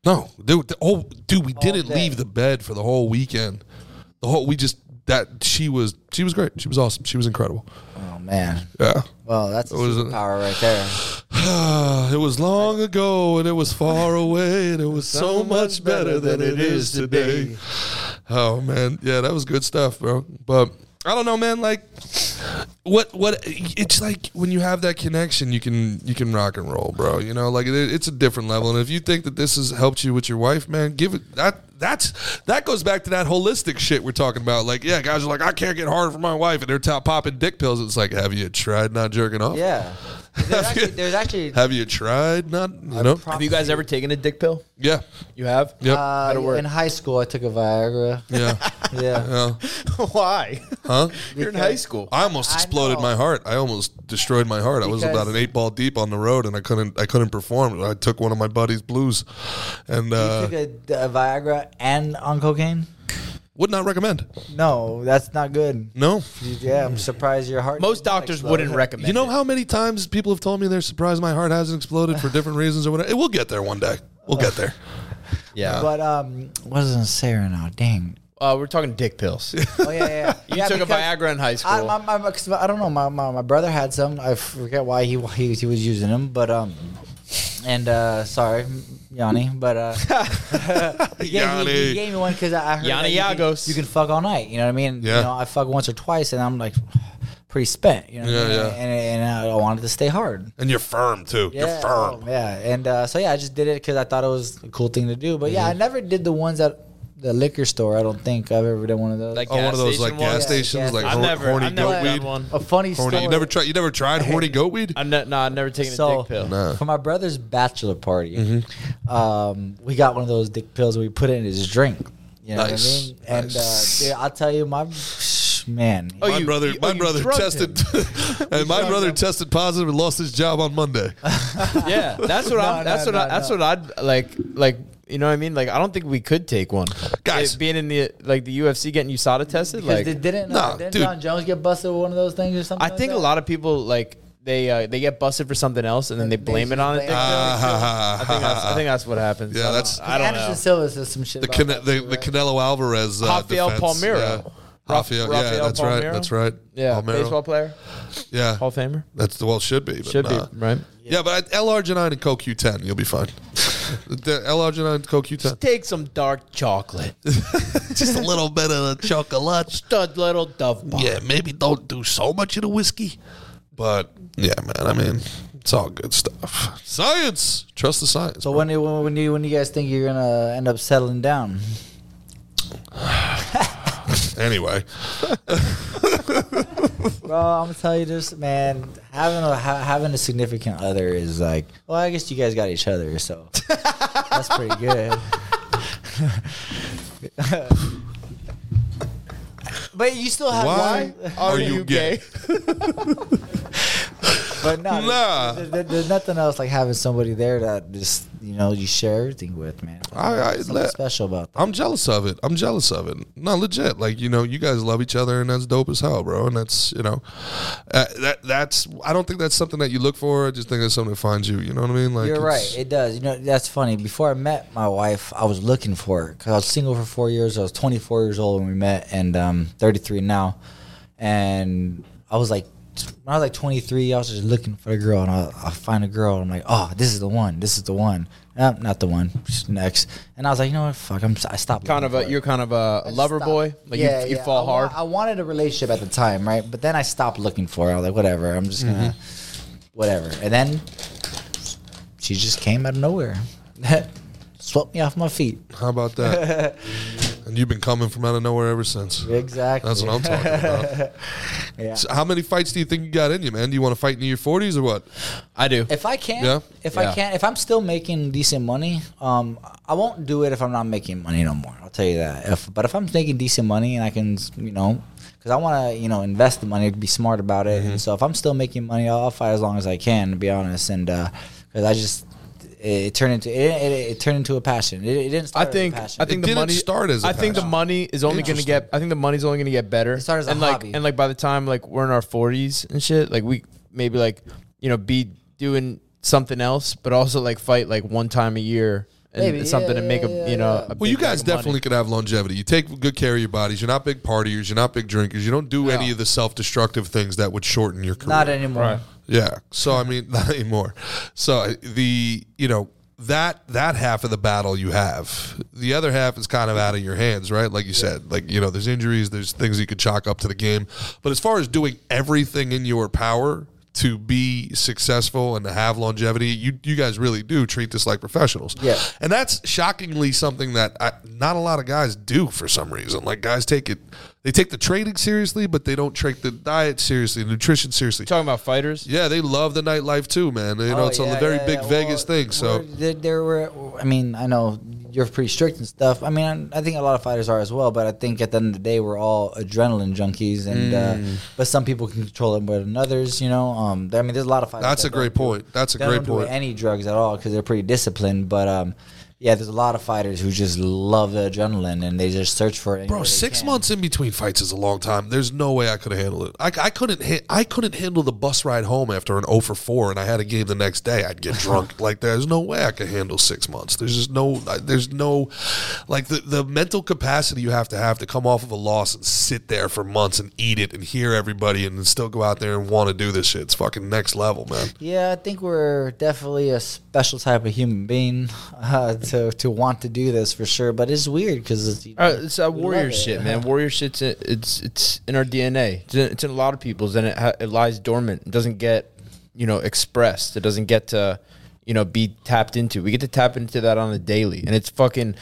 C: No, dude. The whole, dude, we didn't
D: day.
C: leave the bed for the whole weekend. The whole we just that she was she was great. She was awesome. She was incredible.
D: Oh man.
C: Yeah.
D: Well, that's a
C: was a-
D: superpower right there.
C: it was long ago and it was far away and it was so much better than it is today. Oh man, yeah, that was good stuff, bro. But I don't know, man. Like, what? What? It's like when you have that connection, you can you can rock and roll, bro. You know, like it, it's a different level. And if you think that this has helped you with your wife, man, give it that. That's that goes back to that holistic shit we're talking about. Like, yeah, guys are like, I can't get hard for my wife, and they're top popping dick pills. It's like, have you tried not jerking off?
D: Yeah. There's actually, there's actually
C: Have you tried not? You know?
A: Have you guys ever taken a dick pill?
C: Yeah.
A: You have?
C: Yep.
D: uh,
A: That'll work.
D: in high school I took a Viagra.
C: yeah.
D: Yeah.
C: Yeah.
A: Why?
C: Huh?
A: You're in high school.
C: I almost exploded
D: know.
C: my heart. I almost destroyed my heart. I was
D: Because-
C: about an eight ball deep on the road, and I couldn't. I couldn't perform. I took one of my buddy's blues, and uh,
D: you took a, a Viagra and on cocaine?
C: would not recommend.
D: No, that's not good.
C: No.
D: Yeah, I'm surprised your heart.
A: Most
D: didn't
A: doctors
D: explode.
A: wouldn't recommend.
C: You know
A: it.
C: how many times people have told me they're surprised my heart hasn't exploded for different reasons or whatever. We'll get there one day. We'll get there.
A: Yeah.
D: But um, what does it say right now? Dang.
A: Uh, we're talking dick pills. you
D: Oh yeah, yeah. yeah. Yeah,
A: took a
D: because
A: Viagra in high
D: I,
A: school.
D: my, my, my- 'cause I don't know. My, my my brother had some. I forget why he he, he was using them, but um, and uh, sorry, Yanni, but uh, he, gave me,
C: Yanni.
D: he gave me one because I heard
A: Yanni
D: that you,
A: Yagos.
D: can, you can fuck all night. You know what I mean?
C: Yeah.
D: You know, I fuck once or twice, and I'm like pretty spent. You know? what I
C: Yeah,
D: mean?
C: yeah.
D: And, and I wanted to stay hard.
C: And you're firm too. You're
D: oh,
C: firm.
D: yeah, and uh, so yeah, I just did it because I thought it was a cool thing to do. But yeah,
C: Mm-hmm.
D: I never did the ones at the liquor store. I don't think I've ever done one of those.
A: Like-
C: Oh, one of those
A: Gas
C: like
A: station
C: gas
A: ones?
D: Yeah,
C: stations, like
D: gas
A: I've
C: hor-
A: never,
C: horny
A: I've never
C: goat
A: had
C: weed.
A: one.
D: a funny
C: Horny.
D: story.
C: You never tried? You never tried horny goat weed?
A: I'm not, no, I've never taken a
D: So-
A: dick pill.
C: No.
D: for my brother's bachelor party,
C: Mm-hmm.
D: um, we got one of those dick pills. where We put it in his drink. You know
C: Nice.
D: what I mean?
C: Nice.
D: And uh, dude, I'll tell you, my man.
A: Oh,
C: my
A: you-
C: brother,
A: you- oh,
C: my
A: you
C: brother
A: drugged
C: tested, and my brother tested positive and lost his job on Monday.
A: Yeah, that's what
D: No,
A: I'm.
D: no,
A: That's
D: no,
A: what. I, that's
D: no.
A: what I'd like. Like you know what I mean? Like I don't think we could take one,
C: Guys.
A: It being in the like the UFC getting USADA tested,
D: Because
A: like
D: did- didn't,
C: Nah,
D: uh, didn't
C: dude.
D: John Jones get busted with one of those things or something?
A: I think a lot of people like they uh, they get busted for something else and then they
D: They
A: blame it
D: just
A: on a
D: blame
A: dick pill.
D: it on
C: Ah,
A: I think that's, I think that's what happens.
C: Yeah,
A: I don't-
C: that's-
A: I don't
D: Anderson
A: know.
D: Silva says some shit.
C: the,
D: about
C: Cane-
D: that
C: the,
D: too,
C: the
D: right?
C: Canelo Alvarez, uh,
A: Rafael
C: defense.
A: Palmeiro.
C: yeah. Rafael, yeah,
A: Rafael
C: that's right,
A: Palmeiro?
C: that's right.
A: Yeah,
C: Palmeiro.
A: baseball player,
C: yeah,
A: Hall of Famer,
C: that's the well should be, but
A: should
C: nah.
A: be right.
C: Yeah, but L arginine and CoQ10, you'll be fine. the L arginine and CoQ10,
A: Take some dark chocolate,
C: just a little bit of the chocolate.
A: stud little dove bomb.
C: Yeah, maybe don't do so much of the whiskey, but yeah, man, I mean, it's all good stuff. Science, trust the science.
D: So when, you- when when you when you guys think you're gonna end up settling down?
C: Anyway,
D: Bro, I'm gonna tell you this, man. Having a ha- having a significant other is like, well, I guess you guys got each other, so that's pretty good. but you still have
C: why are you gay?
D: But no,
C: Nah.
D: there- there- there's nothing else like having somebody there that just you know you share everything with, man.
C: I, I,
D: Something special about that.
C: I'm jealous of it. I'm jealous of it. No, legit. Like you know, you guys love each other, and that's dope as hell, bro. And that's you know, uh, that that's. I don't think that's something that you look for. I just think that's something that finds you. You know what I mean? Like
D: You're
C: it's-
D: right. It does. You know, that's funny. Before I met my wife, I was looking for her because I was single for four years. I was 24 years old when we met, and um, 33 now. And I was like, when I was like 23, I was just looking for a girl, and I, I find a girl. And I'm like, oh, this is the one. This is the one. Nope, not the one. Next. And I was like, you know what? Fuck. I'm. I stopped.
A: Kind
D: looking
A: of
D: for
A: a
D: her.
A: you're kind of a lover
D: Stop.
A: boy. Like
D: Yeah,
A: you, you
D: yeah.
A: fall
D: I wa-
A: hard.
D: I wanted a relationship at the time, right? But then I stopped looking for it. I was like, whatever. I'm just gonna,
A: Mm-hmm.
D: whatever. And then she just came out of nowhere, swept me off my feet.
C: How about that? and you've been coming from out of nowhere ever since.
D: Exactly.
C: That's what I'm talking about.
D: Yeah.
C: So how many fights do you think you got in you, man? Do you want to fight in your 40s or what?
A: I do.
D: If I can,
C: Yeah.
D: if
A: Yeah.
D: I can, if I'm still making decent money, um, I won't do it if I'm not making money no more. I'll tell you that. If but if I'm making decent money and I can, you know, because I want to, you know, invest the money, be smart about it.
A: Mm-hmm.
D: And so if I'm still making money, I'll, I'll fight as long as I can, to be honest. And because I just, it, it turned into it, it, it turned into a passion. It, it didn't
A: I
D: start. as a
A: think
D: passion.
A: I think
C: It
A: the
C: didn't
A: money
C: start as a
A: I think the
C: passion.
A: money is only going to
C: Interesting.
A: get I think the money's only going to get better.
D: started as a
A: and like
D: hobby.
A: and like by the time like we're in our 40s and shit, like we maybe like you know be doing something else but also like fight like one time a year and
D: Maybe,
A: something
D: yeah,
A: to make a
D: yeah,
A: you know
D: yeah.
A: a
C: Well,
A: big
C: you
A: bag
C: guys
A: of money.
C: definitely could have longevity. You take good care of your bodies. You're not big partiers. You're not big drinkers. You don't do any of the self-destructive things that would shorten your career.
D: not anymore.
C: Yeah. So I mean, not anymore. So I- uh, the you know that that half of the battle you have. The other half is kind of out of your hands, right? Like you said, like you know, there's injuries, there's things you could chalk up to the game, but as far as doing everything in your power to be successful and to have longevity, you you guys really do treat this like professionals.
D: Yeah.
C: and that's shockingly something that I, not a lot of guys do for some reason. Like guys take it, they take the training seriously, but they don't take the diet seriously, nutrition seriously.
A: talking about fighters.
C: Yeah, they love the nightlife too, man. You know,
D: Oh,
C: it's
D: yeah,
C: a very
D: yeah,
C: big
D: yeah.
C: Vegas
D: Well,
C: thing. So
D: we're- there, there were. I mean, I know you're pretty strict and stuff. I mean, I, I think a lot of fighters are as well. But I think at the end of the day, we're all adrenaline junkies, and
C: Mm.
D: uh, but some people can control it more than others. You know, um, I mean, there's a lot of fighters.
C: That's
D: that
C: a
D: don't
C: great
D: do-
C: point. That's a
D: that
C: great
D: don't do
C: point.
D: Any drugs at all because they're pretty disciplined, but um. Yeah, there's a lot of fighters who just love the adrenaline and they just search for it.
C: Bro, six months in between fights is a long time. There's no way I could have handled it. I, I couldn't. Ha- I couldn't handle the bus ride home after an 0 for four, and I had a game the next day. I'd get drunk. like there's no way I could handle six months. There's just no. I- There's no, like the the mental capacity you have to have to come off of a loss and sit there for months and eat it and hear everybody and then still go out there and want to do this shit. It's fucking next level, man.
D: Yeah, I think we're definitely a special type of human being uh, to to want to do this for sure. But it's weird because it's,
A: Uh, it's a
D: we
A: warrior
D: love it.
A: shit, man. Warrior shit's in, it's it's in our DNA. It's in, it's in a lot of people's, and it, ha- it lies dormant. It doesn't get you know expressed. It doesn't get to you know be tapped into. We get to tap into that on a daily, and it's fucking.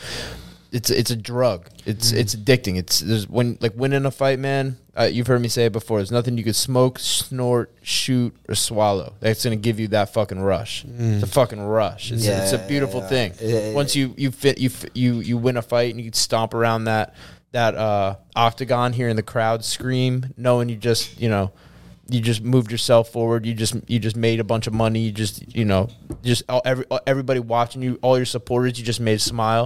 A: It's it's a drug. It's
D: Mm-hmm.
A: it's addicting. It's there's when like winning a fight, man. Uh, you've heard me say it before. There's nothing you could smoke, snort, shoot, or swallow that's gonna give you that fucking rush. It's
D: Mm.
A: a fucking rush. It's,
D: Yeah,
A: it's a
D: yeah,
A: beautiful
D: yeah.
A: thing.
D: Yeah,
A: Once you you fit you f- you you win a fight and you could stomp around that that uh octagon here in the crowd scream knowing you just you know you just moved yourself forward you just you just made a bunch of money you just you know just all, every everybody watching you all your supporters you just made smile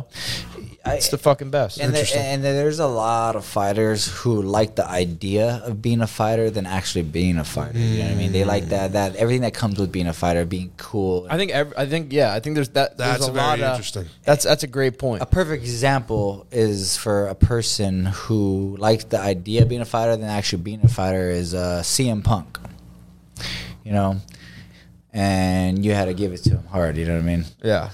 A: it's the fucking best
D: And, there, and there's a lot of fighters who like the idea of being a fighter than actually being a fighter. You know what I mean? They like
A: Mm.
D: that that everything that comes with being a fighter, being cool.
A: I think every, I think yeah I think there's that
C: That's
A: there's a
C: very
A: lot of-
C: interesting.
A: that's that's a great point
D: a perfect example is for a person who likes the idea of being a fighter than actually being a fighter is uh, CM Punk. You know, and you had to give it to him hard. You know what I mean?
A: yeah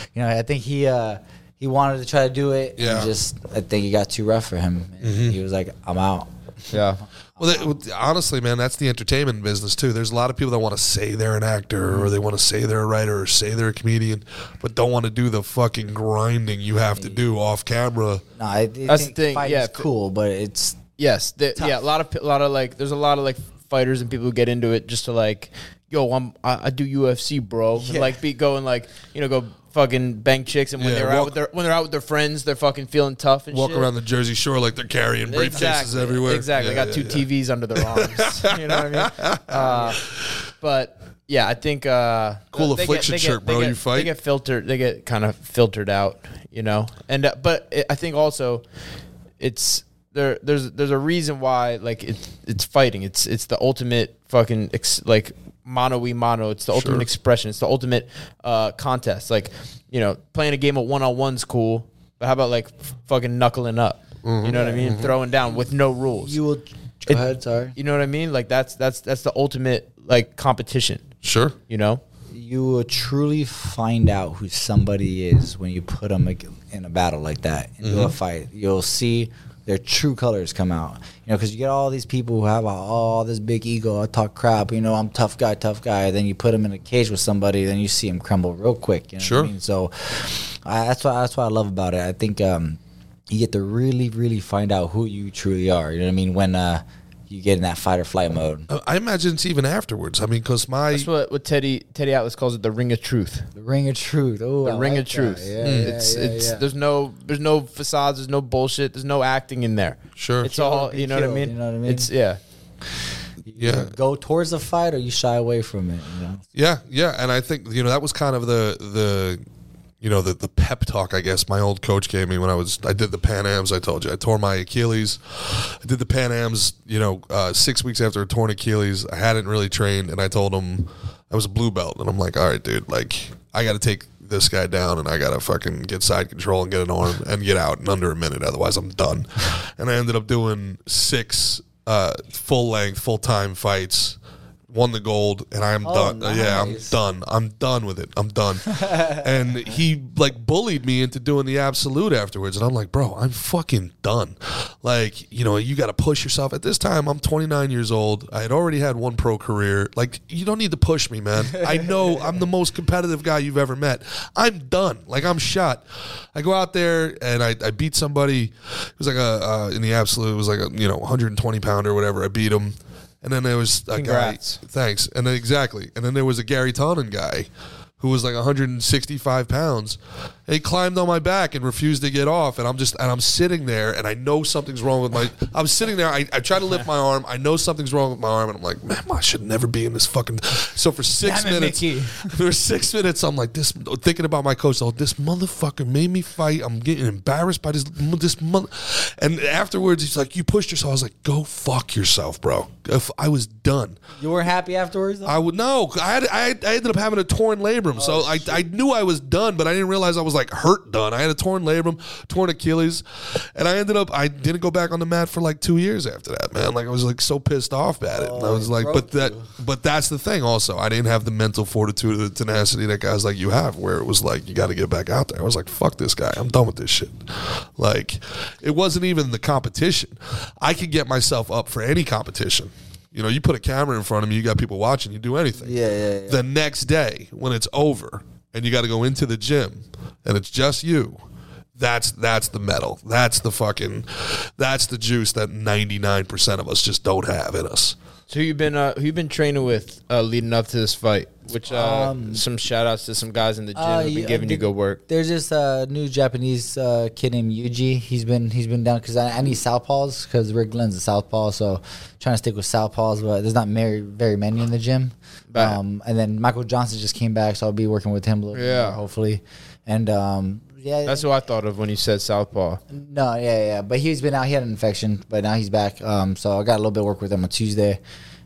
D: you know, I think he uh, he wanted to try to do it. and
C: Yeah.
D: just I think it got too rough for him. And He was like, "I'm out."
A: yeah
C: Well, that, well, honestly, man, that's the entertainment business too. There's a lot of people that want to say they're an actor or they want to say they're a writer or say they're a comedian, but don't want to do the fucking grinding you have to do off camera.
D: No, I, I
A: That's
D: think
A: the thing,
D: fighting's
A: yeah, if-
D: cool, but it's
A: Yes, the, yeah, a lot of a lot of like, there's a lot of like fighters and people who get into it just to like, yo, I'm I, I do UFC, bro, and like be going like, you know, go fucking bang chicks, and when
C: Yeah,
A: they're out
C: walk-
A: with their when they're out with their friends, they're fucking feeling tough and
C: Walk
A: shit.
C: around the Jersey Shore like they're carrying briefcases
A: exactly,
C: everywhere.
A: Exactly,
C: Yeah,
A: got
C: yeah,
A: two
C: yeah.
A: TVs under their arms. you know what I mean? Uh, but yeah, I think uh,
C: Cool
A: they get-
C: affliction
A: they get-
C: shirt,
A: they
C: bro,
A: get-
C: you fight.
A: They get filtered. They get kind of filtered out, you know. And uh, but it, I think also it's there. There's there's a reason why like it's it's fighting. It's it's the ultimate fucking ex, like mono e mono. It's the ultimate
C: Sure.
A: expression. It's the ultimate uh, contest. Like you know, playing a game of one on one's cool, but how about like f- fucking knuckling up? You know what I mean? Throwing down with no rules.
D: you will. Go
A: It-
D: ahead, sorry.
A: You know what I mean? Like that's that's that's the ultimate like competition.
C: Sure.
A: You know?
D: You will truly find out who somebody is when you put them in a battle like that into
A: Mm-hmm.
D: a fight. You'll see their true colors come out. You know, because you get all these people who have all this big ego. I talk crap. You know, I'm tough guy, tough guy. Then you put them in a cage with somebody, then you see them crumble real quick. You know what I
C: Sure.
D: mean? So I, that's why that's what I love about it. I think um, you get to really, really find out who you truly are. You know what I mean? When uh, you get in that fight or flight mode.
C: Uh, I imagine it's even afterwards. I mean, because my
A: That's what, what Teddy Teddy Atlas calls it the ring of truth.
D: The ring of truth. Oh,
A: The
D: I
A: ring
D: like
A: of truth. Mm.
D: that. Yeah, yeah,
A: it's
D: yeah,
A: it's
D: yeah.
A: there's no there's no facades, there's no bullshit, there's no acting in there.
C: Sure.
A: It's
C: Kill
A: all
D: or be
A: you know what I
D: killed,
A: mean?
D: you know what I mean?
A: It's yeah.
C: yeah.
D: go towards the fight or you shy away from it. You know?
C: Yeah, yeah, and I think you know that was kind of the the you know the the pep talk I guess my old coach gave me when I was I did the Pan Am's. I told you I tore my Achilles. I did the Pan Am's. You know, uh, six weeks after a torn Achilles, I hadn't really trained, and I told him I was a blue belt, and I'm like, all right, dude, like I got to take this guy down and I gotta fucking get side control and get an arm and get out in under a minute. Otherwise, I'm done. And I ended up doing six uh, full length, full time fights won the gold, and I'm done. Yeah, I'm
D: nice.
C: done. I'm done with it. I'm done. and he like bullied me into doing the absolute afterwards, and I'm like, bro, I'm fucking done. Like, you know, you got to push yourself. At this time, I'm 29 years old. I had already had one pro career. Like, you don't need to push me, man. I know I'm the most competitive guy you've ever met. I'm done. Like, I'm shot. I go out there and I, I beat somebody. It was like a uh, in the absolute. It was like a you know 120 pound or whatever. I beat him. And then there was a
A: Congrats.
C: guy. Thanks. And then exactly. And then there was a Gary Tonin guy who was like 165 pounds. And he climbed on my back and refused to get off. And I'm just and I'm sitting there and I know something's wrong with my I'm sitting there. I, I try to lift my arm. I know something's wrong with my arm. And I'm like, man, I should never be in this fucking so for six
D: Damn it,
C: minutes.
D: Mickey.
C: For six minutes, I'm like this thinking about my coach. Oh, this motherfucker made me fight. I'm getting embarrassed by this this month. And afterwards, he's like, "You pushed yourself." I was like, "Go fuck yourself, bro." If I was done,
D: You were happy afterwards. Though?
C: I would no. I had, I, I ended up having a torn labrum, so I, I knew I was done, but I didn't realize I was like hurt done. I had a torn labrum, torn Achilles, and I ended up I didn't go back on the mat for like two years after that. Man, like I was like so pissed off at it. and I was like, but that, but that's the thing. Also, I didn't have the mental fortitude or the tenacity that guys like you have, where it was like you got to get back out there. I was like, fuck this guy. I'm done with this shit. Like, it wasn't even the competition. I could get myself up for any competition. You know, you put a camera in front of me, you got people watching, you do anything.
D: Yeah, yeah, yeah.
C: The next day, when it's over and you got to go into the gym and it's just you, that's that's the metal. That's the fucking that's the juice that 99% of us just don't have in us.
A: So who you been uh, who you been training with uh, leading up to this fight? Which uh, some shout outs to some guys in the gym
D: Um, Uh,
A: have been
D: yeah,
A: giving you
D: the-
A: good work.
D: There's this uh, new Japanese uh, kid named Yuji. He's been he's been down because I, I need southpaws because Rick Glenn's a southpaw, so trying to stick with southpaws. But there's not very very many in the gym.
A: Right.
D: Um, and then Michael Johnson just came back, so I'll be working with him a little
A: Yeah.
D: bit more, hopefully. And um, yeah,
A: That's who I thought of when you said Southpaw.
D: no, yeah, yeah. But he's been out. He had an infection, but now he's back. Um, so I got a little bit of work with him on Tuesday.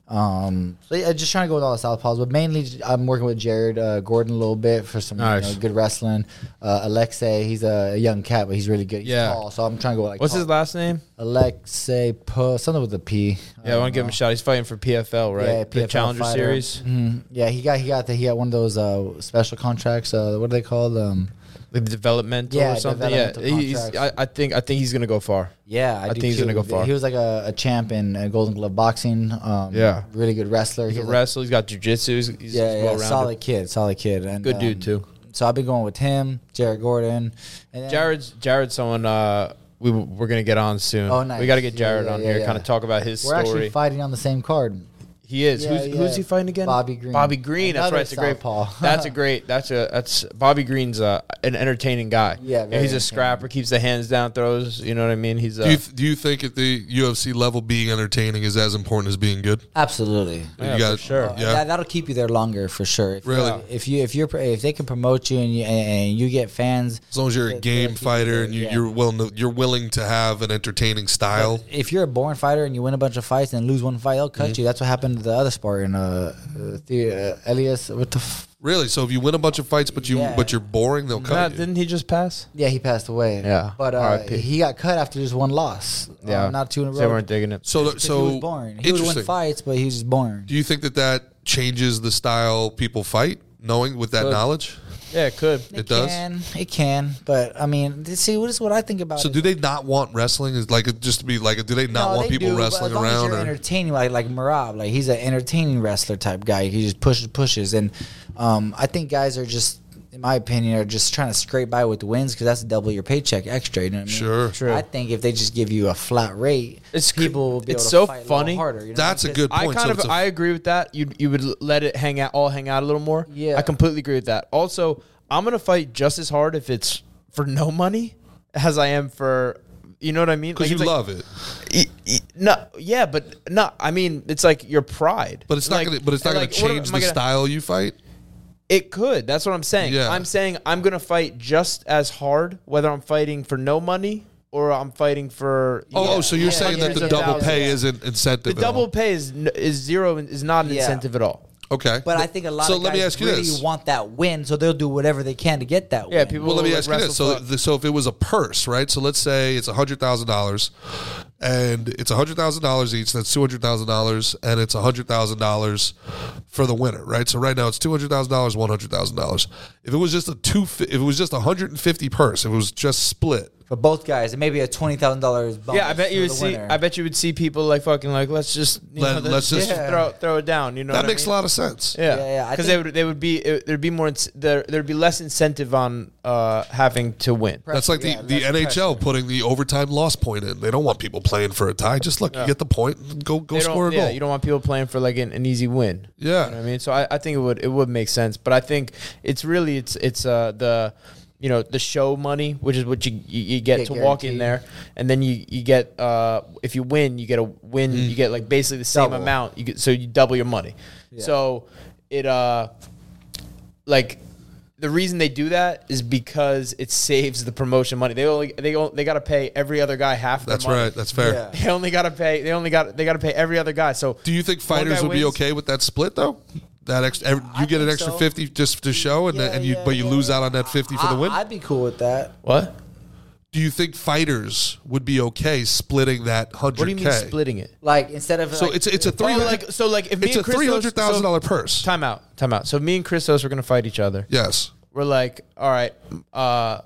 D: Um, so yeah, just trying to go with all the southpaws, but mainly j- I'm working with Jared uh, Gordon a little bit for some you
A: Nice.
D: know, good wrestling. Uh, Alexei, he's a young cat, but he's really good. He's
A: Yeah.
D: tall, so I'm trying to go with, like
A: What's his
D: tall-
A: last name?
D: Alexei Po something with a P. Uh,
A: Yeah, I want to give him a shout. He's fighting for PFL, right?
D: Yeah,
A: the
D: PFL
A: Challenger
D: fighter.
A: Series.
D: hmm Yeah, he got he got the, he got one of those uh, special contracts. Uh, what are they called? Um,
A: The developmental
D: Yeah,
A: or something. Yeah,
D: developmental
A: he's, I,
D: contracts.
A: I think I think he's gonna go far.
D: Yeah,
A: I
D: do
A: think he's
D: too.
A: gonna go far.
D: He was like a, a champ in uh, Golden Glove boxing. Um,
A: Yeah.
D: really good wrestler.
A: He
D: He's
A: can
D: a-
A: wrestle. He's got jujitsu. He's, he's
D: yeah, yeah,
A: well rounded.
D: solid kid, solid kid, and um,
A: Good dude, too.
D: So I've been going with him, Jared Gordon, and then,
A: Jared's Jared's someone uh, we we're gonna get on soon.
D: Oh, nice.
A: We got to get
D: Yeah,
A: Jared
D: yeah,
A: on
D: yeah,
A: here,
D: yeah.
A: kind of talk about his
D: We're
A: story.
D: actually fighting on the same card.
A: He is.
D: Yeah,
A: who's,
D: yeah.
A: who's he fighting again?
D: Bobby Green.
A: Bobby Green. That's
D: Another
A: right. It's a great.
D: southpaw.
A: that's a great. That's a. That's Bobby Green's uh, an entertaining guy.
D: Yeah,
A: And
D: very
A: he's a
D: entertaining.
A: scrapper. Keeps the hands down, throws. You know what I mean? He's. Uh,
C: Do you th- do you think at the UFC level being entertaining is as important as being good?
D: Absolutely,
A: Yeah,
C: you
A: for sure.
C: Yeah.
D: That, that'll keep you there longer for sure. If, uh,
C: Really?
D: if you if you're if they can promote you and you, and you get fans,
C: as long as you're a
D: They'll
C: game
D: keep you
C: fighter
D: there,
C: and you,
D: yeah.
C: you're willing to, you're willing to have an entertaining style.
D: if you're a born fighter and you win a bunch of fights and lose one fight, they'll cut
A: Mm-hmm.
D: you. That's what happened to the other Spartan, uh, uh, the, uh Elias. What the? F-
C: Really? So if you win a bunch of fights, but you
D: Yeah.
C: but you're boring, they'll
A: Nah,
C: cut you.
A: didn't he just pass?
D: yeah, he passed away.
A: Yeah,
D: but uh,
A: RIP.
D: he got cut after just one loss.
A: Yeah.
D: um, not two in a
A: They
D: row.
A: weren't digging it.
C: So
D: Because
C: so
D: he was born. He would
C: interesting.
D: win fights, but he was just born.
C: Do you think that that changes the style people fight, knowing with that
A: Good.
C: knowledge?
A: Yeah, it could.
C: It does?
D: Can, it can, but I mean, th- see, what is what I think about.
C: So
D: is-
C: do they not want wrestling? Is like just to be like, do they not
D: No,
C: want
D: they
C: people
D: do, but
C: wrestling
D: as long as
C: around?
D: you're
C: or-
D: entertaining, like like Marab, like he's an entertaining wrestler type guy. He just pushes, pushes, and um, I think guys are just, in my opinion, are just trying to scrape by with wins because that's double your paycheck extra. You know what I mean?
C: Sure.
A: True.
D: I think if they just give you a flat rate,
A: It's cr-
D: people will be
A: it's
D: able to
A: so
D: fight a little
A: funny.
D: harder. you know?
C: That's a
D: Because-
C: good
A: I
C: point.
A: kind
C: so
A: of
C: it's a-
A: I agree with that. You you would l- let it hang out, all hang out a little more.
D: Yeah.
A: I completely agree with that. Also, I'm gonna fight just as hard if it's for no money as I am for. You know what I mean?
C: 'cause
A: Like,
C: you
A: it's like-
C: love it,
A: E- e- No, yeah, but no. I mean, it's like your pride.
C: but it's not.
A: Like-
C: gonna, but it's not
A: like, what
C: going
A: am
C: to change
A: I
C: the
A: gonna-
C: style you fight.
A: It could. That's what I'm saying.
C: Yeah.
A: I'm saying I'm gonna fight just as hard, whether I'm fighting for no money or I'm fighting for.
C: Oh, oh, so you're
A: Yeah.
C: saying that
A: Hundreds
C: the
A: of
C: double
A: thousands.
C: pay isn't incentive.
A: The
C: at all.
A: double pay is n- is zero and is not an
D: Yeah.
A: incentive at all.
C: Okay,
D: But I think a lot
C: So
D: of guys
C: let me ask you
D: really
C: this.
D: want that win, so they'll do whatever they can to get that
A: Yeah,
D: win.
A: people
C: Well, let me
A: like
C: ask you this.
A: wrestle
C: So,
A: fuck.
C: the, so if it was a purse, right? So let's say it's hundred thousand dollars, and it's hundred thousand dollars each. That's two hundred thousand dollars, and it's hundred thousand dollars for the winner, right? So right now it's two hundred thousand dollars, one hundred thousand dollars. If it was just a two, fi- if it was just hundred and fifty purse, if it was just split,
D: for both guys. It may be a twenty thousand dollars.
A: Yeah, I bet you would see. I bet you would see people like fucking like let's just you
C: Let-
A: know,
C: let's
A: let's,
C: just-
A: just
D: Yeah.
A: throw throw it down. You know
C: that
A: what I
C: makes
A: mean?
C: a lot of sense.
A: Yeah,
D: Yeah, yeah, I
A: Because
D: think-
A: they would, they would be, it, there'd be more, ins- there, there'd be less incentive on uh, having to win.
C: That's like the,
D: Yeah,
C: the
D: that's
C: NHL putting the overtime loss point in. They don't want people playing for a tie. Just look, you get the point, and go go
A: They don't-
C: score a
A: yeah,
C: goal.
A: you don't want people playing for like an, an easy win.
C: Yeah.
A: You know what I mean, so I, I think it would it would make sense, but I think it's really it's it's uh the you know the show money, which is what you you, you get
D: Yeah,
A: to walk in
D: guaranteed.
A: there, and then you you get uh if you win, you get a win,
C: Mm.
A: you get like basically the same
D: Double.
A: amount. You get so you double your money. So it uh like the reason they do that is because it saves the promotion money. They only they only, they got to pay every other guy half.
C: That's
A: their money.
C: right. That's fair.
D: Yeah.
A: They only got to pay. They only got. They got to pay every other guy. So
C: Do you think
A: one
C: fighters
A: guy
C: would be
A: wins.
C: okay with that split though? That extra, every,
D: I
C: you get an
D: think
C: extra
D: so.
C: fifty just to show, and
D: Yeah,
C: then, and you
D: yeah,
C: but you
D: yeah,
C: lose
D: yeah.
C: out on that fifty for the win.
D: I'd be cool with that.
A: What?
C: do you think fighters would be okay splitting that hundred?
A: What do you mean splitting it?
D: Like instead of
C: So
D: like,
C: it's it's a three
A: Oh,
C: hundred.
A: like so, like if me
C: it's a
A: and Christos,
C: three hundred thousand dollar purse.
A: Time out. Time out. So me and Christos were gonna fight each other.
C: Yes.
A: We're like, all right. uh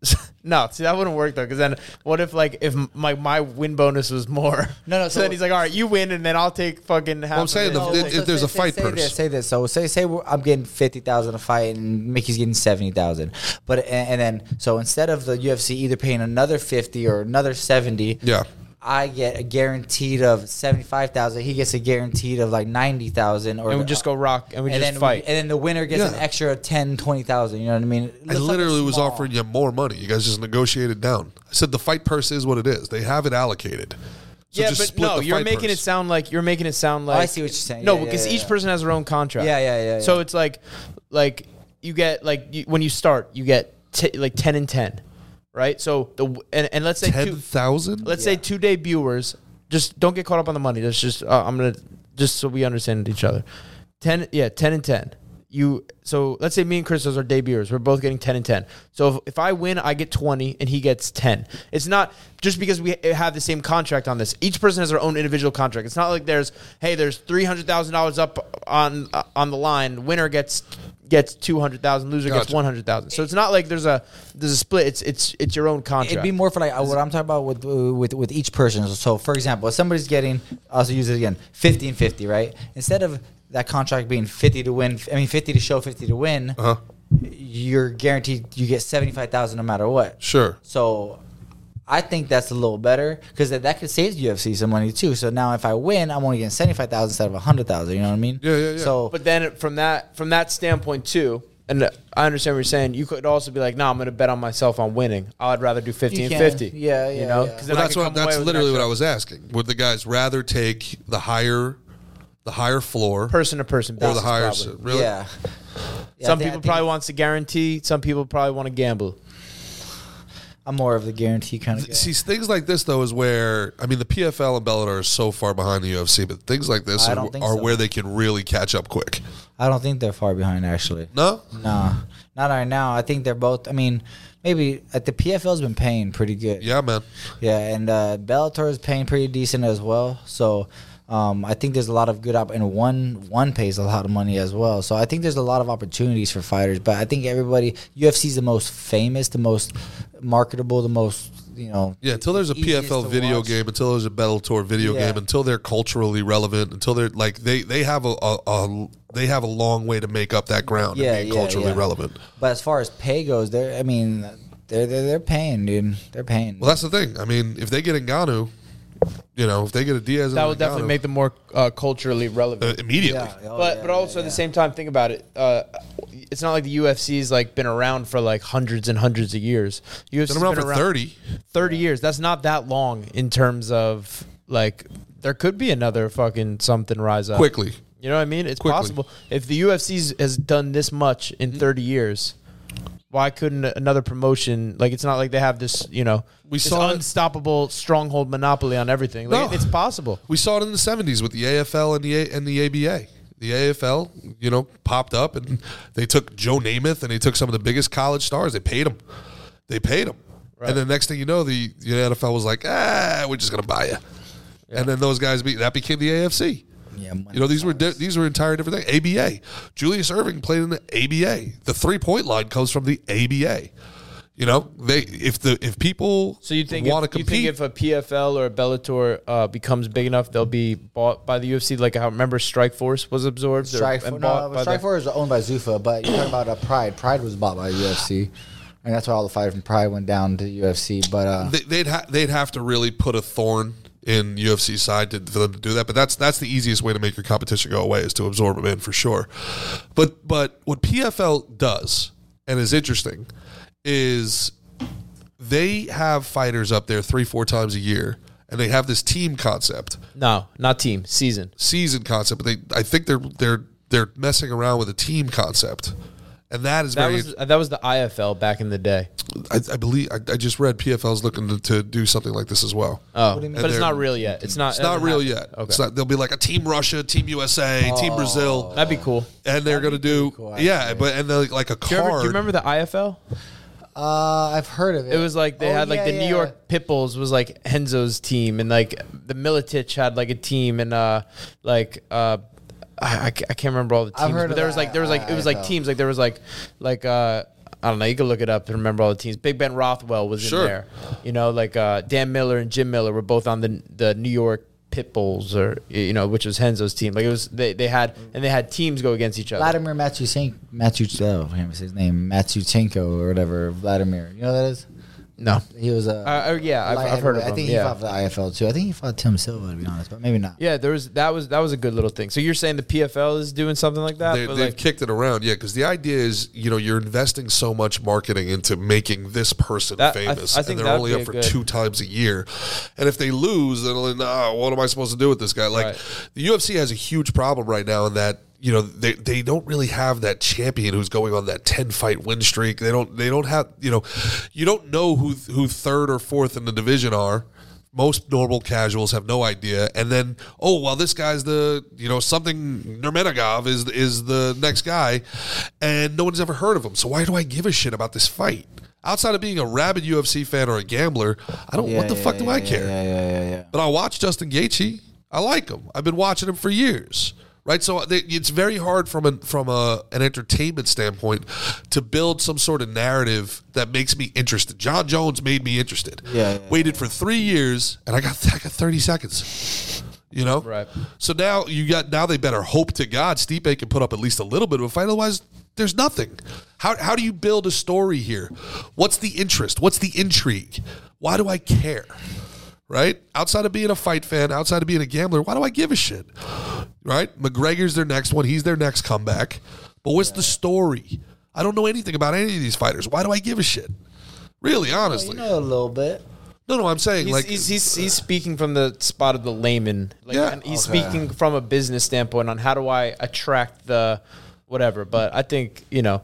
A: no, see that wouldn't work though. Because then, what if like if my my win bonus was more?
D: No, no,
A: So,
D: so-
A: then he's like, all right, you win, and then I'll take fucking half. of
C: saying
A: it.
C: the-
D: No,
C: if-
D: wait,
C: if there's
D: Oh, say-
C: a
D: say-
C: fight
D: say
C: first.
D: this, say this. So say say we're, I'm getting fifty thousand a fight and Mickey's getting seventy thousand, but and, and then so instead of the UFC either paying another fifty or another seventy,
C: Yeah.
D: I get a guaranteed of seventy five thousand. He gets a guaranteed of like ninety thousand, or
A: and we
D: the-
A: just go rock, and we
D: and
A: just
D: then
A: fight.
D: and then the winner gets an
C: Yeah.
D: extra 10, 20,000. You know what I mean?
C: I literally was offering you more money. You guys just negotiated down. I said the fight purse is what it is. They have it allocated. So
A: yeah,
C: just
A: but
C: split
A: no,
C: the
A: you're
C: fight
A: making it
C: purse.
A: sound like you're making it sound like
D: Oh, I see what you're saying.
A: No,
D: Yeah, yeah,
A: because
D: yeah,
A: each
D: yeah.
A: person has their own contract.
D: Yeah, yeah, yeah,
A: So
D: yeah.
A: it's like, like you get like you, when you start, you get t- like ten and ten, right? So the and, and let's say
C: ten
A: two,
C: thousand.
A: let's say two debuters. Just don't get caught up on the money. That's just uh, I'm gonna just so we understand each other. Ten, yeah, ten and ten. You so let's say me and Christos are debuters. We're both getting ten and ten. So if, if I win, I get twenty, and he gets ten. It's not just because we have the same contract on this. Each person has their own individual contract. It's not like there's hey, there's three hundred thousand dollars up on uh, on the line. Winner gets gets two hundred thousand. Loser gets
C: Gotcha.
A: one hundred thousand. So it's not like there's a there's a split. It's it's it's your own contract.
D: It'd be more for like uh, what I'm talking about with uh, with with each person. So, for example, if somebody's getting, I'll also use it again, fifty and fifty, right? Instead of that contract being fifty to win, I mean fifty to show, fifty to win,
C: Uh-huh.
D: you're guaranteed you get seventy five thousand no matter what.
C: Sure.
D: So, I think that's a little better because that, that could save the UFC some money too. So now if I win, I'm only getting seventy five thousand instead of hundred thousand. You know what I mean?
C: Yeah, yeah, yeah.
D: So
A: But then from that from that standpoint too, and I understand what you're saying. You could also be like, "No, I'm going to bet on myself on winning. I'd rather do 50
D: You
A: and
D: can.
A: 50."
D: Yeah, yeah,
A: You know,
D: yeah.
A: 'Cause then
C: Well,
A: I
C: that's
A: could
C: what
A: come away
C: that's
A: with an
C: literally what
A: extra
C: I was asking. Would the guys rather take the higher the higher floor
A: person to person.
C: or the
A: basis,
C: higher
A: probably.
C: really?
D: yeah. Yeah, I
A: Some
D: thi- I
A: people
D: think
A: probably wants to guarantee. Some people probably want to gamble.
C: Oh
D: I'm more of the guarantee kind of guy.
C: See things like this though is where I mean the PFL and Bellator are so far behind the UFC, but things like this
D: I
C: are,
D: don't think
C: are
D: so.
C: where they can really catch up quick.
D: I don't think they're far behind actually.
C: No,
D: No, not right now. I think they're both. I mean, maybe at the PFL's been paying pretty good.
C: yeah, man.
D: Yeah, and uh, Bellator is paying pretty decent as well. So. Um, I think there's a lot of good op, and one one pays a lot of money as well. So I think there's a lot of opportunities for fighters. But I think everybody UFC's the most famous, the most marketable, the most you know.
C: Yeah, until there's a
D: easiest
C: PFL
D: to
C: video
D: watch.
C: game, until there's a Bellator video
D: Yeah.
C: game, until they're culturally relevant, until they're like they they have a, a, a they have a long way to make up that ground
D: Yeah,
C: and being
D: yeah,
C: culturally
D: yeah.
C: relevant.
D: But as far as pay goes, they're I mean, they're they're, they're paying, dude. They're paying.
C: Well, that's the thing. I mean, if they get Ngannou, you know, if they get a Diaz,
A: That
C: and
A: would definitely
C: Ngannou,
A: make them more uh, culturally
C: uh,
A: relevant.
C: immediately.
D: Yeah, oh,
A: but
D: yeah,
A: but also
D: yeah,
A: at the
D: yeah.
A: same time, think about it. Uh, it's not like the UFC's like been around for like hundreds and hundreds of years. UFC's
C: Been around for thirty.
A: 30 years. That's not that long in terms of like there could be another fucking something rise up
C: Quickly.
A: You know what I mean? It's
C: Quickly.
A: possible. If the UFC has done this much in 30 years, why couldn't another promotion like it's not like they have this, you know,
C: We
A: this
C: saw it-
A: unstoppable stronghold monopoly on everything. Like
C: No.
A: it's possible.
C: We saw it in the '70s with the AFL and the a- and the ABA. The AFL, you know, popped up and they took Joe Namath and they took some of the biggest college stars. They paid them. They paid them. And the next thing you know, the, the NFL was like, ah, we're just gonna buy you. And then those guys be, that became the AFC.
D: Yeah, money
C: You know, these were di- these were entire different things. ABA. Julius Irving played in the ABA. The three point line comes from the ABA. You know, they if the if people
A: So you think
C: want to
A: if, you
C: compete,
A: think if uh, a PFL or a Bellator uh, becomes big enough, they'll be bought by the UFC? Like I remember Strike Force was absorbed.
D: Strike
A: or,
D: Force.
A: bought
D: No,
A: by
D: Strike
A: the-
D: Force is owned by Zuffa, but you're talking about uh, Pride. Pride was bought by UFC, and that's why all the fighters from Pride went down to UFC. But uh,
C: they, they'd ha- they'd have to really put a thorn in UFC side to, for them to do that. But that's that's the easiest way to make your competition go away is to absorb them in for sure. But but what PFL does and is interesting is they have fighters up there three four times a year, and they have this team concept.
A: no, not team season.
C: season concept, but they I think they're they're they're messing around with a team concept, and that is
A: That
C: very.
A: was that was the IFL back in the day.
C: I, I believe I, I just read PFL's looking to, to do something like this as well.
A: Oh,
D: do you mean?
A: but it's
C: And
A: not
C: they're-
A: real yet. It's not.
C: it's not real yet.
A: Okay, Oh.
C: It's not, they'll be like a team Russia, team USA, team Brazil,
A: that'd be cool.
C: and they're gonna do
D: cool,
C: yeah, but and they're like, like a card.
A: Do you, ever, do you remember the IFL?
D: uh, I've heard of it.
A: It was like they
D: Oh,
A: had like
D: yeah,
A: the
D: yeah.
A: New York Pit Bulls was like Henzo's team, and like the Militich had like a team, and uh like uh. I, I ca- I can't remember all the teams,
D: I've heard
A: but
D: of
A: there was
D: the
A: like there was like it was like
D: IFL.
A: teams like there was like like uh I don't know you can look it up and remember all the teams. Big Ben Rothwell was
C: Sure.
A: in there, you know, like uh, Dan Miller and Jim Miller were both on the the New York Pit Bulls or you know which was Henzo's team. Like it was they, they had and they had teams go against each other.
D: Vladimir Matsuchenko. Matsuch, oh, I can't say his name. Matsuchenko or whatever. Vladimir. You know who that is?
A: no,
D: He was a.
A: Uh, oh, yeah, I've-
D: light
A: I've heard of
D: heavyweight. I
A: him,
D: think
A: yeah.
D: he fought for the IFL too. I think he fought Tim Silva to be honest, but maybe not.
A: yeah, there was that was that was a good little thing. So you're saying the PFL is doing something like that?
C: They,
A: but
C: they've
A: like,
C: kicked it around, yeah. Because the idea is, you know, you're investing so much marketing into making this person
A: That- I th-
C: famous,
A: I
C: and
A: think
C: they're
A: that'd
C: only up
A: be a
C: for
A: good-
C: two times a year. And if they lose, then like, nah, what am I supposed to do with this guy? Like,
A: Right.
C: the UFC has a huge problem right now in that you know they, they don't really have that champion who's going on that 10 fight win streak they don't they don't have you know you don't know who who third or fourth in the division are most normal casuals have no idea and then oh well this guy's the you know something Nurmagomedov is is the next guy and no one's ever heard of him so why do I give a shit about this fight outside of being a rabid UFC fan or a gambler I don't what the fuck do I care
D: Yeah, yeah, yeah, yeah.
C: but I watch Justin Gaethje. I like him. I've been watching him for years. Right, so they, it's very hard from an from a, an entertainment standpoint to build some sort of narrative that makes me interested. John Jones made me interested.
D: Yeah, yeah,
C: waited for three years and I got I got thirty seconds. You know,
A: Right.
C: So now you got now they better hope to God Stipe can put up at least a little bit of a fight. Otherwise, there's nothing. How how do you build a story here? What's the interest? What's the intrigue? Why do I care? right? Outside of being a fight fan, outside of being a gambler, why do I give a shit? Right? McGregor's their next one. He's their next comeback. But what's the story? I don't know anything about any of these fighters. Why do I give a shit? Really, honestly.
D: You know a little bit.
C: no, no, I'm saying
A: He's,
C: like uh,
A: he's, he's, he's speaking from the spot of the layman. Like,
C: Yeah.
A: and he's
D: Okay.
A: speaking from a business standpoint on how do I attract the whatever. But I think you know,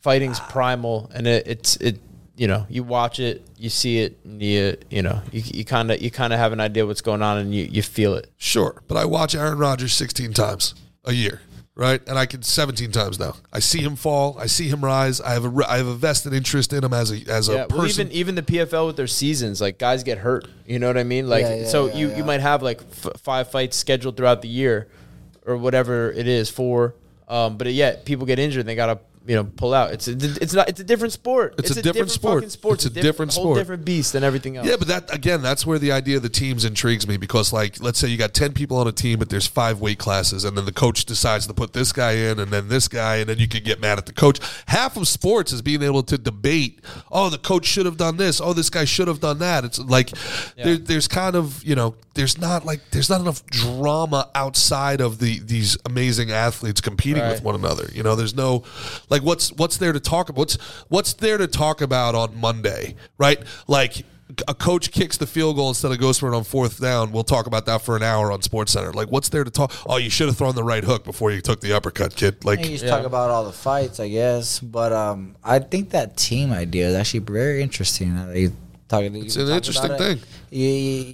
A: fighting's
C: Ah.
A: primal, and it, it's it. You know, you watch it, you see it, and you you know, you kind of you kind of have an idea what's going on, and you you feel it.
C: sure, but I watch Aaron Rodgers 16 times a year. Right, and I can 17 times now. I see him fall. I see him rise. I have a re- I have a vested interest in him as a as a
A: Yeah,
C: person.
A: well, even even the PFL with their seasons, like guys get hurt. You know what I mean? Like,
D: Yeah, yeah,
A: so
D: yeah,
A: you
D: yeah.
A: you might have like f- five fights scheduled throughout the year, or whatever it is for. Um, but yet people get injured, and they gotta you know pull out. It's a, di- it's not it's a different sport.
C: It's a different sport.
A: fucking sport.
C: It's a
A: diff-
C: different
A: whole
C: sport.
A: different beast than everything else.
C: Yeah, but that again, that's where the idea of the teams intrigues me because, like, let's say you got ten people on a team, but there's five weight classes, and then the coach decides to put this guy in, and then this guy, and then you can get mad at the coach. Half of sports is being able to debate. Oh, the coach should have done this. Oh, this guy should have done that. It's like there, there's kind of you know there's not like there's not enough drama outside of the these amazing athletes competing with
A: Right.
C: one another. You know, there's no like what's what's there to talk about. What's what's there to talk about on Monday, right? Like a coach kicks the field goal instead of goes for it on fourth down. We'll talk about that for an hour on Sports Center. Like, what's there to talk? Oh, you should have thrown the right hook before you took the uppercut, kid.
D: I
C: Like,
D: think you should talk about all the fights, I guess. But um, I think that team idea is actually very interesting. How they talking. It's
C: an interesting thing.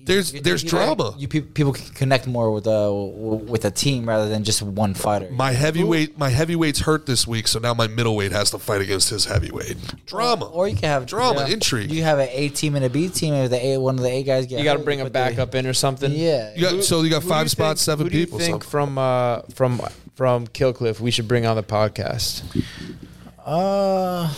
C: There's- there's drama.
D: You pe- people can connect more with uh w- with a team rather than just one fighter.
C: My heavyweight, my heavyweight's hurt this week, so now my middleweight has to fight against his heavyweight. Drama,
D: Or you can have
C: drama,
D: yeah,
C: intrigue.
D: You have an A team and a B team, and if the A one of the A guys get
A: You got to
D: hurt,
A: bring a
D: but they-
A: backup in or something.
D: Yeah,
C: You got, so you got
A: Who do
C: five
A: you
C: spots,
A: think-
C: seven
A: who do you
C: people.
A: think
C: so-
A: from uh, from from Killcliff we should bring on the podcast?
D: Uh,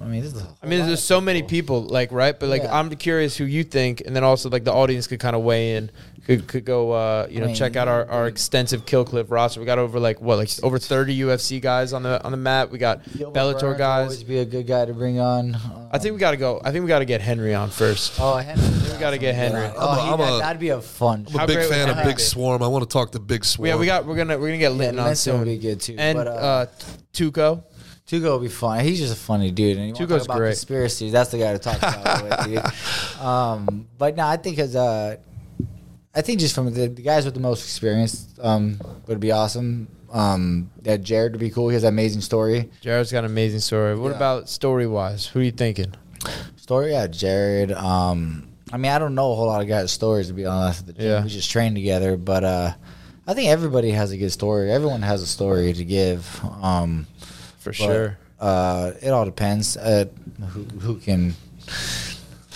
D: I mean, this is
A: I mean, there's so many people, like right, but like
D: Yeah.
A: I'm curious who you think, and then also like the audience could kind of weigh in, could could go, uh, you know,
D: mean,
A: check out our, our extensive Killcliff roster. We got over like what, like over 30 UFC guys on the on the map. We got
D: Gilbert
A: Bellator
D: Burns
A: guys.
D: Always be a good guy to bring on. Uh,
A: I think we got to go. I think we got to get Henry on first.
D: oh, Henry, we
A: gotta get Henry.
D: Oh,
C: I'm a-
D: he-
C: I'm a-
D: that- that'd be a fun.
C: I'm a
A: How
C: big
A: great
C: fan
A: would
C: of
A: that
C: Big
A: be?
C: Swarm. I want to talk to Big Swarm.
A: yeah, we got we're gonna we're gonna get Linton on
D: Linton
A: soon.
D: would be good, too,
A: And
D: but, uh,
A: uh, Tuco.
D: Tuco would be fun. He's just a funny dude. And you wanna
A: Tuco's
D: talk about
A: great.
D: Conspiracies. That's the guy to talk about it with, dude. Um, but no, I think as uh, I think just from the, the guys with the most experience um, would be awesome. Um, that Jared would be cool. He has an amazing story.
A: Jared's got an amazing story. What
D: Yeah.
A: about story wise? Who are you thinking?
D: Story, yeah, Jared. Um, I mean, I don't know a whole lot of guys' stories to be honest. At the gym.
A: Yeah.
D: we just train together, but uh, I think everybody has a good story. Everyone has a story to give. Um,
A: For
D: but,
A: sure.
D: uh, it all depends uh, who, who can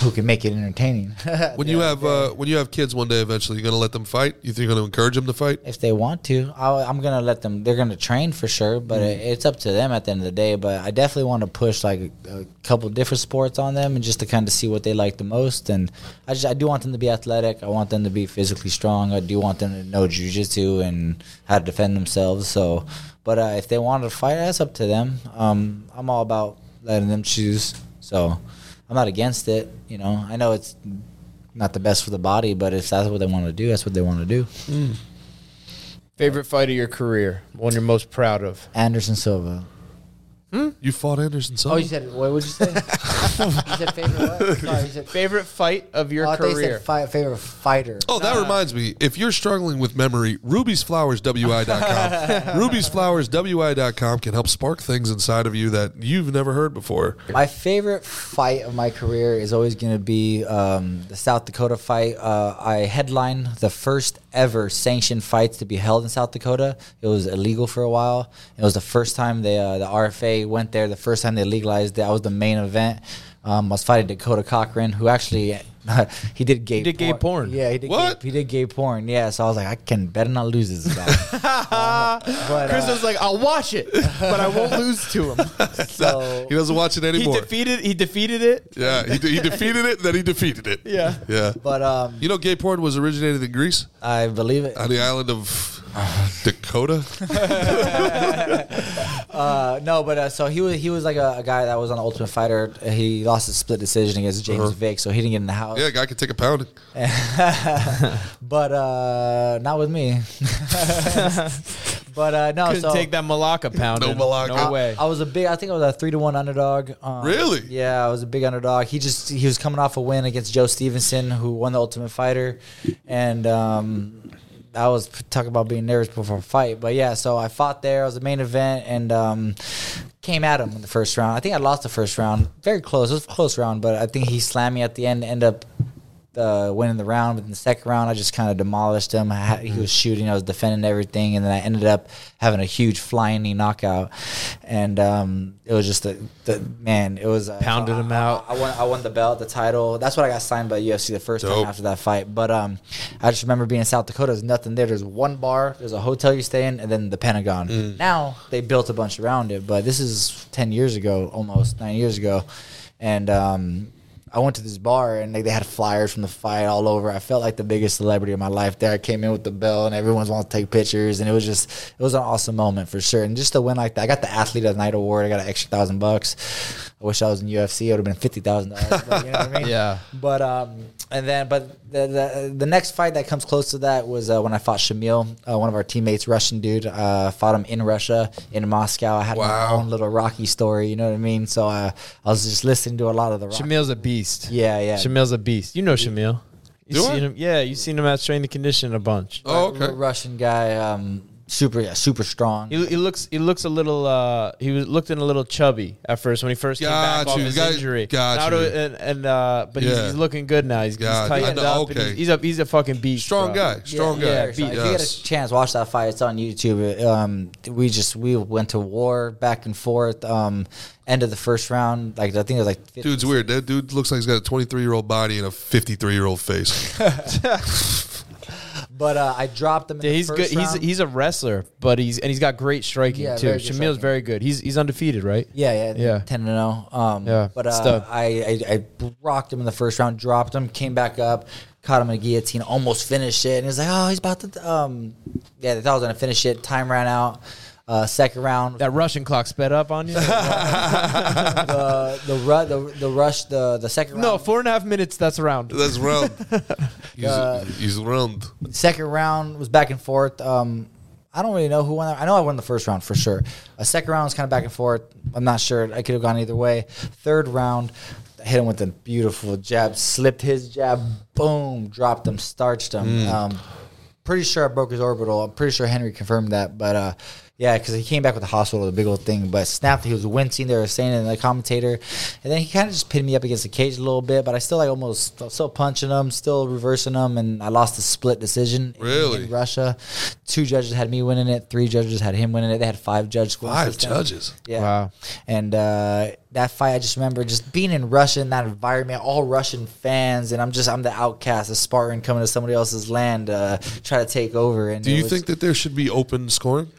D: who can make it entertaining.
C: when you have uh, when you have kids one day, eventually, you're gonna let them fight. You think you're gonna encourage them to fight?
D: if they want to, I, I'm gonna let them. They're gonna train for sure, but it, it's up to them at the end of the day. But I definitely want to push like a, a couple different sports on them, and just to kind of see what they like the most. And I just I do want them to be athletic. I want them to be physically strong. I do want them to know jujitsu and how to defend themselves. So, but uh, if they want to fight, that's up to them. Um, I'm all about letting them choose. So, I'm not against it. You know, I know it's not the best for the body, but if that's what they want to do, that's what they want to do.
A: Favorite fight of your career? One you're most proud of?
D: Anderson Silva.
C: You fought Anderson
D: Oh,
C: Silva.
D: you said what would you say? you said favorite what? Sorry, you said
A: Favorite fight of your
D: oh, I thought you
A: career?
D: said fi- favorite fighter.
C: Oh, that reminds me. If you're struggling with memory, rubiesflowerswi.com. rubiesflowerswi.com can help spark things inside of you that you've never heard before.
D: My favorite fight of my career is always going to be um, the South Dakota fight. Uh, I headlined the first ever sanctioned fights to be held in South Dakota. It was illegal for a while. It was the first time they, uh, the RFA went there, the first time they legalized it. I was the main event. Um, I was fighting Dakota Cochran, who actually. he did gay.
A: did gay porn.
D: Yeah, he did.
C: What?
D: Gay, he did gay porn. Yeah, so I was like, I can better not lose this guy. Uh, but,
A: Chris
D: uh,
A: was like, "I'll watch it, but I won't lose to him."
D: so
C: He doesn't watch it
A: he
C: anymore.
A: defeated. He defeated it.
C: yeah, he, de- he defeated it, then he defeated it.
A: Yeah.
C: Yeah.
D: But um,
C: You know, gay porn was originated in Greece
D: I believe it.
C: on the island of Dakota.
D: Uh, no, but uh, so he was he was like a, a guy that was on the Ultimate Fighter. He lost a split decision against James Vick, so he didn't get in the house.
C: Uh-huh. Yeah, a guy could take a pounding.
D: But uh, not with me. but uh, no,
A: Couldn't
D: so
A: take that Malacca pound.
C: No Malacca.
A: No way.
D: I was a big. I think I was a three to one underdog. Um,
C: Really?
D: Yeah, I was a big underdog. He just he was coming off a win against Joe Stevenson, who won the Ultimate Fighter, and um, I was p- talking about being nervous before a fight. But yeah, so I fought there. I was the main event and um, came at him in the first round. I think I lost the first round, very close. It was a close round, but I think he slammed me at the end. End up. Uh, winning the round, but in the second round, I just kind of demolished him. I had, he was shooting, I was defending everything, and then I ended up having a huge flying knee knockout. And um, it was just a, the man. It was uh,
A: Pounded
D: I-
A: him out.
D: I, I won. I won the belt, the title. That's what I got signed by UFC the first
C: Dope.
D: time after that fight. But um, I just remember being in South Dakota. There's nothing there. There's one bar. There's a hotel you stay in, and then the Pentagon. Now they built a bunch around it, but this is ten years ago, almost nine years ago, and um. I went to this bar and they, they had flyers from the fight all over. I felt like the biggest celebrity of my life there. I came in with the bell and everyone's wanting to take pictures and it was just it was an awesome moment for sure. And just to win like that, I got the athlete of the night award. I got an extra thousand bucks. I wish I was in UFC. It would have been fifty thousand dollars. You know what I mean?
A: Yeah.
D: But um, and then but the the, the next fight that comes close to that was uh, when I fought Shamil, uh, one of our teammates, Russian dude. Uh, fought him in Russia, in Moscow. I had my
C: Wow.
D: own little Rocky story. You know what I mean? So uh, I was just listening to a lot of the Rocky.
A: Shamil's a beast.
D: Yeah, yeah.
A: Shamil's a beast. You know Shamil. You
C: Do I?
A: seen him? Yeah, you seen him at Strain the Condition a bunch.
C: Oh,
D: Ru-
C: okay.
D: Russian guy. Um, super, yeah, super strong.
A: He, he looks he looks a little uh he was looked in a little chubby at first when he first came back
C: Got
A: off
C: you,
A: his
C: got-
A: injury.
C: got
A: Now
C: you.
A: to- and, and uh but he's,
C: Yeah.
A: he's looking good now. He's, he's
C: Got you.
A: tightened
C: I know,
A: up. and
C: okay.
A: he's, he's a he's a fucking beast.
C: Strong
A: bro.
C: guy, strong guy.
A: yeah, beat-
D: If you get
C: Yes.
D: a chance, watch that fight. It's on YouTube. Um, we just we went to war back and forth. Um, end of the first round, like I think it was like 50,
C: Dude's weird. That dude looks like he's got a 23 year old body and a 53 year old face.
D: But uh, I dropped him. In
A: Yeah,
D: the
A: he's
D: first
A: good. He's
D: round.
A: he's a wrestler, but he's and he's got great striking
D: Yeah,
A: too.
D: very
A: Shamil's
D: good striking.
A: very good. He's he's undefeated, right?
D: Yeah, yeah,
A: Yeah.
D: yeah. Ten and zero. Um,
A: Yeah,
D: But
A: it's
D: uh,
A: tough.
D: I, I I rocked him in the first round, dropped him, came back up, caught him in a guillotine, almost finished it, and he's like, oh, he's about to. Um, yeah, they thought I was gonna finish it. Time ran out. Uh, second round,
A: That Russian clock sped up on you.
D: the the, ru- the the rush, the the second
A: no,
D: round,
A: four and a half minutes. That's around.
C: That's round. He's,
D: Uh,
C: he's round.
D: second round was back and forth. Um, I don't really know who won. I know I won the first round for sure. A second round was kind of back and forth. I'm not sure. I could have gone either way. Third round, I hit him with a beautiful jab, slipped his jab, boom, dropped him, starched him. Um, pretty sure I broke his orbital. I'm pretty sure Henry confirmed that, but uh, yeah, because he came back with the hospital, the big old thing. But snapped. He was wincing. They were saying it in the commentator, and then he kind of just pinned me up against the cage a little bit. But I still like almost I was still punching him, still reversing him, and I lost the split decision. in-
C: Really?
D: in Russia, two judges had me winning it. Three judges had him winning it. They had five judges.
C: Five judges.
D: Yeah.
A: Wow.
D: And uh, that fight, I just remember just being in Russia in that environment, all Russian fans, and I'm just I'm the outcast, a Spartan coming to somebody else's land, uh, try to take over. And
C: Do
D: it
C: you
D: was-
C: think that there should be open scoring?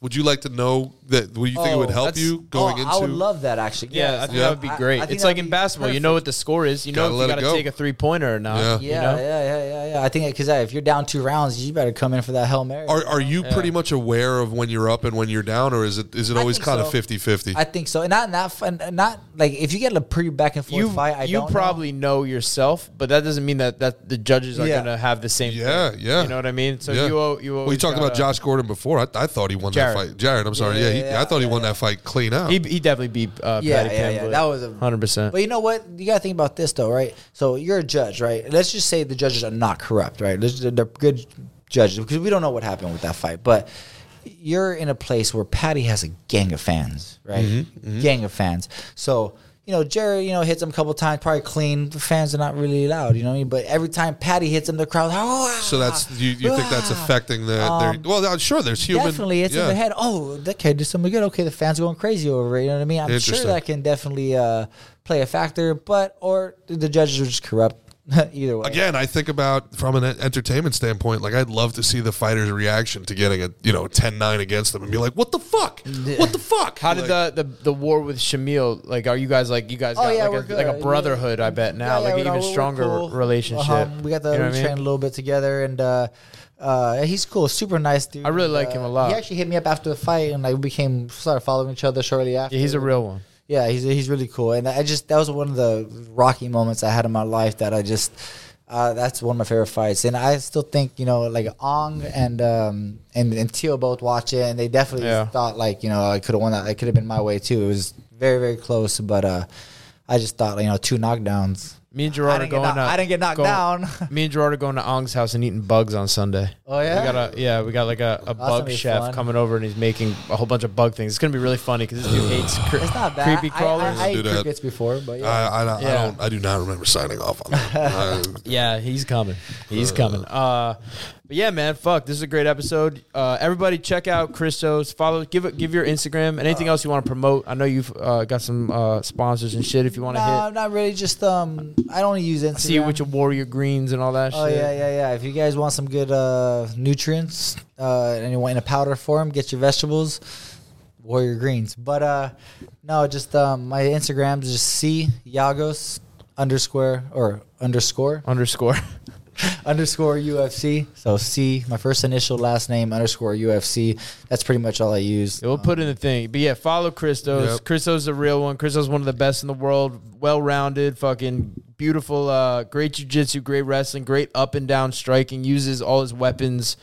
C: Would you like to know that? Would you think it would
D: Oh,
C: help
A: that's-
C: you going
D: oh,
C: into?
D: I would love that actually.
A: Yeah,
D: Yes.
A: I think that would be
D: I- I
A: great.
D: think
A: it's
D: that
A: like
D: would
A: in
D: be
A: basketball, you know what the score is. You know
C: Gotta
A: if
C: let
A: you
C: it
A: got to
C: go.
A: take a three pointer or not.
C: Yeah.
A: you
D: Yeah,
A: know?
D: yeah, yeah, yeah, yeah. I think because if you're down two rounds, you better come in for that hell mary.
C: Are, are you pretty much aware of when you're up and when you're down, or is it is it
D: I
C: always
D: think
C: kind
D: so.
C: of 50 50?
D: I think so, and not in that, fun, not like if you get a pretty back and forth
A: You
D: fight. I
A: you
D: don't know.
A: probably know. yourself, but that doesn't mean that, that the judges are
D: Yeah.
A: gonna have the same.
C: Yeah,
A: thing.
C: yeah.
A: You know what I mean? So
C: Yeah.
A: you owe, you.
C: we
A: always
C: talked about
A: gotta-
C: Josh Gordon before. I, I thought he won
A: Jared.
C: that fight. Jared, I'm sorry.
D: Yeah,
C: Yeah, he,
D: yeah, yeah.
C: I thought he won that fight clean out.
A: He, he definitely beat uh,
D: Yeah,
A: Patty
D: yeah, yeah. That was a
A: hundred percent.
D: But you know what? You gotta think about this though, right? So you're a judge, right? Let's just say the judges are not corrupt, right? Let's- They're, they're good judges because we don't know what happened with that fight, but you're in a place where Patty has a gang of fans, right?
C: Mm-hmm,
D: Gang of fans. So. You know, Jerry, you know, hits him a couple times, probably clean. The fans are not really loud, you know what I mean? But every time Patty hits him, the crowd, oh,
C: so that's you, you think that's
D: ah."
C: affecting the their, well? I'm sure there's human.
D: Definitely, it's in
C: yeah.
D: the head. Oh, that kid did something good. Okay, the fans are going crazy over it. You know what I mean? I'm sure
C: Interesting.
D: that can definitely uh, play a factor, but or the judges are just corrupt. Either way,
C: Again, I think about from an e, entertainment standpoint. Like I'd love to see the fighter's reaction to getting a you know 10-9 against them and be like, "What the fuck? What the fuck?
A: How did
C: Like,
A: the, the the war with Shamil? Like, are you guys like you guys
D: Oh,
A: got
D: yeah,
A: like,
D: we're
A: a, like a
D: good.
A: brotherhood? I bet now,
D: Yeah, yeah,
A: like
D: we're-
A: an even
D: we're
A: stronger
D: cool.
A: relationship.
D: Uh-huh. We got the
A: You know
D: we
A: what I
D: trained
A: mean?
D: a little bit together, and uh, uh, he's cool, super nice dude.
A: I really like
D: Uh,
A: him a lot.
D: He actually hit me up after the fight, and like we became started following each other shortly after.
A: Yeah, he's a real one.
D: Yeah, he's he's really cool, and I just that was one of the rocky moments I had in my life that I just uh, that's one of my favorite fights, and I still think you know like Ong and um and and Teo both watch it, and they definitely
A: Yeah.
D: thought like you know I could have won that, it could have been my way too. It was very very close, but uh, I just thought you know two knockdowns.
A: Me and Gerard
D: I
A: are
D: didn't get
A: going.
D: knocked-
A: to-
D: I didn't get knocked
A: going-
D: down.
A: Me and Gerard are going to Ong's house and eating bugs on Sunday.
D: Oh, yeah?
A: we got a yeah, we got like a, a bug
D: gonna be
A: chef
D: fun.
A: coming over and he's making a whole bunch of bug things. It's gonna be really funny because this dude hates cre-
D: It's not bad.
A: creepy
D: I-
A: crawlers.
D: I, I,
C: Do
D: ate
C: that.
D: crickets before, but yeah.
C: I, I, don't- I
A: Yeah.
C: don't. I do not remember signing off on that. I-
A: Yeah, he's coming. He's coming. Uh, but yeah, man, fuck. This is a great episode. Uh, everybody, check out Christos. Follow. Give it. Give your Instagram and anything else you want to promote. I know you've uh, got some uh, sponsors and shit. If you want to
D: no,
A: hit,
D: not really. Just um, I don't use Instagram.
A: see you with your Warrior Greens and all that.
D: Oh
A: shit.
D: yeah, yeah, yeah. If you guys want some good uh, nutrients uh, and you want in a powder form, get your vegetables, Warrior Greens. But uh, no, just um, my Instagram is just c yagos underscore or underscore
A: Underscore.
D: underscore UFC. So c my first initial last name underscore UFC. That's pretty much all I use.
A: Yeah, we'll put in the thing. But yeah, follow Christos.
C: Yep.
A: Christos is a real one. Christos is one of the best in the world. Well rounded, fucking beautiful, uh, great jujitsu, great wrestling, great up and down striking, uses all his weapons.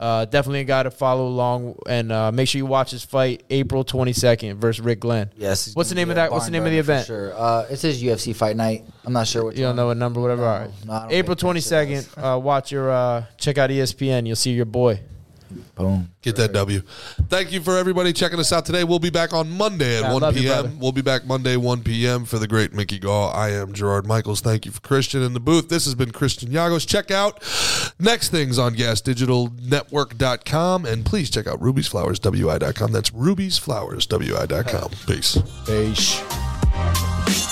A: Uh, definitely a guy to follow along and uh, make sure you watch his fight April 22nd versus Rick Glenn.
D: Yes. it's
A: What's the
D: gonna
A: name of
D: be a
A: that? What's the
D: barn
A: name of the
D: burner for
A: event?
D: Sure. Uh, it says UFC Fight Night. I'm not sure what.
A: You don't know what number, whatever. All right.
D: no, I don't
A: April
D: think that shit
A: E 22nd, uh, watch your, uh, check out ESPN. You'll see your boy.
D: Boom.
C: Get that W. Thank you for everybody checking us out today. We'll be back on Monday at
A: Yeah,
C: 1
A: love you,
C: p.m.
A: brother.
C: we'll be back Monday 1 p.m. for the great Mickey Gall. I am Gerard Michaels. Thank you for Christian in the booth. This has been Christian Yagos. Check out next things on gasdigitalnetwork.com and please check out rubiesflowerswi.com. That's rubiesflowerswi.com. Peace.
A: Peace.